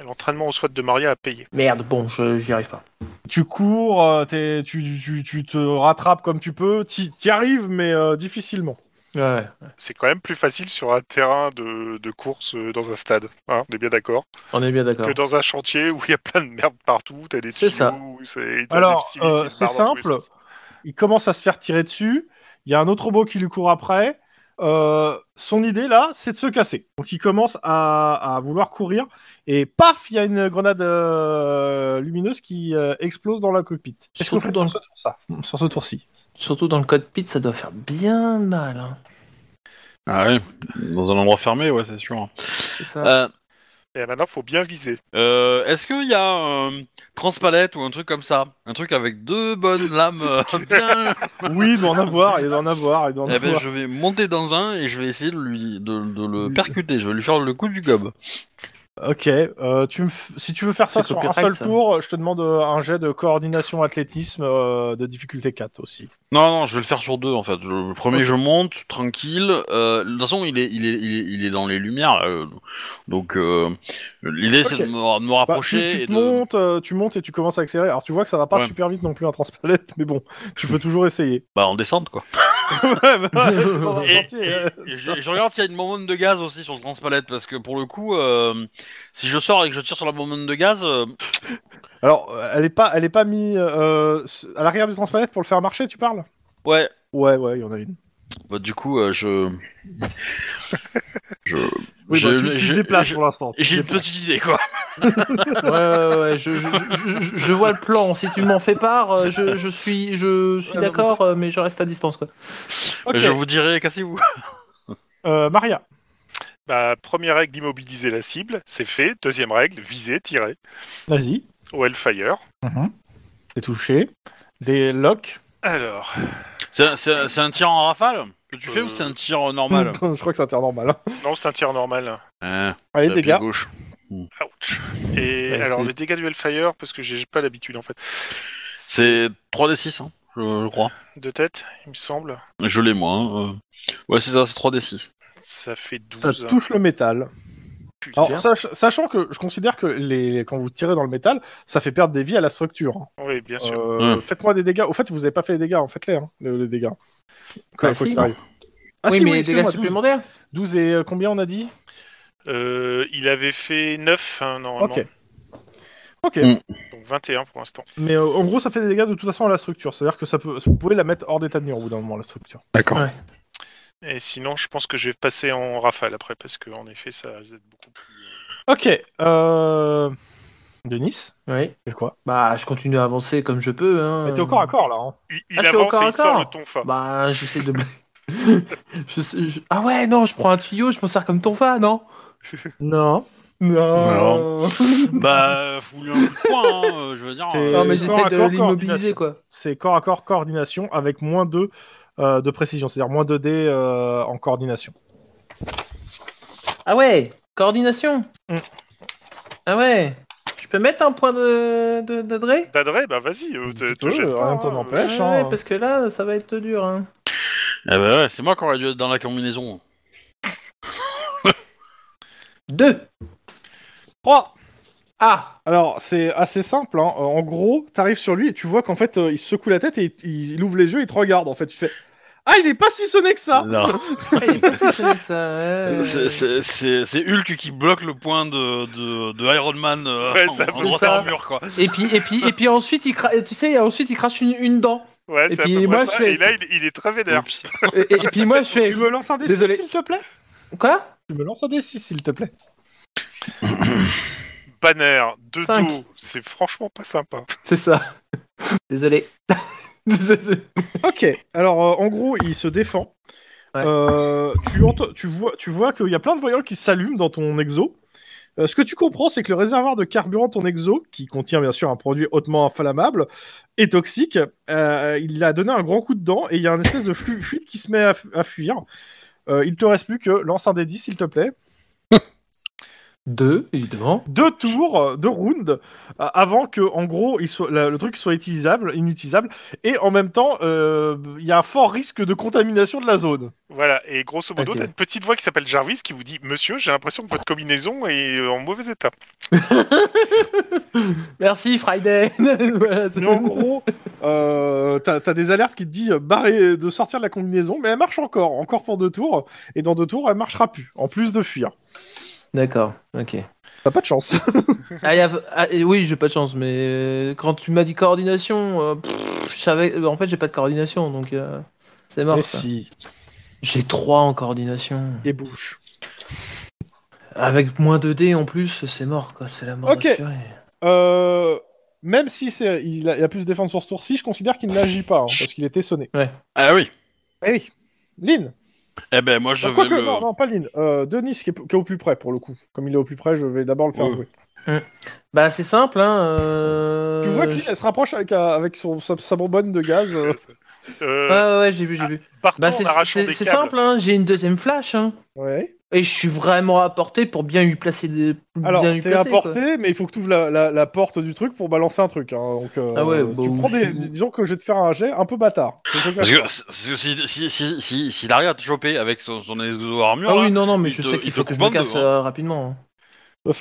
S4: L'entraînement au SWAT de Maria a payé.
S1: Merde, bon, je- j'y arrive pas.
S3: Tu cours, euh, t'es- tu, tu- tu- tu te rattrapes comme tu peux, t'y t'y arrives mais euh, difficilement.
S1: Ouais, ouais.
S4: C'est quand même plus facile sur un terrain de, de course euh, dans un stade, hein, on est bien d'accord,
S1: On est bien d'accord.
S4: que dans un chantier où il y a plein de merde partout, t'as des
S1: C'est
S4: tuyaux,
S1: ça.
S4: c'est- t'as
S3: Alors,
S4: des civils qui
S3: euh,
S4: se
S3: c'est
S4: barrent dans tous les
S3: simple.
S4: sens.
S3: Il commence à se faire tirer dessus, il y a un autre robot qui lui court après. Euh, son idée là, c'est de se casser. Donc il commence à, à vouloir courir et paf, il y a une grenade euh, lumineuse qui euh, explose dans la cockpit. Qu'est-ce que vous faites
S1: Surtout
S3: sur ce tour- ça Sur ce tour-ci.
S1: Surtout dans le cockpit, ça doit faire bien mal. hein.
S2: Ah oui, dans un endroit fermé, ouais, c'est sûr. hein.
S1: C'est ça.
S2: Euh,
S4: Et maintenant, faut bien viser.
S2: euh, Est-ce qu'il y a un transpalette ou un truc comme ça Un truc avec deux bonnes lames euh, bien...
S3: Oui, il doit en avoir, il doit en avoir, il doit en
S2: Eh ben,
S3: avoir.
S2: je vais monter dans un et je vais essayer de, lui, de, de le percuter. Je vais lui faire le coup du gobe.
S3: Ok, euh, tu me f- si tu veux faire ça
S1: C'est
S3: sur un
S1: copyright,
S3: seul
S1: ça.
S3: tour, je te demande euh, un jet de coordination athlétisme euh, de difficulté 4 aussi.
S2: Non, non, je vais le faire sur deux en fait. Le le premier, je monte tranquille. Euh, de toute façon, il est, il est, il est, il est dans les lumières. euh, donc, euh, l'idée c'est de
S3: Ok.
S2: me, de me
S3: Bah,
S2: rapprocher
S3: tu, tu
S2: et
S3: te
S2: de.
S3: montes, euh, tu montes et tu commences à accélérer. Alors tu vois que ça va pas
S2: Ouais.
S3: super vite non plus un transpalette, mais bon, tu peux toujours essayer.
S2: Bah, en descente quoi.
S3: Ouais, bah, c'est dans un
S2: Et,
S3: sentier, euh.
S2: et- et je, je regarde s'il y a une bonbonne de gaz aussi sur le transpalette parce que pour le coup, euh, si je sors et que je tire sur la bonbonne de gaz, euh,
S3: Alors euh, elle est pas, elle est pas mise euh, s- à l'arrière du transpalette pour le faire marcher. Tu parles
S2: ouais,
S3: Ouais, ouais, il y en a une.
S2: bah, du coup, euh, je. je.
S3: Oui,
S2: je-
S3: bah, tu, tu te
S2: j'ai-
S3: déplaces
S2: j'ai-
S3: pour l'instant. Tu
S2: J'ai
S3: te
S2: une petite idée quoi.
S1: Ouais, ouais, ouais, je, je, je- je- je vois le plan. Si tu m'en fais part, euh, je, je suis, je suis
S3: Ouais,
S1: d'accord, euh, mais je reste à distance, quoi.
S3: déplaces. Ok.
S2: Je vous dirai, cassez-vous.
S3: Euh, Maria,
S4: Bah, première règle, immobiliser la cible, c'est fait. Deuxième règle, viser, tirer.
S3: vas-y.
S4: Au Hellfire.
S3: T'es touché. Des locks.
S4: Alors,
S2: C'est un- c'est un c'est un tir en rafale que tu fais
S4: Euh,
S2: ou c'est un tir euh, normal
S3: je crois que c'est un tir normal. hein.
S4: non, c'est un tir normal.
S2: Hein,
S3: Allez,
S2: tapis
S3: dégâts.
S2: gauche.
S4: Ouch. Et
S1: Ouais,
S4: alors,
S1: c'est-
S4: le dégât du Hellfire, parce que j'ai pas l'habitude en fait.
S2: C'est 3d6, hein, je, je crois.
S4: De tête, il me semble.
S2: Je l'ai moi. hein, euh. Ouais, c'est ça, c'est 3d6.
S4: Ça fait
S3: Ça
S4: 12. hein.
S3: touche le métal.
S4: Putain.
S3: Alors, sach- sachant que je considère que les, quand vous tirez dans le métal, ça fait perdre des vies à la structure. hein.
S4: Oui, bien sûr.
S3: Euh,
S2: Mm.
S3: Faites-moi des dégâts. Au fait, vous avez pas fait les dégâts, en faites-les, hein, le- les, dégâts. Quoi-
S1: Bah,
S3: quoi
S1: si.
S3: qu'il arrive. Ah,
S1: oui,
S3: si,
S1: mais les
S3: excuse-moi,
S1: dégâts
S3: 12.
S1: supplémentaires
S3: 12 et euh, combien on a dit
S4: Euh, il avait fait 9, hein, normalement.
S3: Ok. Ok.
S2: Mm.
S4: Donc 21 pour l'instant.
S3: Mais euh, en gros, ça fait des dégâts de toute façon à la structure. C'est-à-dire que ça peut, vous pouvez la mettre hors d'état de nuire au bout d'un moment, la structure.
S2: D'accord.
S1: Ouais.
S4: Et sinon, je pense que je vais passer en rafale après, parce que en effet, ça va être beaucoup plus.
S3: Ok. Euh... Denis
S1: Oui.
S3: C'est quoi
S1: Bah, je continue à avancer comme je peux. Hein.
S3: Mais T'es au corps à corps, là. hein.
S4: Il, il
S1: Ah, c'est au
S4: avance
S1: corps
S4: et
S1: à
S4: il sort
S1: corps.
S4: le tonfa.
S1: Bah, j'essaie de. Je sais- je- Ah ouais, non, je prends un tuyau, je m'en sers comme tonfa, non
S3: Non.
S1: Non
S2: Bah, faut lui un coup de poing, hein, euh, je veux dire.
S3: C'est-
S2: euh,
S1: Non, mais
S3: Euh, corps
S1: j'essaie
S3: à
S1: de
S3: corps,
S1: l'immobiliser, quoi.
S3: C'est corps à corps coordination avec moins 2 euh, de précision. C'est-à-dire moins 2D euh, en coordination.
S1: Ah ouais Coordination
S3: Mm.
S1: Ah ouais Je peux mettre un point de, de... d'adresse
S4: D'adresse, bah vas-y, euh, te,
S3: Tu
S4: te
S3: peux,
S4: jette pas,
S3: rien t'en
S4: hein,
S3: empêche.
S1: Ouais,
S3: hein.
S1: parce que là, ça va être dur. Hein.
S2: Ah bah ouais, c'est moi qui aurais dû être dans la combinaison.
S1: Deux
S3: 3
S1: Ah
S3: Alors, c'est assez simple. hein. Euh, En gros, t'arrives sur lui et tu vois qu'en fait, euh, il se secoue la tête et il, il ouvre les yeux et il te regarde. En fait, tu fais Ah, il est pas si sonné que
S1: Ah.
S3: ça
S2: Non.
S1: Ouais, Il est pas si sonné que ça. ouais.
S2: C'est- C'est c'est- c'est Hulk qui bloque le point de, de, de Iron Man euh,
S4: Ouais,
S2: en-
S4: ça
S2: en
S1: fait
S2: droit
S1: ça.
S2: au mur, quoi.
S1: Et puis, et puis, et puis ensuite, il cra- tu sais, ensuite, il crache une, une dent.
S4: Ouais,
S1: Et
S4: c'est à
S1: puis
S4: peu
S1: moi,
S4: près
S1: je
S4: ça.
S1: fais-
S4: Et là, il, il est très vénère.
S2: Oups.
S1: Et, et- et puis moi, je fais.
S3: Tu me lances un D6,
S1: Désolé.
S3: s'il te plaît
S1: Quoi
S3: Tu me lances un D6, s'il te plaît.
S4: Banner, de
S1: Cinq.
S4: dos, c'est franchement pas sympa.
S1: C'est ça. Désolé. Désolé.
S3: Ok, alors euh, en gros, il se défend.
S1: Ouais.
S3: Euh, tu, entends- tu vois, tu vois qu'il y a plein de voyelles qui s'allument dans ton exo. Euh, ce que tu comprends, c'est que le réservoir de carburant de ton exo, qui contient bien sûr un produit hautement inflammable et toxique, euh, il a donné un grand coup de dent et il y a une espèce de flu- fuite qui se met à, fu- à fuir. Euh, il te reste plus que lance un des 10, s'il te plaît.
S1: Deux, évidemment.
S3: Deux tours, euh, deux rounds, euh, avant que, en gros, il soit, la- le truc soit utilisable, inutilisable. Et en même temps, euh, il y a un fort risque de contamination de la zone.
S4: Voilà, et grosso modo,
S1: Ok.
S4: t'as une petite voix qui s'appelle Jarvis qui vous dit Monsieur, j'ai l'impression que votre combinaison est en mauvais état.
S1: Merci, Friday. Voilà, c'est-
S3: Mais en gros, euh, t'as t'as des alertes qui te disent euh, barrer de sortir de la combinaison, mais elle marche encore, encore pour deux tours, et dans deux tours, elle marchera plus, en plus de fuir.
S1: D'accord, ok.
S3: T'as pas de chance.
S1: Ah, y a- ah, et oui, j'ai pas de chance, mais euh, quand tu m'as dit coordination, euh, pff, je savais. euh, En fait, j'ai pas de coordination, donc euh, c'est mort.
S3: Mais
S1: ça.
S3: si,
S1: J'ai trois en coordination.
S3: débouche.
S1: Avec moins de dés en plus, c'est mort, quoi. C'est la mort
S3: Ok.
S1: assurée.
S3: Euh, même si c'est, il, a, il a plus de défense sur ce tour-ci, je considère qu'il n'agit pas, hein, parce qu'il était sonné.
S2: Ah oui.
S3: Eh oui Lynn
S2: Eh ben moi je
S3: Non,
S2: vais
S3: quoique,
S2: le...
S3: non, non, pas Lynn. Euh, Denis, qui est, qui est au plus près, pour le coup. Comme il est au plus près, je vais d'abord le faire
S2: Ouais.
S3: jouer.
S1: Bah, c'est simple, hein. euh,
S3: Tu vois qu'il
S1: je-
S3: elle se rapproche avec, euh, avec son, sa, sa bonbonne de gaz. euh,
S4: Euh,
S1: Ouais, ouais, j'ai vu,
S3: Ah,
S1: j'ai vu.
S4: partons
S1: Bah,
S4: en
S1: c'est
S4: arrachant
S1: c'est-
S4: des
S1: c'est
S4: câbles.
S1: simple, hein. J'ai une deuxième flash, hein.
S3: Ouais.
S1: Et je suis vraiment à portée pour bien lui placer des.
S3: Alors,
S1: bien lui
S3: t'es à
S1: placer, quoi.
S3: portée, mais il faut que tu ouvres la, la- la porte du truc pour balancer un truc. hein. Donc, euh,
S1: Ah ouais,
S3: tu
S1: bah,
S3: prends des.
S1: je-
S3: Disons que je vais te faire un jet un peu bâtard.
S2: Parce que, parce que si, si, si, si, s'il arrive à te choper avec son, son exo-armure,
S1: Ah
S2: là,
S1: oui, non, non, mais
S2: il
S1: je
S2: te-
S1: sais
S2: il
S1: qu'il
S2: te
S1: faut que je me
S2: commande,
S1: casse
S2: hein.
S1: euh, rapidement.
S3: Je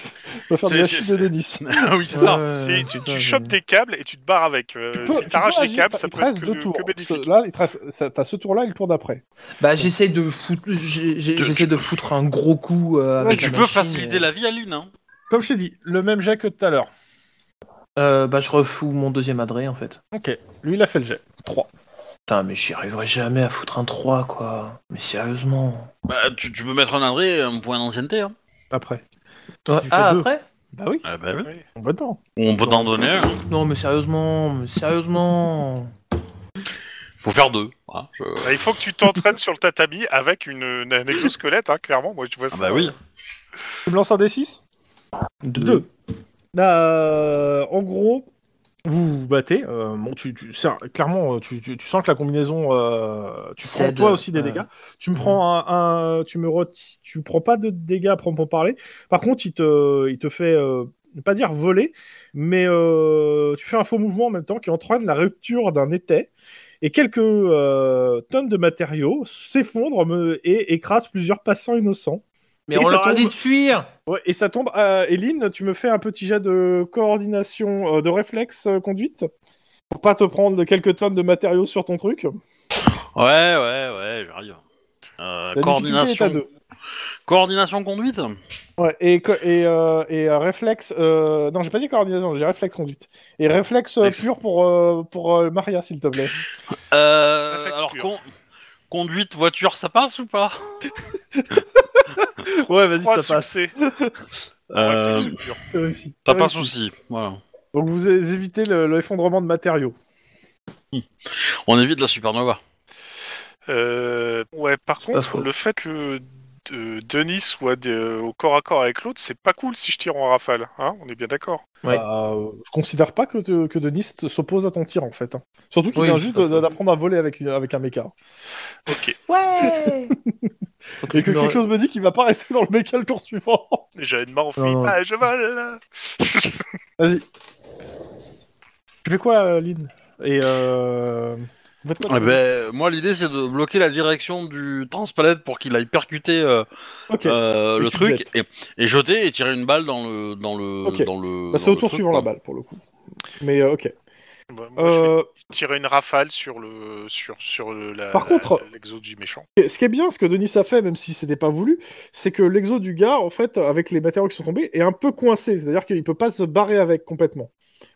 S3: vais faire de la
S2: C'est-
S3: chute
S2: c'est-
S3: de Denis.
S4: euh,
S2: Ah oui, c'est
S1: Ouais,
S2: ça.
S1: ouais,
S4: Si
S1: ouais,
S4: tu,
S1: euh, c'est
S4: tu
S1: ça,
S4: chopes
S1: j'ai-
S4: tes câbles et tu te barres avec. euh,
S3: Tu peux-
S4: si
S3: tu
S4: t'arraches
S3: peux
S4: les
S3: agir,
S4: câbles,
S3: t'as-
S4: ça
S3: il te
S4: peut être
S3: reste
S4: que,
S3: deux tours. Euh,
S4: que bénéfique.
S3: Ce- Là, il te reste- ça- t'as ce tour-là et le tour d'après.
S1: Bah, j'essaie de foutre, j'ai- j'ai-
S2: Tu-
S1: j'essaie de foutre un gros coup. euh, avec
S2: Tu
S1: la
S2: peux
S1: machine,
S2: faciliter
S1: mais-
S2: la vie à Lynn, hein.
S3: Comme je t'ai dit, le même jet que tout à l'heure.
S1: Euh, bah, je refous mon deuxième adré en fait.
S3: Ok, lui, il a fait le jet. 3.
S1: Putain, mais j'y arriverai jamais à foutre un 3, quoi. Mais sérieusement.
S2: Bah, tu, tu peux mettre un André, un point d'ancienneté, hein.
S3: Après.
S1: Ah,
S3: tu fais deux.
S1: après
S3: Bah oui,
S2: Ah bah oui.
S4: Ouais.
S3: on va dedans.
S2: On peut t'en donner un.
S1: Non, mais sérieusement, mais sérieusement.
S2: Faut faire deux. hein, je-
S4: Bah, il faut que tu t'entraînes sur le tatami avec une, une- un exosquelette, hein, clairement. Moi, je vois ça. euh,
S2: Ah bah oui.
S3: Tu me lances un D6
S1: Deux.
S3: Deux. Euh, en gros, vous vous battez. euh, bon, tu, tu- c'est un- clairement, euh, tu, tu- tu sens que la combinaison, euh, tu prends
S1: Cède,
S3: toi aussi des
S1: ouais. Mm.
S3: dégâts. Tu me prends un, un- tu me reti- tu prends pas de dégâts à proprement parler. Par contre, il te, il te fait euh, pas dire voler, mais euh, tu fais un faux mouvement en même temps qui entraîne la rupture d'un étai et quelques euh, tonnes de matériaux s'effondrent me- et écrasent plusieurs passants innocents.
S1: Mais
S3: Et
S1: on
S3: ça
S1: leur a
S3: tombe.
S1: dit de fuir
S3: Ouais, et ça tombe. à Eline, tu me fais un petit jet de coordination, euh, de réflexe euh, conduite pour pas te prendre quelques tonnes de matériaux sur ton truc.
S2: Ouais, ouais, ouais, j'arrive.
S3: La difficulté est
S2: Euh,
S3: à
S2: coordination,
S3: deux.
S2: coordination conduite
S3: Ouais, et, co- et, euh, et euh, réflexe. euh, Non, j'ai pas dit coordination, j'ai réflexe conduite. Et réflexe euh,
S2: Réflexe.
S3: pur pour, euh, pour euh, Maria, s'il te plaît.
S2: Euh,
S4: Réflexe
S2: alors,
S4: pur.
S2: con- conduite, voiture, ça passe ou pas
S3: Ouais,
S4: Trois succès.
S2: Euh,
S4: Réflexe pure.
S3: C'est réussi.
S2: T'as
S3: C'est
S2: pas
S3: réussi.
S2: souci. Voilà.
S3: Donc vous é- évitez le- l'effondrement de matériaux.
S2: On évite la supernova.
S4: Euh, ouais, par
S1: pas
S4: contre,
S1: faux.
S4: le fait que euh, Denis soit de- au corps à corps avec l'autre, c'est pas cool si je tire en rafale. Hein on est bien d'accord.
S1: Ouais.
S3: Bah, euh, je considère pas que, te- que Denis t- s'oppose à ton tir en fait. hein. Surtout qu'il
S1: Oui,
S3: vient
S1: c'est
S3: juste
S1: pas
S3: de-
S1: faux.
S3: d'apprendre à voler avec, une- avec un méca.
S4: Ok,
S1: Ouais Faut que
S3: Et
S1: tu
S3: que
S1: me
S3: quelque chose me dit qu'il va pas rester dans le méca le tour suivant.
S4: j'avais une main en
S1: Non,
S4: flic.
S1: non.
S4: Ah, je vole
S3: Vas-y. Tu fais quoi, euh, Lynn Et euh. vous faites quoi,
S2: Eh
S3: tous
S2: ben, moi, l'idée, c'est de bloquer la direction du transpalette pour qu'il aille percuter euh,
S3: Ok.
S2: euh,
S3: Et
S2: le
S3: tu
S2: truc et, et jeter et tirer une balle dans le. Dans le,
S3: Ok.
S2: dans le
S3: Bah,
S2: dans
S4: euh,
S3: c'est au
S2: le
S3: tour
S2: truc,
S3: suivant
S2: quoi.
S3: la balle pour le coup. Mais euh, ok.
S4: Bah, moi, je vais
S3: Euh,
S4: tirer une rafale sur le sur sur le, la,
S3: Par
S4: la-
S3: contre-
S4: l'exo du méchant.
S3: Euh, ce qui est bien, ce que Denis a fait, même si c'était pas voulu, c'est que l'exo du gars, en fait, avec les matériaux qui sont tombés, est un peu coincé. C'est-à-dire qu'il peut pas se barrer avec complètement.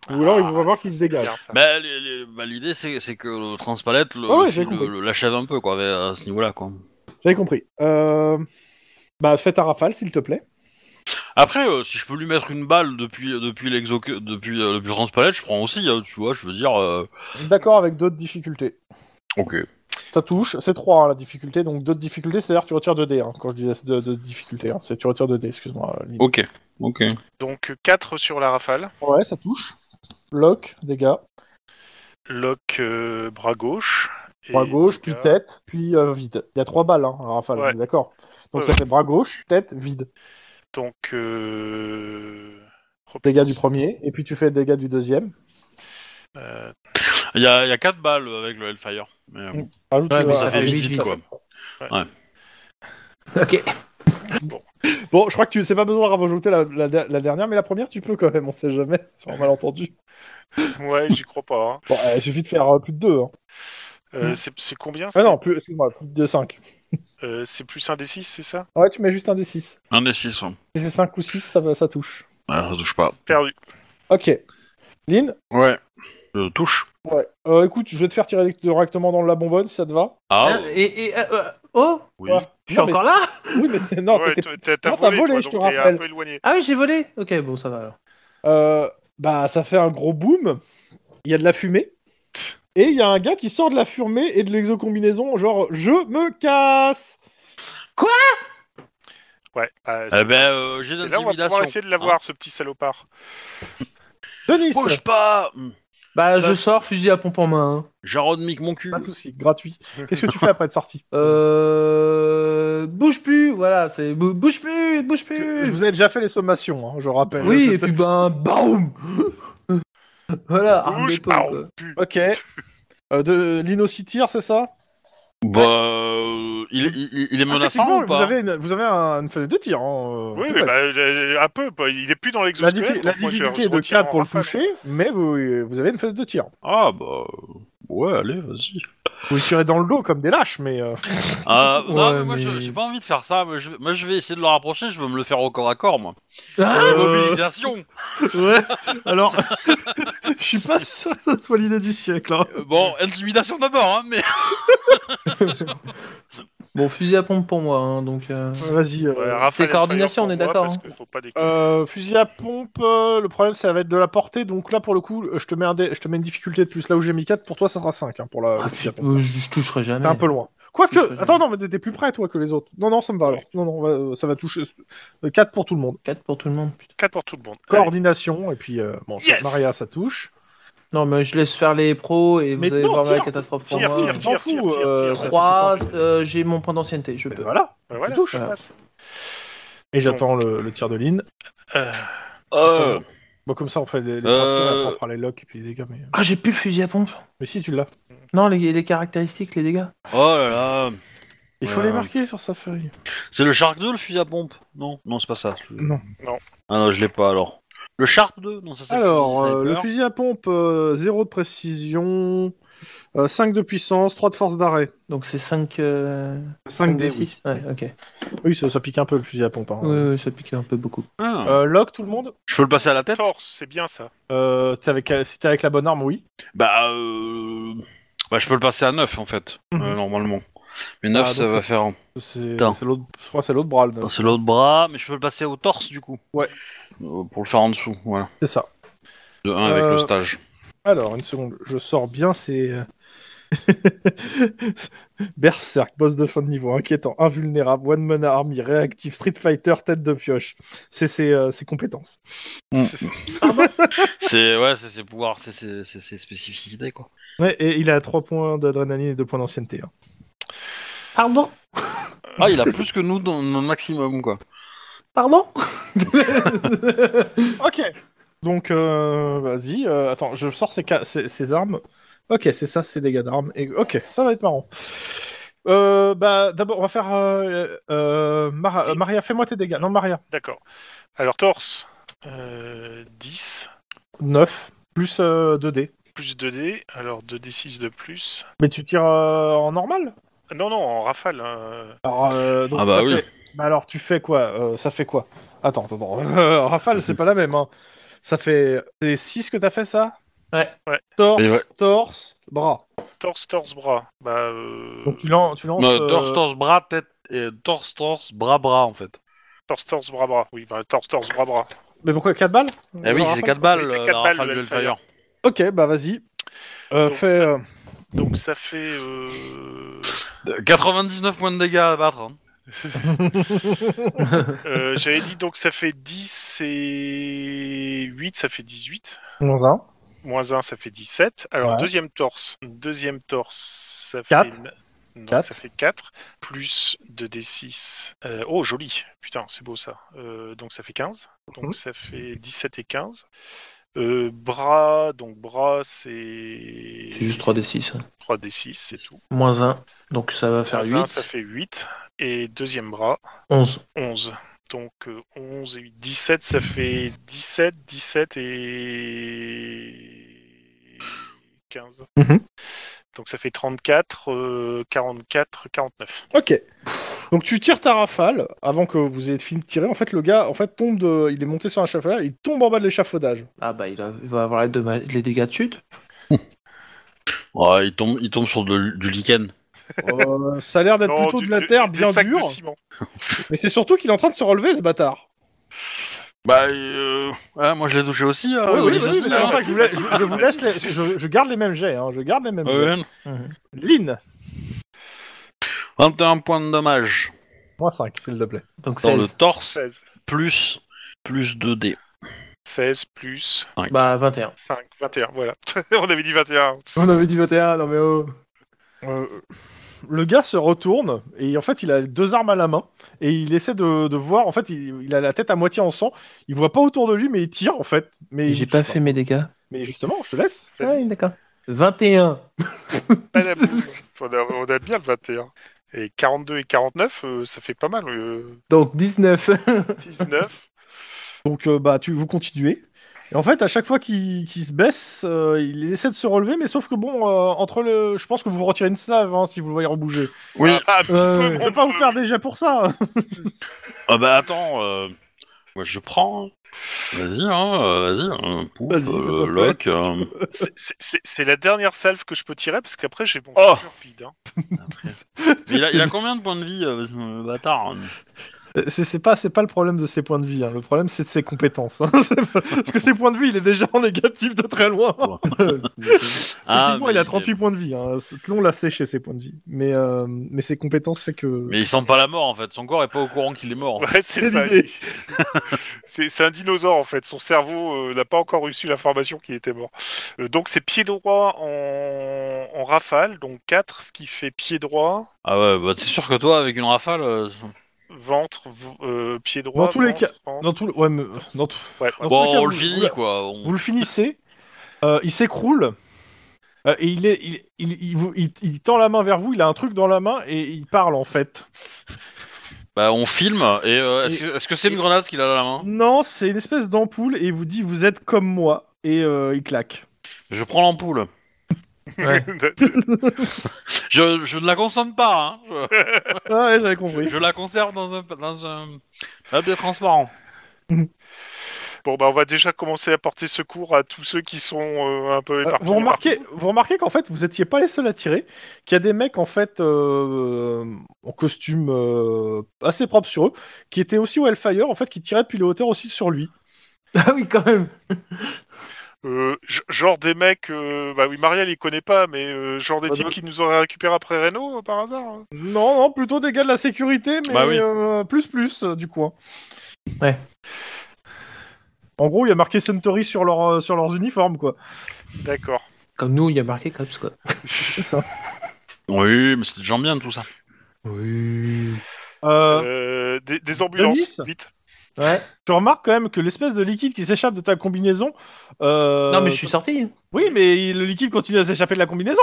S3: Ou alors il va
S4: Ah,
S3: voir
S4: ça,
S3: qu'il se
S4: c'est
S3: dégage.
S4: bien, ça.
S2: Bah, les- les- bah, l'idée, c'est, c'est que le transpalette le,
S3: Ah ouais,
S2: le-
S3: j'ai
S2: le-
S3: compris.
S2: le- l'achève un peu, quoi, avec- à ce niveau-là, quoi.
S3: J'avais compris. Euh... Bah, fais ta rafale, s'il te plaît.
S2: Après, euh, si je peux lui mettre une balle depuis, depuis l'exo, depuis, euh, depuis le transpalette, je prends aussi, hein, tu vois, je veux dire. euh,
S3: D'accord avec d'autres difficultés.
S2: Ok.
S3: Ça touche, c'est 3 la difficulté, donc d'autres difficultés, c'est-à-dire tu retires 2D, hein, quand je disais de, de difficulté, hein, c'est tu retires 2D, excuse-moi. euh, Lynn.
S2: Ok. Ok.
S4: Donc 4 sur la rafale.
S3: Ouais, ça touche. Lock, dégâts,
S4: Lock euh, bras gauche. et
S3: bras gauche, puis
S4: dégâts.
S3: tête, puis euh, vide. Il y a 3 balles, hein, Rafale,
S4: Ouais.
S3: on est d'accord Donc
S4: Ouais,
S3: ça
S4: ouais.
S3: fait bras gauche, tête, vide.
S4: Donc euh... oh,
S3: Dégâts
S4: putain,
S3: du premier, et puis tu fais dégâts du deuxième.
S4: euh,
S2: Il y a, il y a 4 balles avec le Hellfire. Mais, euh,
S3: Mm. Rajoute,
S1: Ouais, mais
S2: ça
S1: Ah,
S2: fait
S1: oui,
S2: vite,
S1: oui,
S2: vite,
S1: tout à
S2: quoi.
S1: Ok.
S3: Bon, je crois que tu c'est pas besoin de rajouter la, la- la dernière, mais la première tu peux quand même, on sait jamais, sur un malentendu.
S4: Ouais, j'y crois pas. hein.
S3: Bon, euh, il suffit de faire euh, plus de 2. Hein.
S4: Euh,
S3: Mm.
S4: c'est c'est combien
S3: Ah
S4: c'est-
S3: non, plus, excuse-moi, plus de 5.
S4: euh, C'est plus un des 6, c'est ça
S3: Ouais, tu mets juste un des 6.
S2: Un des 6, ouais.
S3: Si c'est 5 ou 6, ça, va- ça touche.
S2: Ah, ça touche pas.
S4: Perdu.
S3: Ok. Lynn
S2: Ouais. Je touche.
S3: Ouais. Euh, écoute, je vais te faire tirer directement dans la bonbonne si ça te va.
S2: Ah,
S1: Hein, et, et, euh, euh, oh
S2: oui.
S3: ouais.
S1: Je suis
S3: Non, mais-
S1: encore là
S3: Oui, mais c'est- non,
S4: Ouais,
S3: t'étais-
S4: t'as- t'as
S3: non, t'as
S4: volé,
S3: volé,
S4: toi,
S3: je
S4: donc
S3: te
S4: t'es un
S3: rappelle.
S4: peu éloigné.
S1: Ah oui, j'ai volé Ok, bon, ça va alors.
S3: Euh, bah, ça fait un gros boom. Il y a de la fumée. Et il y a un gars qui sort de la fumée et de l'exocombinaison, genre je me casse.
S4: Ouais, euh,
S2: Eh
S4: c'est-
S2: ben, euh, j'ai
S4: c'est là on va
S2: d'intimidation.
S4: pouvoir essayer de l'avoir, ce petit salopard.
S3: Denis,
S2: Bouge pas Mm.
S1: Bah, je
S2: Bah-
S1: sors, fusil à pompe en main. hein.
S2: Jarod mic mon cul.
S3: pas de souci, gratuit. Qu'est-ce que tu fais après être sorti
S1: Euh... Bouge plus Voilà, c'est... bou- Bouge plus Bouge
S3: Je
S1: plus
S3: vous ai déjà fait les sommations, hein, je rappelle.
S1: Oui,
S3: Je-
S1: et puis ben... BAOUM Voilà, arme
S4: Bouge,
S1: d'épaule,
S4: ah,
S1: quoi.
S4: pu-
S3: Ok. Euh, de Lino tire, c'est ça
S2: Bah, euh, il, il, il est
S3: Ah,
S2: menaçant
S3: techniquement,
S2: ou pas
S3: Vous avez une, vous avez un- une fenêtre de tir. hein, euh,
S4: Oui,
S3: en
S4: mais
S3: fait.
S4: bah, euh, un peu. bah, il est plus dans
S3: la,
S4: l'exosquelette.
S3: diffi- la
S4: donc moi, je-
S3: difficulté
S4: je
S3: est de
S4: retire
S3: 4 pour
S4: en
S3: le
S4: rafale.
S3: toucher, mais vous, vous avez une fenêtre de tir.
S2: Ah, bah. euh, Ouais, allez, vas-y.
S3: Vous tirez dans le dos comme des lâches, mais euh,
S2: Ah, non,
S1: Ouais,
S2: mais moi, je-
S1: mais-
S2: j'ai pas envie de faire ça. Moi je, moi, je vais essayer de le rapprocher. Je veux me le faire au corps à corps, moi.
S1: Ah
S3: Euh,
S2: Mobilisation
S3: ouais. Alors, je suis pas sûr que ça soit l'idée du siècle. hein.
S2: Euh, Bon, intimidation d'abord, hein, mais.
S1: Bon, fusil à pompe pour moi, hein, donc... euh,
S3: Vas-y. euh,
S4: Ouais, rafale
S1: C'est
S4: et
S1: coordination,
S4: fire
S1: on est
S4: pour moi,
S1: d'accord,
S4: parce
S1: hein.
S4: que faut pas déconner.
S3: euh, fusil à pompe. euh, le problème, ça va être de la portée. Donc là, pour le coup, euh, je te mets un dé- je te mets une difficulté de plus. Là où j'ai mis 4, pour toi, ça sera 5 pour la.
S1: ah,
S3: le fusil à pompe.
S1: euh, je, je toucherai jamais.
S3: T'es un peu loin.
S1: Je sais
S3: Quoique,
S1: pas,
S3: attends, non, mais t'es plus près toi que les autres. Non, non, ça me va. Alors. Non, non, euh, ça va toucher 4 pour tout le monde.
S1: 4 pour tout le monde,
S3: Euh,
S1: putain.
S4: 4 pour tout le monde. Allez.
S3: Coordination et puis euh, bon,
S4: Yes
S3: Maria, ça touche.
S1: Non, mais je laisse faire les pros et vous
S3: Mais
S1: allez
S3: non,
S1: voir la
S3: tire,
S1: catastrophe pour
S4: tire,
S1: moi.
S4: tire,
S3: Je m'en fous,
S4: tire, tire,
S3: euh,
S4: tire,
S3: ça, c'est
S1: 3,
S3: tout le temps.
S1: euh, j'ai mon point d'ancienneté, je
S3: Et
S1: peux.
S3: Voilà.
S4: Bah, voilà,
S3: touche.
S4: ça passe.
S3: Et j'attends le, le tir de ligne. Oh.
S2: Euh,
S3: Bon, comme ça, on fait les, les
S2: Euh.
S3: on fera les locks et puis les dégâts. Mais,
S1: Ah, j'ai plus le fusil à pompe
S3: mais si, tu l'as.
S1: Non, les, les caractéristiques, les dégâts.
S2: Oh là là.
S3: Il faut
S2: Ouais.
S3: les marquer sur sa feuille.
S2: C'est le Shark 2 le fusil à pompe Non, non, c'est pas ça.
S3: Non.
S4: Non.
S2: Ah non, je l'ai pas alors. Le Sharp 2 Non, ça c'est
S3: Alors,
S2: fusil
S3: euh, le
S2: sniper.
S3: fusil à pompe, 0 de précision, 5 de puissance, 3 de force d'arrêt.
S1: Donc c'est 5 euh...
S3: 5 d oui.
S1: 6 Ouais, ok.
S3: Oui, ça, ça pique un peu le fusil à pompe. hein.
S1: Oui, oui, ça pique un peu beaucoup.
S2: Ah.
S3: Euh, lock tout le monde
S2: Je peux le passer à la tête
S4: Force, c'est bien ça.
S3: euh, t'es avec, Si t'es avec la bonne arme, oui.
S2: Bah, euh... bah, je peux le passer à 9 en fait, euh,
S3: Mhm.
S2: normalement. Mais 9
S3: Ah,
S2: ça
S3: donc
S2: va
S3: c'est-
S2: faire. un-
S3: C'est
S2: Attends.
S3: c'est l'autre je crois que c'est l'autre bras. le-
S2: Passer l'autre bras, mais je peux le passer au torse du coup.
S3: Ouais.
S2: Euh, pour le faire en dessous, voilà.
S3: C'est ça.
S2: De 1 avec
S3: Euh,
S2: le stage.
S3: Alors, une seconde, je sors bien ces... euh, Berserk, boss de fin de niveau, inquiétant, invulnérable, one man army, réactif, Street Fighter, tête de pioche. C'est ses, euh, ses compétences.
S1: Mm.
S2: c'est ouais, c'est ses pouvoirs, c'est ses, c'est ses spécificités quoi.
S3: Ouais, et il a 3 points d'adrénaline et 2 points d'ancienneté. hein.
S1: Pardon
S2: Ah, il a plus que nous dans dans le maximum quoi.
S1: Pardon
S3: Ok. Donc, euh, vas-y. euh, attends, je sors ces, ca- ces- ces armes. Ok, c'est ça, ces dégâts d'armes. Et ok, ça va être marrant. Euh, bah, d'abord, on va faire. euh, euh, Mara- euh, Maria, fais-moi tes dégâts. Non, Maria.
S4: D'accord. Alors, torse, euh, 10,
S3: 9 plus euh, 2D.
S4: plus 2D, alors 2D6 de plus.
S3: Mais tu tires euh, en normal
S4: Ah, Non, non, en rafale. hein.
S3: alors, euh, donc,
S2: Ah bah
S3: ça
S2: oui.
S3: fait- Bah alors, tu fais quoi Euh, Ça fait quoi Attends, attends, attends. Euh, Rafale, c'est pas la même. Hein. Ça fait. C'est 6 que t'as fait ça
S1: Ouais.
S4: Ouais.
S3: Torse,
S2: Et ouais.
S3: torse, bras.
S4: Torse, torse, bras. Bah, euh,
S3: Donc, tu, lan- tu lances.
S2: Euh, torse,
S3: euh,
S2: torse, bras, tête, et torse, torse, bras, bras en fait.
S4: torse, torse, bras, bras. Oui, bah, torse, torse, bras, bras.
S3: Mais pourquoi 4 balles
S2: Eh oui, c'est 4 balles,
S4: c'est
S2: euh,
S4: quatre
S2: la
S4: balles,
S2: rafale
S4: le
S2: du
S4: Hellfire.
S2: Hellfire.
S3: Ok, bah vas-y. Euh,
S4: Donc
S3: fais.
S4: ça-
S3: euh,
S4: Donc, ça fait. euh,
S2: De- 99 points de dégâts à battre. hein.
S4: euh, J'avais dit, donc, ça fait 10 et 8, ça fait 18.
S3: Dans un.
S4: Moins 1, ça fait 17. Alors,
S3: Ouais.
S4: deuxième torse. Deuxième torse, ça
S3: Quatre.
S4: fait. ne- Non,
S3: Quatre.
S4: ça fait 4. Plus 2d6. Euh, oh, joli. Putain, c'est beau ça. Euh, donc, ça fait 15. Donc,
S3: Mhm.
S4: ça fait 17 et 15. Euh, bras, donc bras, c'est.
S1: C'est juste 3d6.
S4: 3d6, c'est tout.
S1: hein. Moins 1. Donc ça va faire
S4: Moins un,
S1: 8.
S4: ça fait 8. Et deuxième bras,
S1: 11.
S4: 11. Donc, euh, 11 et 8. 17, ça fait 17, 17 et. 15.
S3: Mhm.
S4: Donc ça fait 34, euh, 44, 49.
S3: Ok. Donc tu tires ta rafale avant que vous ayez fini de tirer. En fait, le gars, en fait, tombe de. Il est monté sur un échafaudage. Il tombe en bas de l'échafaudage.
S1: Ah bah il, a- il va avoir les, domma- les dégâts de chute.
S2: Ouais, il tombe, il tombe sur de- du lichen.
S3: Euh, ça a l'air d'être
S4: Non,
S3: plutôt
S4: du-
S3: de la
S4: du-
S3: terre
S4: des
S3: bien
S4: sacs de
S3: dure.
S4: ciment.
S3: Mais c'est surtout qu'il est en train de se relever, ce bâtard.
S2: Bah, euh, ouais, moi je l'ai touché aussi.
S3: Ah
S2: hein, au lycée,
S3: mais c'est
S2: hein.
S3: pour ça que je vous laisse. Je, je vous laisse les- je, je garde les mêmes jets. hein, Je garde les mêmes.
S2: Ouais,
S3: jets.
S2: ouais.
S4: Mhm.
S3: Lynn,
S2: 21 points de dommage
S3: moins 5, s'il te plaît.
S1: Donc
S2: dans le
S1: 16.
S2: torse,
S4: 16.
S2: plus, plus 2 d
S4: 16 plus
S1: Bah 21.
S4: 5, 21, voilà. On avait dit 21.
S1: On avait dit 21, non mais oh.
S3: Euh, le gars se retourne et en fait il a deux armes à la main et il essaie de, de voir. En fait, il, il a la tête à moitié en sang. Il voit pas autour de lui, mais il tire en fait. Mais il
S1: J'ai
S3: touche
S1: pas fait mes dégâts.
S3: Mais justement, je te laisse.
S4: Vas-y.
S1: Ouais, Ah d'accord. 21.
S4: Madame, on, a, on a bien le 21. Et 42 et 49, euh, ça fait pas mal. euh,
S1: Donc 19.
S4: 19.
S3: Donc euh, bah tu vous continuez. Et en fait, à chaque fois qu'il qu'il se baisse, euh, il essaie de se relever, mais sauf que bon, euh, entre le, je pense que vous retirez une slave hein, si vous le voyez rebouger.
S2: Oui,
S4: Ah,
S2: ah,
S4: ah, un petit
S1: Euh,
S4: peu.
S3: Je vais pas vous faire déjà pour ça.
S2: bah attends, euh, moi je prends. hein. Vas-y, hein, euh, vas-y, hein, pouf,
S3: Vas-y,
S2: euh,
S3: fais-toi
S2: lock.
S3: plaisir.
S2: euh,
S4: C'est- c'est- C'est c'est la dernière salve que je peux tirer parce qu'après j'ai mon
S2: Oh.
S4: futur vide. hein.
S2: Mais il, a, il a combien de points de vie, euh, ce bâtard hein
S3: Euh, C'est c'est pas, c'est pas le problème de ses points de vie. hein. Le problème, c'est de ses compétences. hein. C'est pas- Parce que ses points de vie, il est déjà en négatif de très loin. Effectivement,
S2: Ah, mais
S3: il a 38 points de vie. Hein. Tlon l'a séché ses points de vie. Mais, euh, mais ses compétences fait que.
S2: Mais il sent pas la mort en fait, son corps est pas au courant qu'il est
S3: Oh,
S2: mort.
S4: Ouais, c'est
S3: C'est
S4: ça.
S3: l'idée.
S4: C'est c'est un dinosaure en fait. Son cerveau euh, n'a pas encore reçu l'information qu'il était mort. Euh, donc c'est pied droit en... en rafale, donc 4, ce qui fait pied droit,
S2: Ah ouais, bah c'est sûr que toi, avec une rafale. euh,
S4: ventre, v- euh, pied droit.
S3: Dans tous les
S4: ventre,
S3: cas-
S4: ventre.
S3: Dans tout le... ouais, mais- dans tout-
S4: Ouais,
S3: dans tous les
S2: Bon,
S3: cas,
S2: on
S3: vous-
S2: le finit
S3: vous-
S2: quoi. on-
S3: Vous le finissez. Euh, il s'écroule. Euh, et il, est, il, il- il vous- il- il tend la main vers vous, il a un truc dans la main et il parle en fait.
S2: Bah, on filme, et euh, est-ce
S3: Et-
S2: que- est-ce que c'est une grenade qu'il a dans la main
S3: Non, c'est une espèce d'ampoule et il vous dit vous êtes comme moi et euh, il claque.
S2: Je prends l'ampoule.
S1: Ouais.
S2: Je, je ne la consomme pas, hein.
S3: Ah ouais, j'avais
S2: Je,
S3: compris.
S2: je la conserve dans un, dans un papier transparent.
S4: Bon, bah, on va déjà commencer à porter secours à tous ceux qui sont euh, un peu
S3: Euh,
S4: éparpillés.
S3: vous remarquez, vous remarquez qu'en fait, vous étiez pas les seuls à tirer, qu'il y a des mecs en fait euh, en costume euh, assez propre sur eux, qui étaient aussi au Hellfire en fait, qui tiraient depuis les hauteurs aussi sur lui.
S1: Ah oui, quand même.
S4: Euh, g- genre des mecs, euh, bah oui, Marielle il connaît pas, mais euh, genre des
S3: Bah,
S4: types
S3: non.
S4: qui nous auraient récupéré après Renault euh, par hasard. hein.
S3: Non, non, plutôt des gars de la sécurité, mais
S2: Bah oui.
S3: euh, plus plus euh, du coin.
S1: Ouais.
S3: En gros, il y a marqué Suntory sur, leur, euh, sur leurs uniformes, quoi.
S4: D'accord.
S1: Comme nous, il y a marqué Cops, quoi.
S2: Oui, mais c'est des gens bien tout ça.
S1: Oui.
S3: Euh,
S4: Euh, des, des ambulances,
S3: Denis
S4: vite.
S1: Ouais.
S3: Tu remarques quand même que l'espèce de liquide qui s'échappe de ta combinaison. euh,
S1: Non, mais je suis sorti.
S3: Oui, mais il- le liquide continue à s'échapper de la combinaison.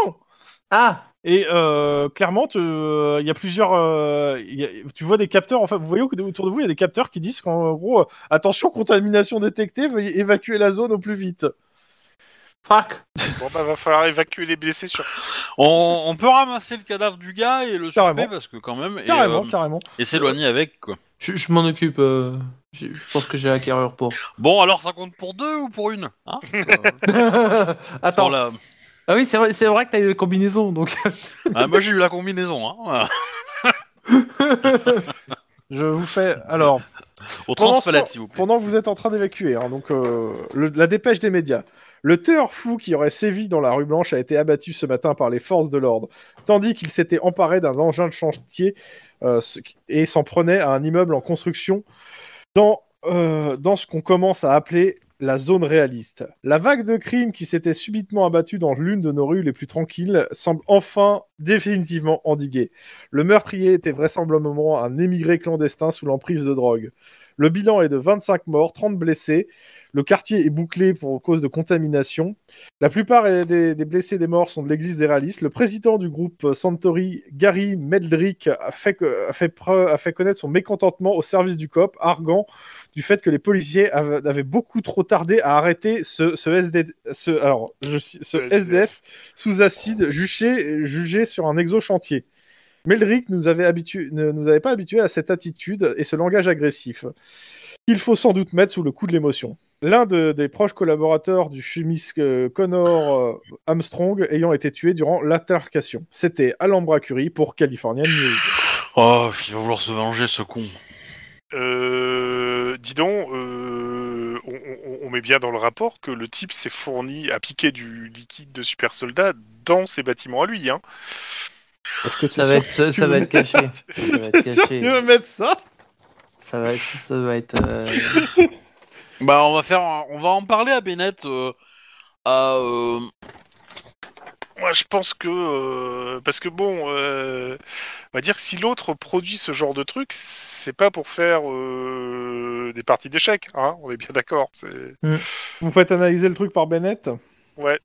S1: Ah
S3: Et euh, clairement, tu- euh, il y a plusieurs. euh, il y a- tu vois des capteurs. Enfin, vous voyez au- autour de vous, il y a des capteurs qui disent qu'en gros, euh, attention, contamination détectée, veuillez évacuer la zone au plus vite.
S1: Fuck
S4: Bon, bah, va falloir évacuer les blessés sur.
S2: On, on peut ramasser le cadavre du gars et le
S3: Carrément.
S2: suspect parce que quand même et,
S3: Carrément,
S2: euh,
S3: carrément.
S2: et s'éloigner avec quoi.
S1: Je, je m'en occupe. euh, Je je pense que j'ai la carrure pour.
S2: Bon alors ça compte pour deux ou pour une hein
S1: Attends.
S2: Pour la-
S1: Ah oui, c'est vrai, c'est vrai que t'as eu la combinaison, donc.
S2: Ah, moi j'ai eu la combinaison hein.
S3: Je vous fais. Alors.
S2: Au
S3: Pendant
S2: transpalette
S3: ce
S2: s'il vous plaît.
S3: pendant que vous êtes en train d'évacuer, hein, donc euh, le- la dépêche des médias. Le tueur fou qui aurait sévi dans la rue Blanche a été abattu ce matin par les forces de l'ordre, tandis qu'il s'était emparé d'un engin de chantier euh, ce- et s'en prenait à un immeuble en construction dans, euh, dans ce qu'on commence à appeler la zone réaliste. La vague de crimes qui s'était subitement abattue dans l'une de nos rues les plus tranquilles semble enfin définitivement endiguée. Le meurtrier était vraisemblablement un émigré clandestin sous l'emprise de drogue. Le bilan est de 25 morts, 30 blessés. Le quartier est bouclé pour cause de contamination. La plupart des, des blessés des morts sont de l'église des réalistes. Le président du groupe euh, Santori, Gary Meldrick, a fait, que- a fait preu- a fait connaître son mécontentement au service du COP, argant du fait que les policiers avaient, avaient beaucoup trop tardé à arrêter ce, ce SDF, ce, alors, je ci- ce
S4: Le SDF.
S3: SDF sous acide jugé, jugé sur un exo-chantier. Meldrick nous avait habitu- ne nous avait pas habitués à cette attitude et ce langage agressif qu'il faut sans doute mettre sous le coup de l'émotion. L'un de- des proches collaborateurs du chimiste euh, Connor euh, Armstrong ayant été tué durant l'altercation. C'était Alhambra Curie pour Californian News.
S2: Oh il va vouloir se venger ce con.
S4: Euh, dis donc, euh, on, on- on met bien dans le rapport que le type s'est fourni à piquer du liquide de super soldat dans ses bâtiments à lui. Hein.
S3: Est-ce que c'est
S1: Ça va, être, ça, ça va être caché. Ça va être
S3: Tu veux
S1: caché.
S3: mettre ça
S1: Ça va, ça va être. euh,
S2: Bah on va faire un- on va en parler à Bennett euh, à euh,
S4: Moi, je pense que euh, parce que bon, euh, on va dire que si l'autre produit ce genre de truc, c'est pas pour faire euh, des parties d'échecs. Hein, on est bien d'accord. c'est-
S3: Vous faites analyser le truc par Bennett
S1: Ouais.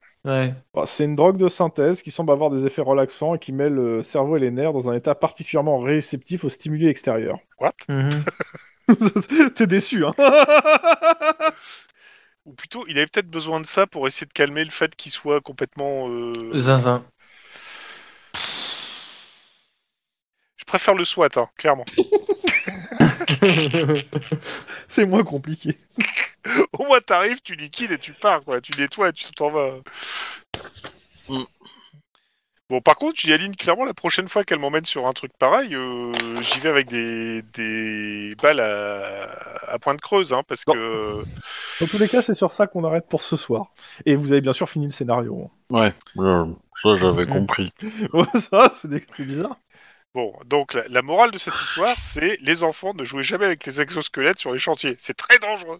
S3: Bon, C'est une drogue de synthèse qui semble avoir des effets relaxants et qui met le cerveau et les nerfs dans un état particulièrement réceptif aux stimuli extérieurs.
S4: What
S1: Mhm.
S3: T'es déçu, hein
S4: Ou plutôt, il avait peut-être besoin de ça pour essayer de calmer le fait qu'il soit complètement. euh,
S1: Zinzin.
S4: Je préfère le SWAT, hein, clairement.
S3: C'est moins compliqué.
S4: Au moins, t'arrives, tu liquides et tu pars, quoi. Tu nettoies et tu t'en vas.
S2: Mm.
S4: Bon, par contre, Yaline, clairement, la prochaine fois qu'elle m'emmène sur un truc pareil, euh, j'y vais avec des, des balles à, à pointe creuse, hein, parce
S3: Non.
S4: que.
S3: Dans tous les cas, c'est sur ça qu'on arrête pour ce soir. Et vous avez bien sûr fini le scénario. hein.
S2: Ouais. euh, Ça j'avais
S1: Mm.
S2: compris.
S3: Ouais, ça, c'est des- c'est bizarre.
S4: Bon, donc la, la morale de cette histoire, c'est les enfants ne jouez jamais avec les exosquelettes sur les chantiers. C'est très dangereux.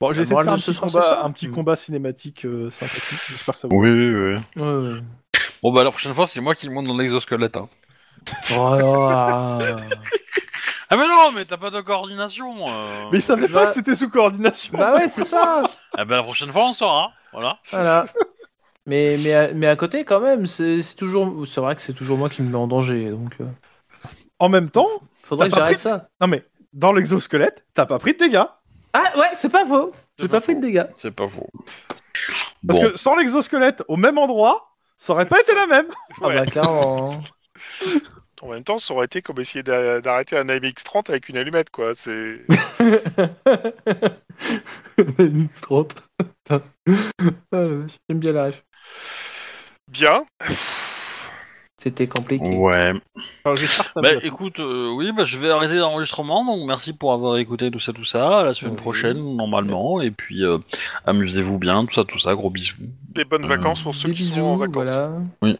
S3: Bon,
S1: La
S3: j'essaie de
S1: morale
S3: faire un
S1: de ce
S3: petit,
S1: soir,
S3: combat,
S1: c'est ça
S3: un petit
S1: Mm.
S3: combat cinématique euh, sympathique. J'espère que ça vous.
S2: Oui oui oui.
S1: Ouais, ouais.
S2: Bon bah la prochaine fois c'est moi qui monte dans l'exosquelette hein.
S1: Oh là là.
S2: Ah mais non mais t'as pas de coordination. euh. Eh
S3: Mais il savait
S1: Bah-
S3: pas que c'était sous coordination.
S2: ben,
S1: Bah ouais, c'est ça.
S2: Ah bah la prochaine fois on saura. hein, Voilà.
S1: Voilà. Mais, mais, à, mais à côté, quand même, c'est c'est toujours. C'est vrai que c'est toujours moi qui me mets en danger, donc. euh,
S3: En même temps,
S1: faudrait
S3: T'as
S1: que
S3: pas
S1: j'arrête
S3: pris-
S1: ça.
S3: non mais, dans l'exosquelette, t'as pas pris de dégâts.
S1: Ah ouais, c'est pas faux.
S2: C'est
S1: J'ai pas
S2: pas
S1: pris de dégâts.
S2: C'est pas faux.
S3: Parce
S2: bon,
S3: que sans l'exosquelette, au même endroit, ça aurait pas été la même.
S1: Ah
S4: Ouais.
S1: bah clairement.
S4: En même temps, ça aurait été comme essayer d'a- d'arrêter un AMX-30 avec une allumette, quoi. C'est...
S1: MX30. Putain. Ah, la vache, J'aime bien la ref.
S4: Bien.
S1: C'était compliqué.
S2: ouais.
S3: Enfin, j'espère que ça
S2: Bah
S3: me-
S2: écoute, euh, oui, bah, je vais arrêter l'enregistrement, donc merci pour avoir écouté tout ça, tout ça. À la semaine
S1: Oui.
S2: prochaine, normalement, et puis euh, amusez-vous bien, tout ça, tout ça, gros bisous.
S4: Des bonnes
S2: Euh,
S4: vacances pour ceux
S1: Des
S4: qui
S1: bisous,
S4: sont en vacances.
S1: voilà.
S2: Oui.